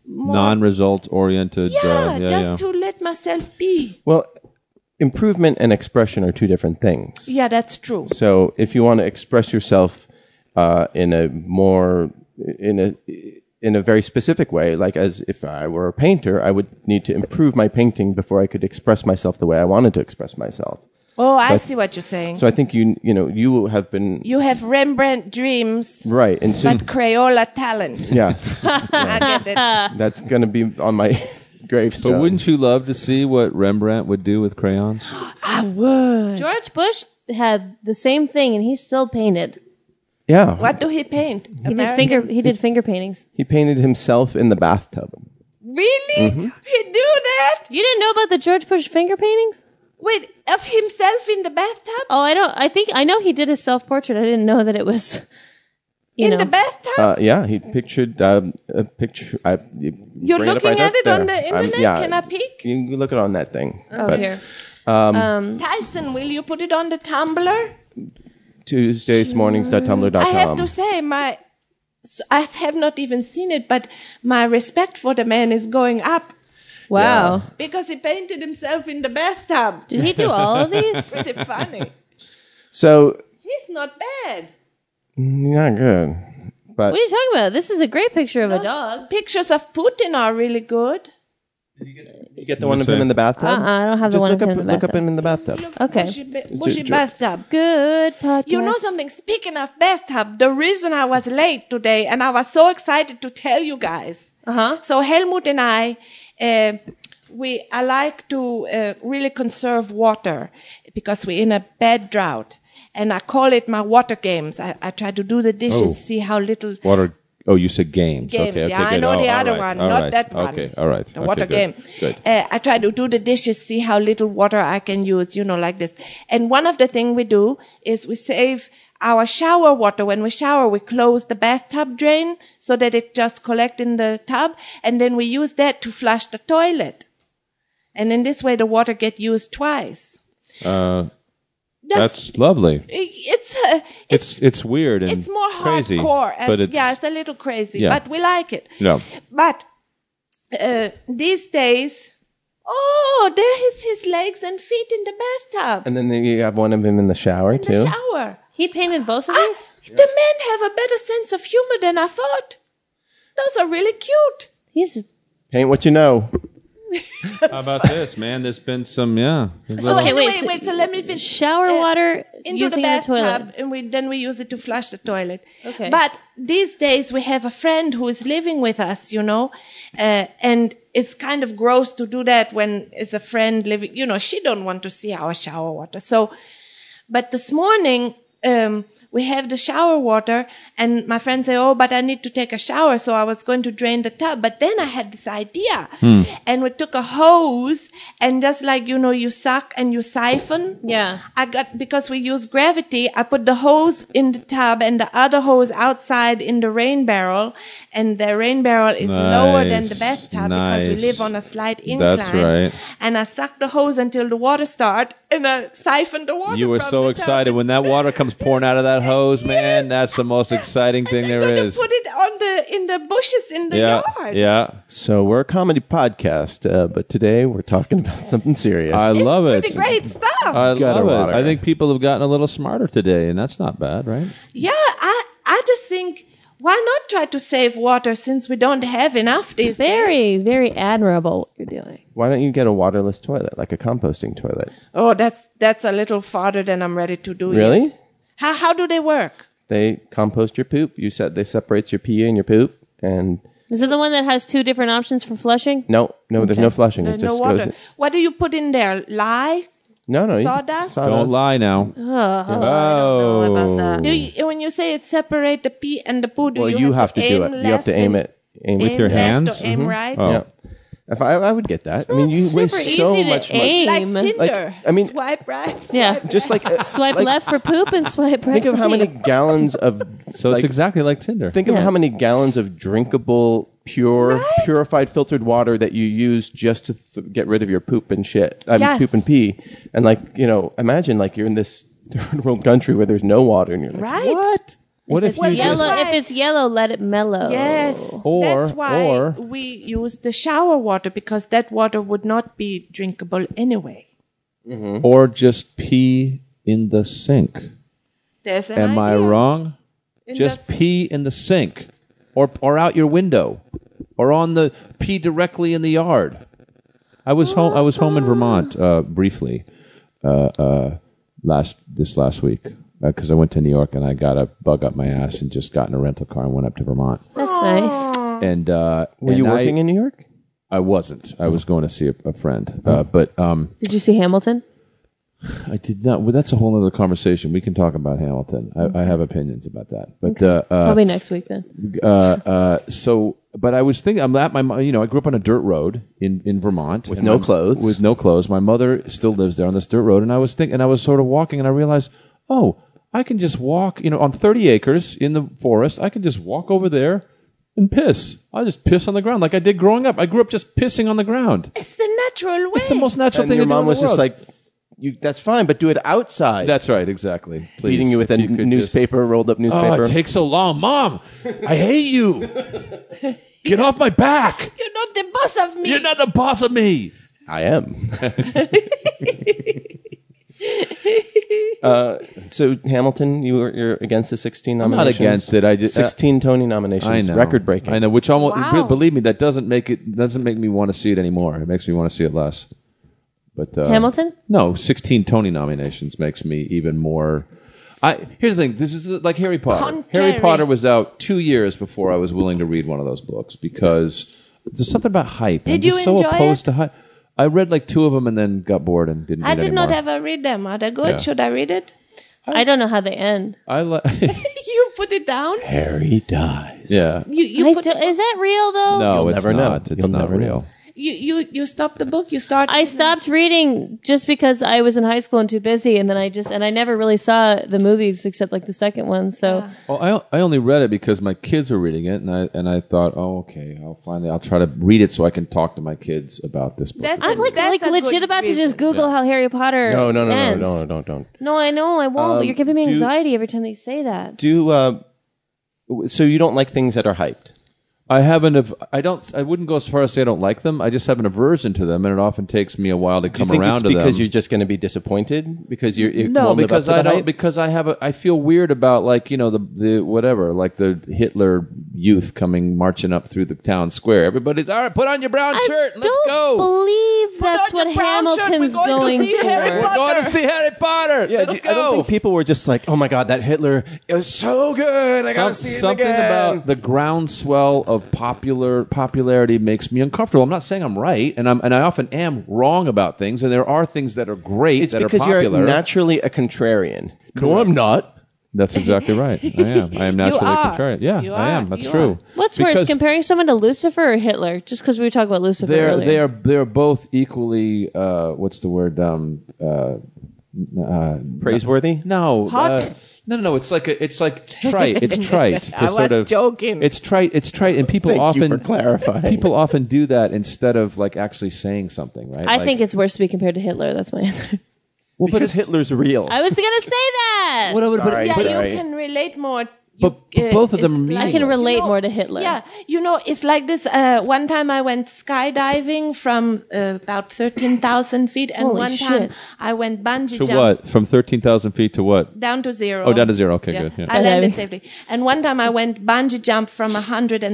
more.
non-result oriented.
yeah,
uh, yeah,
just
yeah.
to let myself be.
Well, improvement and expression are two different things.
Yeah, that's true.
So if you want to express yourself uh, in a more in a in a very specific way, like as if I were a painter, I would need to improve my painting before I could express myself the way I wanted to express myself.
Oh, I
But-
see what you're saying.
So I think you you know you have been
you have Rembrandt dreams,
right, and so
but Crayola talent.
yes,
I get it.
that's going to be on my gravestone.
But wouldn't you love to see what Rembrandt would do with crayons?
George Bush had the same thing, and he still painted.
Yeah,
What do he paint?
He did finger. He did finger paintings.
he painted himself in the bathtub.
Really? He do that
You didn't know about the George Bush finger paintings?
with of himself in the bathtub?
Oh, I don't. I think I know he did his self portrait. I didn't know that it was. You
in
know.
the bathtub?
Uh, yeah, he pictured um, a picture. I, you
You're
bring
looking
up right
at it
there.
on the
I'm-
internet?
yeah,
Can I peek? Uh,
You can look it on that thing.
oh,
But
here.
Tyson, will you put it on the tumbler?
Tuesdaysmornings.tumblr.com.
I have to say, my so I have not even seen it, but my respect for the man is going up
Wow.
because he painted himself in the bathtub.
Did he do all of these?
Pretty funny.
So
He's not bad.
not good, but
What are you talking about? This is a great picture of a
Those
dog.
Pictures of Putin are really good.
you get the one of him in the bathtub.
Uh-uh, I don't have the
Just
one
look
of
up,
him in the
look up
bathtub.
him in the bathtub.
Okay.
Bushy, ba- bushy
ju-
bathtub.
Good podcast.
You know something? Speaking of bathtub, the reason I was late today, and I was so excited to tell you guys.
Uh-huh.
So Helmut and I, uh, we I like to uh, really conserve water because we're in a bad drought, and I call it my water games. I, I try to do the dishes,
Oh.
see how little
Water. Oh, you said games.
games.
Okay, okay,
yeah, I
good.
know
Oh,
the
all
other
right,
one,
all
not
right.
that one.
Okay, all right.
The
Okay,
water
good,
game.
Good.
Uh, I try to do the dishes, see how little water I can use, you know, like this. And one of the things we do is we save our shower water. When we shower, we close the bathtub drain so that it just collect in the tub, and then we use that to flush the toilet. And in this way, the water get used twice.
Uh,
That's,
that's lovely.
it's uh,
It's it's weird and
it's more
crazy,
hardcore. As,
but it's
yeah, it's a little crazy,
Yeah.
but we like it.
No.
But uh, these days, oh, there is his legs and feet in the bathtub,
And then you have one of him in the shower
in
too.
the shower.
He painted both of
I,
these?
the men have a better sense of humor than I thought. Those are really cute.
He's
Paint what you know.
How about this, man? There's been some, yeah.
So
Okay,
anyway,
wait,
wait,
so-
so let me finish.
shower
Uh,
water
into
using
the bathtub,
toilet.
and we then we use it to flush the toilet.
Okay.
But these days we have a friend who is living with us, you know, uh, and it's kind of gross to do that when it's a friend living. You know, she don't want to see our shower water. So, but this morning. Um, we have the shower water and my friend say, Oh, but I need to take a shower. So I was going to drain the tub. But then I had this idea and we took a hose and just like, you know, you suck and you siphon.
Yeah.
I got because we use gravity. I put the hose in the tub and the other hose outside in the rain barrel, and the rain barrel is lower than the
Nice,
bathtub because we
nice.
live on a slight incline.
right.
And I suck the hose until the water start, and I siphon the water.
You were
from
so
the tub.
excited when that water comes pouring out of that hose, man.
Yes.
That's the most exciting thing
and
there
I'm gonna
is.
Put it on the in the bushes in the
yeah,
yard.
yeah.
So we're a comedy podcast, uh, but today we're talking about something serious.
I
It's
love it.
pretty great stuff.
I
Gutter
love it.
water.
I think people have gotten a little smarter today, and that's not bad, right?
Yeah, I I just think why not try to save water since we don't have enough these days.
Very, very admirable what you're doing.
Why don't you get a waterless toilet, like a composting toilet?
Oh, that's that's a little farther than I'm ready to do.
Really?
yet. How how do they work?
They compost your poop. You said they separates your pee and your poop, and
Is it the one that has two different options for flushing?
no, no, there's no flushing.
There's
it
Uh, no
just
water.
goes.
What do you put in there? Lye?
No, no, you-
Sawdust?
Don't lie now. Oh,
about that.
Do you, when you say it separate the pee and the poo, do
Well,
you,
you have to do
aim
it. You have
left
to aim
and-
it. Aim
aim
your
left
Mm-hmm.
hands?
Oh.
or aim right?
Yeah. If I, I would get that. I mean, you waste so
easy to
much
aim.
money.
Like
Aim.
Tinder.
Like, I mean-
swipe right.
Yeah.
swipe
Just like
Swipe
like,
left for poop and swipe right.
Think of
for
how many
pee.
gallons of
So
like,
it's exactly like Tinder.
Think of how many gallons of drinkable, pure, purified filtered water that you use just to th- get rid of your poop and shit. I mean,
Yes.
poop and pee. And like, you know, imagine like you're in this third world country where there's no water and you're like,
Right.
what?
what if
It's
you
yellow.
just
Right.
If it's yellow, let it mellow.
Yes,
Or-
that's why
or-
we use the shower water because that water would not be drinkable anyway.
or just pee in the sink?
There's an
Am I
idea.
wrong?
In
Just
the-
pee in the sink, or or out your window, or on the pee directly in the yard. I was home. I was home in Vermont uh, briefly uh, uh, last this last week because I went to New York and I got a bug up my ass and just got in a rental car and went up to Vermont.
That's nice.
And uh,
Were you working in New York?
I wasn't. I was going to see a, a friend, uh, but um,
Did you see Hamilton?
I did not. Well, that's a whole other conversation. We can talk about Hamilton. I, I have opinions about that, but uh, uh,
Probably next week then.
uh, uh, so, but I was thinking, I'm at my, mo- you know, I grew up on a dirt road in, in Vermont with
no clothes.
with no clothes. My mother still lives there on this dirt road, and I was thinking, and I was sort of walking, and I realized, oh, I can just walk, you know, on 30 acres in the forest. I can just walk over there and piss. I just piss on the ground like I did growing up. I grew up just pissing on the ground.
It's the natural way.
It's the most natural
and
thing.
your
to do in
mom
the
was just
world.
like, you, that's fine, but do it outside.
that's right, exactly. Please,
Beating you with a
if you could just-
newspaper, rolled up
Oh,
newspaper.
it takes so long, Mom. I hate you. Get off my back.
You're not the boss of me.
You're not the boss of me.
I am. uh, Uh, so Hamilton, you were, you're against the 16
not
nominations.
against it. I just- uh,
16 Tony nominations, record breaking.
I know. Which almost
Wow.
believe me, that doesn't make it doesn't make me want to see it anymore. It makes me want to see it less. But uh,
Hamilton?
No, sixteen Tony nominations makes me even more. I here's the thing. This is like Harry Potter.
Contrary.
Harry Potter was out two years before I was willing to read one of those books because there's something about hype. I'm
Did
just
you
so
enjoy
opposed
it?
to hype. I read like two of them and then got bored and didn't.
I
read
did
anymore.
not ever read them. Are they good?
Yeah.
Should I read it?
I don't know how they end.
I like.
you put it down.
Harry dies.
yeah.
You you
I
put
do- is that real though?
No,
You'll
it's
never know.
not. It's
You'll
not
never
real.
know.
you you you stop the book. You start.
I stopped reading just because I was in high school and too busy, and then I just and I never really saw the movies except like the second one. So
Well, I, I only read it because my kids were reading it, and I and I thought, oh, okay, I'll finally I'll try to read it so I can talk to my kids about this book.
That's
I'm
a-
like
that's
like
a
legit
good
about to
reason.
just Google how Harry Potter.
No, no, no, no,
ends.
no, no, don't, don't.
No, I know I won't, but you're giving me
do-
anxiety every time that you say that.
Do you, uh, w- so you don't like things that are hyped.
I have an av- I don't I wouldn't go as far as say I don't like them. I just have an aversion to them, and it often takes me a while to
Do you
come
think
around
it's
to
because
them.
you're just going to be disappointed because you're it
no,
won't live
because
up to the
I don't.
hype?
Because I have. A, I feel weird about like you know the the whatever like the Hitler youth coming marching up through the town square. Everybody's all right. Put on your brown shirt. and Let's
don't
go.
believe that's
on
what
your brown shirt, we're
Hamilton's
going to
going,
see
for.
Harry
We're going
Potter.
to see Harry Potter.
yeah,
Let's
do-
go.
I don't think people were just like, "Oh my god, that Hitler is so good! I gotta
Some-
see it
something
again."
about the groundswell of popular popularity makes me uncomfortable. I'm not saying I'm right, and I'm and I often am wrong about things. And there are things that are great
it's
that are
because
popular.
you're naturally a contrarian. No, I'm not.
That's exactly right. I am. I am naturally
are.
contrarian. Yeah,
You
I
are.
am. That's
You
true.
are.
What's worse,
Because
comparing someone to Lucifer or Hitler? Just because we were talking about Lucifer
They're
earlier.
they are they are both equally. Uh, what's the word? Um, uh, uh,
Praiseworthy.
No,
Hot?
uh, no, no, no. It's like a, it's like trite. It's trite. To
I was
sort of,
joking.
It's trite. It's trite, and people
Thank you
often
for clarifying.
People often do that instead of like actually saying something, right?
I
Like-
think it's worse to be compared to Hitler. That's my answer.
well, but
because
it's-
Hitler's real.
I was gonna say that.
What I would, but,
Sorry.
Yeah,
Sorry.
you can relate more.
But-
You-
but both of them
it's
are
like-
I can
meaningless.
relate
You know-
more to Hitler.
Yeah, you know, it's like this. Uh, one time I went skydiving from uh, about 13,000 feet, and
Holy
one
shit.
time I went bungee
to
jump
what? From thirteen thousand feet to what?
down to zero.
Oh, down to zero. Okay, good, yeah.
I landed
Skydiving.
safely. And one time I went bungee jump from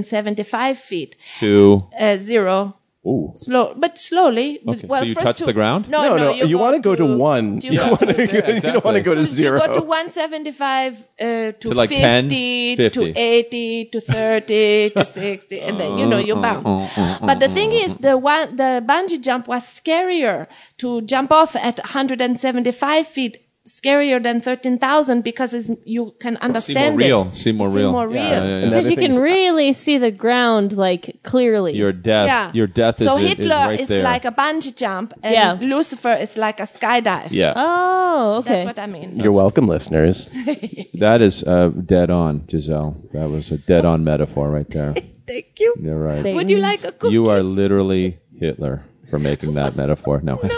175 feet,
To
uh, zero.
ooh,
Slow, but slowly.
Okay,
Well,
so you
first
touch
two-
the ground?
No,
No,
no.
no, you wanna go to one.
You
Yeah.
go to-
you don't want to go to
to-
zero.
You go to 175 uh, to,
To like 10,
50,
50.
to 80 to 30 to 60 and then you know
Uh,
you bounce. but the thing is the one the bungee jump was scarier to jump off at 175 feet scarier than 13,000 because it's, you can understand it.
real. Seem Oh, more
Seem
real.
more real.
Yeah, yeah, yeah.
And
Because you
everything's-
can really see the ground like clearly.
Your death.
Yeah.
Your death is,
so
is- is
Hitler
right there.
like a bungee jump, and
Yeah.
Lucifer is like a skydive.
yeah.
oh, okay.
That's what I mean.
You're welcome, listeners.
That is uh, dead on, Giselle. That was a dead on metaphor right there.
Thank you.
You're right.
Satan.
Would you like a cookie?
You are literally Hitler for making that metaphor. No,
No,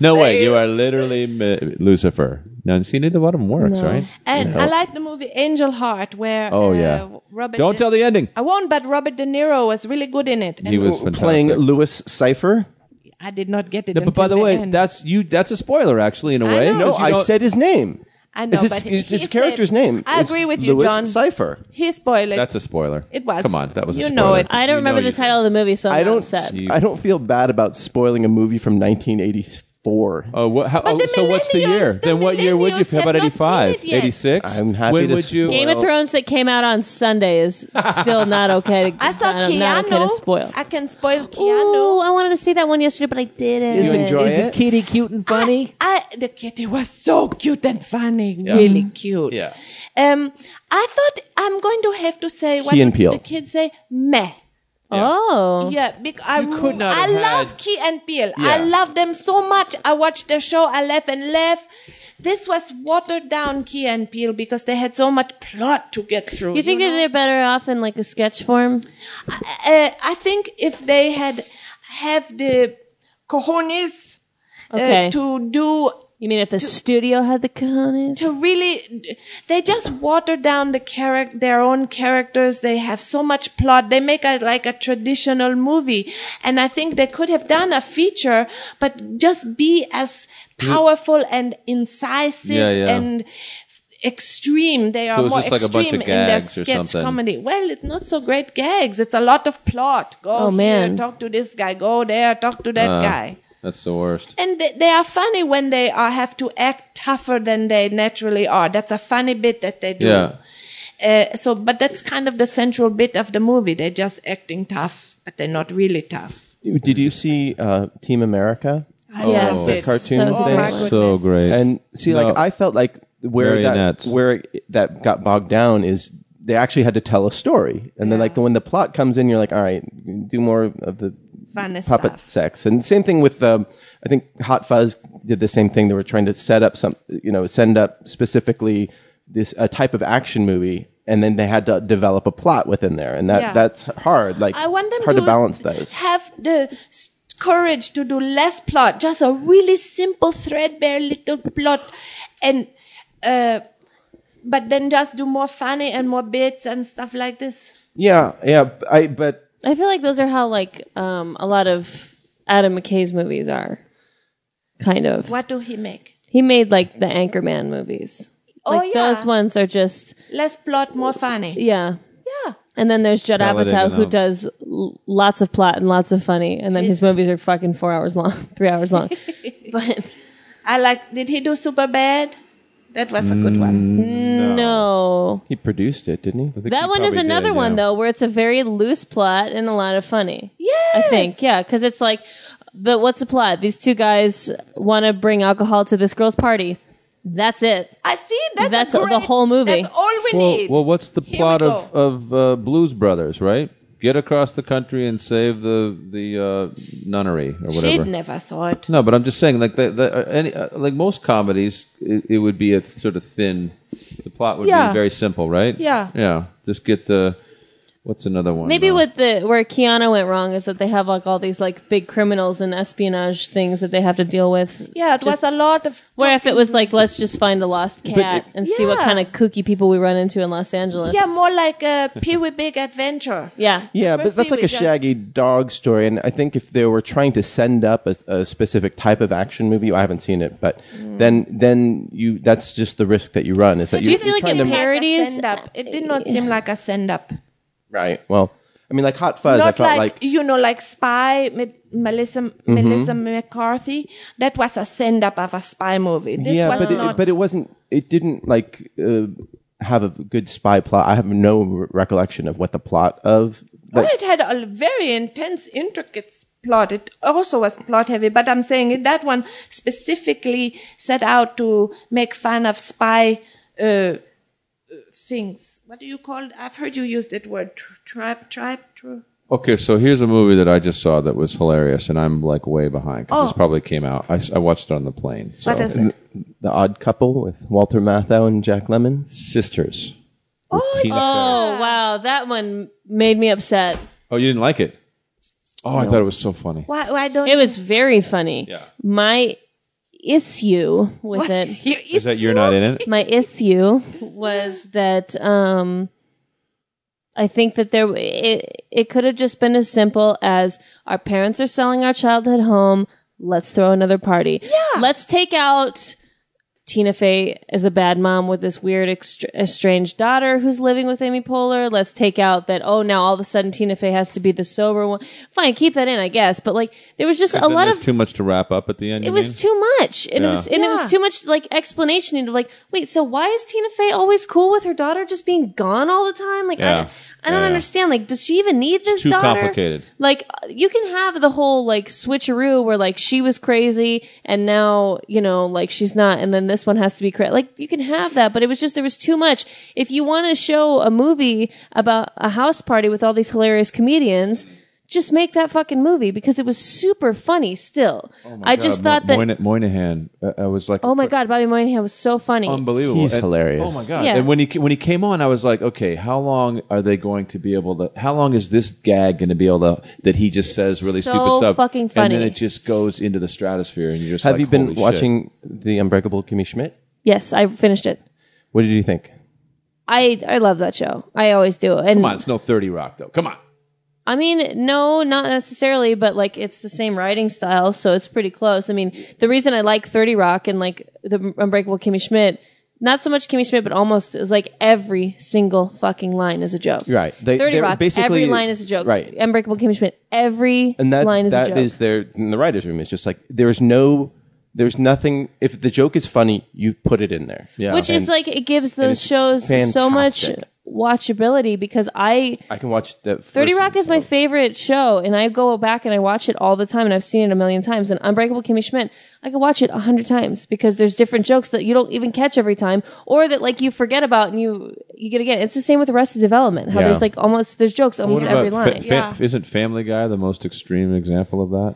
no
say
way. You
it.
are literally mi- Lucifer. Now, see, neither one of them works, right?
And I like the movie Angel Heart, where
Oh,
uh,
yeah.
Robert.
Don't
De-
tell the ending.
I won't, but Robert De Niro was really good in it. And
He was fantastic.
Playing Lewis Cipher.
I did not get it.
No, but
until
by the way,
end.
that's you. That's a spoiler, actually, in a
I
way.
know.
No,
'cause you
I
don't-
said his name.
I know,
It's his,
but he-
it's his
he
character's
said-
name.
I
It's
agree with you,
Louis
John.
Cipher.
he spoiled it.
That's a spoiler.
It was.
Come on, that was.
You
a
know
spoiler.
it.
I
You
don't remember
know
the
you-
title of the movie, so I'm
I
not
don't.
upset.
I don't feel bad about spoiling a movie from 1984.
Oh, what, how, oh,
the
so what's the
millennials-
year?
the
then what year would you?
millennials
How
have
about
not seen
eighty-five,
it yet.
eighty-six?
I'm happy
When
to
would you?
spoil.
Game of Thrones that came out on Sunday is still not okay. To,
I saw
not- Not
Keanu.
okay to spoil.
I can spoil
Ooh,
Keanu.
I wanted to see that one yesterday, but I didn't.
You enjoy it?
Kitty cute and funny?
I, the kitty was so cute and funny, really cute.
Yeah.
Um, I thought I'm going to have to say what
Key and
did
Peele.
the kids say meh.
Oh,
Yeah, because I,
Uh-huh. could not
I
have
love
had-
Key and Peele. I
Yeah.
love them so much. I watched their show. I laugh and laugh. This was watered down Key and Peele because they had so much plot to get through.
you think that
know?
they're better off in like a sketch form?
uh, I think if they had have the cojones uh,
Okay.
to do
You mean if the studio had the cojones?
to really they just water down the character their own characters they have so much plot they make it like a traditional movie and i think they could have done a feature but just be as powerful and incisive
Yeah, yeah.
and extreme they are
it's
more
just like a bunch
extreme
of
in their
gags or
sketch
something.
comedy well it's not so great gags it's a lot of plot go
Oh,
here
man.
talk to this guy go there talk to that guy
Uh, That's the worst.
and they, they are funny when they are, have to act tougher than they naturally are. That's a funny bit that they do.
Yeah.
Uh, so, but that's kind of the central bit of the movie. They're just acting tough, but they're not really tough.
Did you see uh, Team America?
I love
Oh, The
it.
cartoon
That was
thing?
my
my
goodness.
So great.
And see,
No.
like I felt like where that
Marionettes.
where it- that got bogged down is they actually had to tell a story, and then like the, when the plot comes in, you're like, all right, do more of the
Funny
puppet
stuff.
sex, and same thing with um, I think Hot Fuzz did the same thing. They were trying to set up some, you know, send up specifically this a type of action movie. And then they had to develop a plot within there, and that,
Yeah.
that's hard. Like
I want them
hard
to,
to, balance those.
Have the s- courage to do less plot, just a really simple, threadbare little plot, and uh, but then just do more funny and more bits and stuff like this.
Yeah, yeah. I but
I feel like those are how like um, a lot of Adam McKay's movies are. Kind of.
What do he make?
He made like the Anchorman movies.
Oh,
like
yeah.
those ones are just
less plot, more funny.
yeah.
Yeah.
And then there's Judd
Paladin
Apatow
and
who
all.
does l- lots of plot and lots of funny, and then his movies are fucking four hours long, three hours long. but
I like. Did he do super bad? That was a good
Mm.
one.
no,
he produced it, didn't he?
that one is another one though, where it's a very loose plot and a lot of funny. I think yeah, because it's like the what's the plot? These two guys want to bring alcohol to this girl's party. That's it.
I see. That's, a
That's the
great-
whole movie.
That's all we
Well,
need.
well, what's the
Here we
plot
go.
of of uh, Blues Brothers? Right, get across the country and save the the uh, nunnery or
She
whatever.
never saw it.
No, but I'm just saying, like the, the, uh, any, uh, like most comedies, it, it would be a sort of thin. The plot would
Yeah.
be very simple, right?
Yeah.
yeah. Just get the. What's another one?
Maybe
uh,
what the where Keanu went wrong is that they have like all these like big criminals and espionage things that they have to deal with.
Yeah, it was a lot of.
Where if it was like let's just find a lost cat and see what
Yeah.
kind of kooky people we run into in Los Angeles.
Yeah, more like a Pee Wee Big Adventure.
yeah.
Yeah, but
First
that's
thing
like
we
a
just-
shaggy dog story, and I think if they were trying to send up a, a specific type of action movie, I haven't seen it, but then then you that's just the risk that you run is that
Do
you,
you feel
are
like
trying
it
to
impaired- Parodies?
Send up. It did not seem like a send up.
right. Well, I mean, like Hot Fuzz, I
Not
felt
like,
like,
you know, like Spy, with Melissa Melissa
Mm-hmm.
McCarthy. That was a send up of a spy movie. This
yeah,
was
but
not.
it, but it wasn't. It didn't like uh, have a good spy plot. I have no re- recollection of what the plot of
well, it had a very intense, intricate plot. It also was plot heavy, but I'm saying it- that one specifically set out to make fun of spy uh, uh, things. What do you call it? I've heard you use that word. Tr- Tribe, tribe, true.
Okay, so here's a movie that I just saw that was hilarious, and I'm like way behind because this probably came out. I, s- I watched it on the plane. So.
Oh. What is it?
The Odd Couple with Walter Matthau and Jack Lemmon.
Sisters.
Oh,
Oh wow, that one made me upset.
Oh, you didn't like it? Oh, I thought it was so funny.
why, why don't
It was very funny.
Yeah.
My issue with it,
you?
Is that you're not in it?
my issue was that um, I think that there it, it could have just been as simple as our parents are selling our childhood home. Let's throw another party. Yeah. Let's take out Tina Fey as a bad mom with this weird extr estranged daughter who's living with Amy Poehler. Let's take out that oh now all of a sudden Tina Fey has to be the sober one. Fine, keep that in, I guess. But like there was just a
Then
lot
there's
of
too much to wrap up at the end.
it
you
was
mean?
too much, and it was and it
Yeah.
was too much like explanation into like, wait, so why is Tina Fey always cool with her daughter just being gone all the time? Like,
Yeah.
I, I don't
Yeah.
understand. Like, does she even need this?
too
daughter?
complicated.
Like, uh, you can have the whole like switcheroo where like she was crazy and now you know like she's not, and then this one has to be crazy. Like, you can have that, but it was just there was too much. If you want to show a movie about a house party with all these hilarious comedians. Just make that fucking movie because it was super funny. Still, I just
Oh God,
thought
Mo-
that
Moyni- Moynihan. uh, I was like,
Oh my God, Bobby Moynihan was so funny.
unbelievable.
He's
And-
hilarious.
Oh my god!
Yeah.
And when he ca- when he came on, I was like, okay, how long are they going to be able to? How long is this gag going to be able to? That he just says really
So
stupid stuff,
fucking
and
funny.
then it just goes into the stratosphere, and you're just
Have
like,
you been
holy shit.
watching The Unbreakable Kimmy Schmidt?
yes, I finished it.
What did you think?
I I love that show. I always do. And
Come on, it's no Thirty Rock though. Come on.
I mean, no, not necessarily, but like it's the same writing style, so it's pretty close. I mean, the reason I like 30 Rock and like the Unbreakable Kimmy Schmidt, not so much Kimmy Schmidt, but almost is like every single fucking line is a joke.
Right. They-
30
they're
Rock,
basically-
every line is a joke.
right.
Unbreakable Kimmy Schmidt, every
and that
line is
that
a joke.
is their in the writers' room. It's just like there's no, there's nothing. If the joke is funny, you put it in there. Yeah,
Which is like, it gives those
it's
shows so much
fantastic.
watchability because I
I can watch that.
30
first-
Rock is my favorite show, and I go back and I watch it all the time, and I've seen it a million times. And Unbreakable Kimmy Schmidt, I could watch it a hundred times because there's different jokes that you don't even catch every time, or that like you forget about and you you get again. It's the same with Arrested Development. How
Yeah.
there's like almost there's jokes almost every
fa-
line.
fa- Isn't Family Guy the most extreme example of that?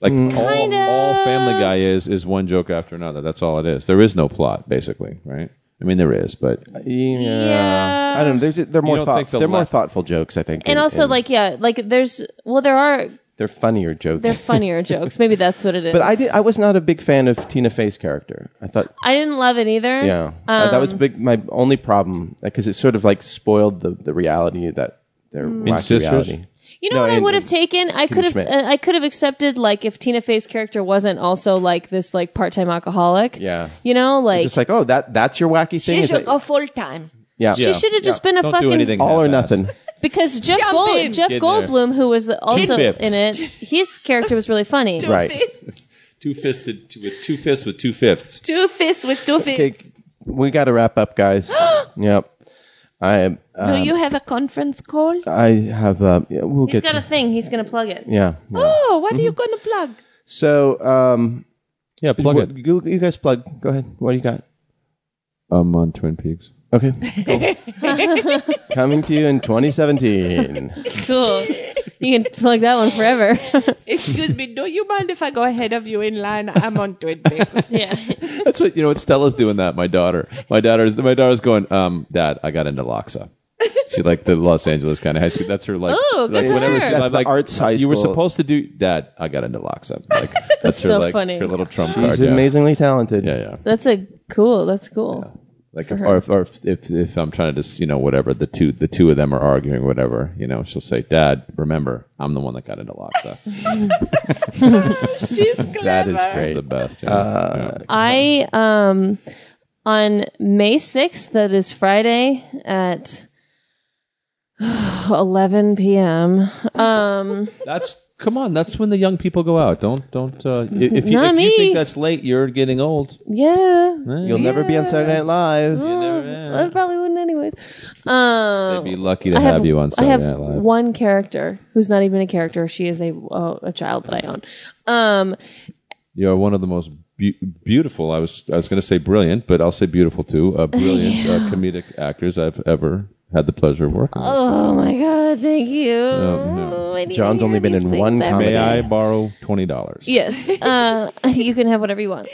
Like
Mm.
all, all Family Guy is is one joke after another. That's all it is. There is no plot, basically, right? I mean, there is, but
Yeah.
Yeah.
I don't know. There's, they're more
don't
thought,
think the
They're more
left-
thoughtful jokes, I think.
And also like yeah, like there's well there are
they're funnier jokes.
they're funnier jokes. Maybe that's what it is.
but I did. I was not a big fan of Tina Fey's character. I thought,
I didn't love it either.
yeah, Uh, that was
um,
big. My only problem because it sort of like spoiled the the reality that their
Mm.
wacky
Sisters?
reality.
You know
No,
what I
and-
would have taken? I could have
Schmidt.
uh, I could have accepted like if Tina Fey's character wasn't also like this like part-time alcoholic.
Yeah.
You know, like,
It's just like, oh, that that's your wacky thing.
She
It's
should
like-
go full time.
yeah,
she should have just
Yeah.
been a
Don't do
fucking
anything.
all or
Half-assed.
nothing.
because Jeff
Jump
Gold,
in.
Jeff
Get in there.
Goldblum who was also
fifths.
in it, his character was really funny.
right.
two fisted with two fists with two fifths.
Two fists with two fists.
Okay, we got to wrap up, guys. yep. I uh,
Do you have a conference call?
I have uh, yeah, we'll
He's
get
got a thing. He's going to plug it.
yeah. yeah.
Oh, what are you
mm-hmm.
going to plug?
So um,
Yeah, plug
what-
it.
You, you guys plug. Go ahead. What do you got?
I'm Um, on Twin Peaks.
Okay. cool. Coming to you in 2017.
Cool. you can plug that one forever.
Excuse me, do you mind if I go ahead of you in line? I'm on Twin Peaks.
yeah.
That's what you know. What Stella's doing that. My daughter. My daughter's. My daughter's going. Um, Dad, I got into Loxa. She like the Los Angeles kind of high school. That's her like.
Ooh, good
like
for her.
she's
That's the arts high
You were
school.
supposed to do, Dad. I got into Loxa. Like that's, her
so
like
funny.
her little trump card.
He's
yeah.
amazingly talented.
Yeah, yeah.
That's a cool. That's cool.
Like if, or, if, or if, if if I'm trying to just you know whatever the two the two of them are arguing whatever you know she'll say Dad remember I'm the one that got into Loxa
She's clever.
That is
It's the
great. Uh,
best yeah. Yeah.
I um on May 6th, that is Friday at 11 p.m. um,
that's Come on, that's when the young people go out. Don't don't. Uh, i- if you,
Not
if you
me.
think that's late, you're getting old.
Yeah.
You'll never be on Saturday Night Live.
I probably wouldn't, anyways. Um,
They'd be lucky to have, you on Saturday
I have
Night Live.
one character who's not even a character. She is a uh, a child that I own. Um,
you are one of the most beau- beautiful. I was I was going to say brilliant, but I'll say beautiful too. Uh, brilliant uh, comedic actors I've ever had the pleasure of working. with.
oh my god, thank you.
Oh,
I need to
John's
hear
only been
these
in
things
one
every
comedy.
May
day.
I borrow twenty dollars?
Yes. Uh, you can have whatever you want.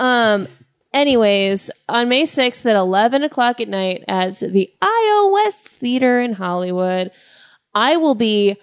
Um, anyways, on May 6th at 11 o'clock at night at the IO West Theater in Hollywood, I will be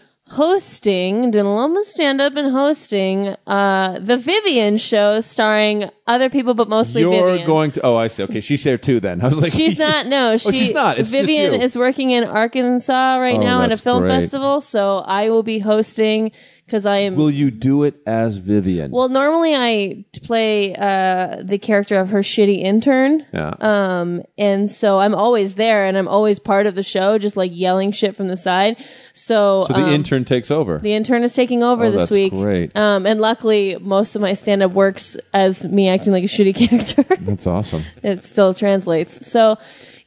hosting, doing a little stand up and hosting uh, the Vivian show starring other people, but mostly
You're
Vivian.
going to. Oh, I see. Okay, she's there too. Then I was like, Oh,
She's not. No, she,
she's not. It's just
Vivian
you.
is working in Arkansas right
Oh,
now at a
that's
film
great.
festival, so I will be hosting because I am
Will you do it as Vivian?
Well, normally I t- play uh, the character of her shitty intern.
yeah.
Um, and so I'm always there and I'm always part of the show, just like yelling shit from the side. So,
so the
um,
intern takes over.
the intern is taking over
Oh,
this
that's
week.
great.
Um, and luckily, most of my stand up works as me acting like a shitty character.
That's awesome.
it still translates. So,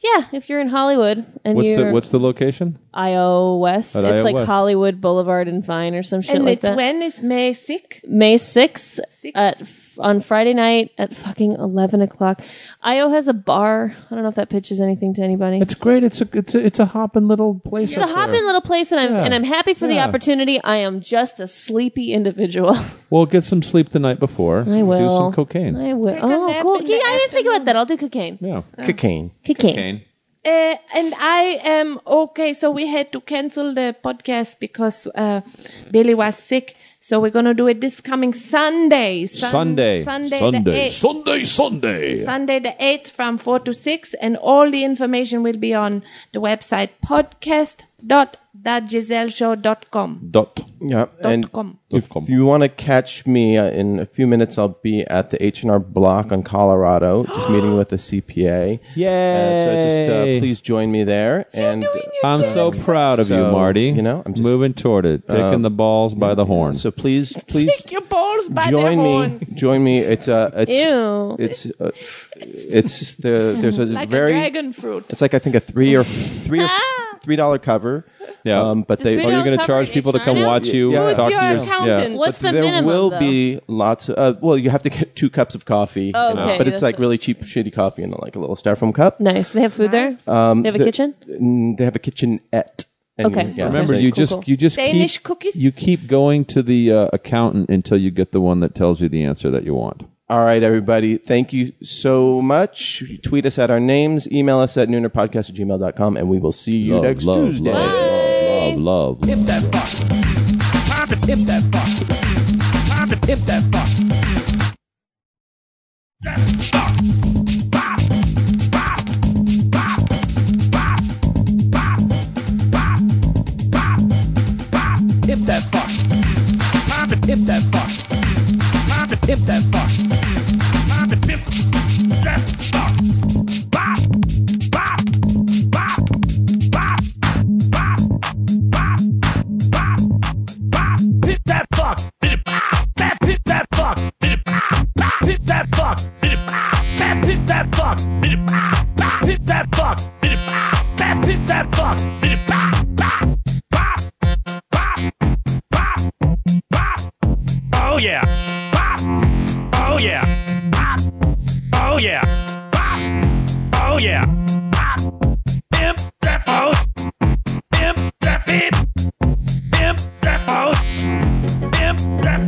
yeah, if you're in Hollywood and
What's
you're
the What's the location?
IO West,
At
it's
IO
like
West.
Hollywood Boulevard and Vine or some shit
and
like
it's
that.
when is May 6th?
May 6th
Six.
at on Friday night at fucking 11 o'clock. IO has a bar. I don't know if that pitches anything to anybody.
It's great. It's a It's a It's a hopping little place.
it's a hopping little place, and I'm
Yeah.
and I'm happy for the
Yeah.
opportunity. I am just a sleepy individual.
Well, get some sleep the night before.
I will
do some cocaine.
I will.
a
Oh,
nap
cool.
in
Yeah,
the
I didn't think about
afternoon.
that. I'll do cocaine.
yeah.
Cocaine.
Cocaine.
Uh, and I am okay. So we had to cancel the podcast because uh, Billy was sick. So we're gonna do it this coming Sunday. Sun-
Sunday.
Sunday. The
Sunday.
8th.
Sunday. Sunday.
Sunday the 8th from 4 to 6 and all the information will be on the website podcast.thatgiselleshow.com.
Dot.
Yeah. And
Dot com.
if
com.
you want to catch me uh, in a few minutes, I'll be at the H and R Block on Colorado, just meeting with the CPA. Uh, so just uh,
Yay.
please join me there. and
I'm so proud of you,
So,
Marty.
you know, I'm just- Uh,
moving toward it, taking the balls by the horn.
so please, please
Take your balls by the
join me.
horns.
Join me. It's uh, it's
Ew.
it's uh, it's the there's a
Like
very
a dragon fruit.
It's like I think a three or three or three dollar cover.
Yeah.
um, but they
Three
Are you
dollar
going to
cover
charge
in
people to come
China?
watch you?
Yeah. Who's
Talk
your
to your
accountant?
What's the
but there
minimum?
will
though?
be lots of uh, well you have to get two cups of coffee
Oh,
you know,
okay.
but
That's
it's like
a-
really cheap shitty coffee in like a little styrofoam cup
nice. They have food there. they have a
Um, the-
kitchen.
Mm, they have a kitchenette and,
Okay.
yeah,
Remember,
it's
you
like-
just
cool.
you just
Danish
keep,
cookies?
You keep going to the uh, accountant until you get the one that tells you the answer that you want.
all right everybody thank you so much tweet us at our names email us at noonerpodcast at gmail.com and we will see you
Love,
next
love,
tuesday
love, love, love, love.
Pimp that box. Time to pimp that box. Time to pimp that box. That box. Bop. Bop. Bop. Bop. Bop. Bop. Bop. Bop. Pimp that box. Time to pimp that box. Time to pimp that box. Time to pimp that box. Bop. Bop. Bop. Bop. Bop. Bop. Bop bop, hit that fuck, hit bop, bap, hit that fuck, hit bop, bop, hit that fuck, hit bop, bap, hit that fuck, hit bop, bop, hit that fuck, hit bop, bap, hit that fuck, hit bop, bop, bop, bop, bop, bop, oh yeah, bop, oh yeah, bop, oh yeah, bop, oh yeah, bop, imp that fuck, imp that fit. Pimp that house. Pimp that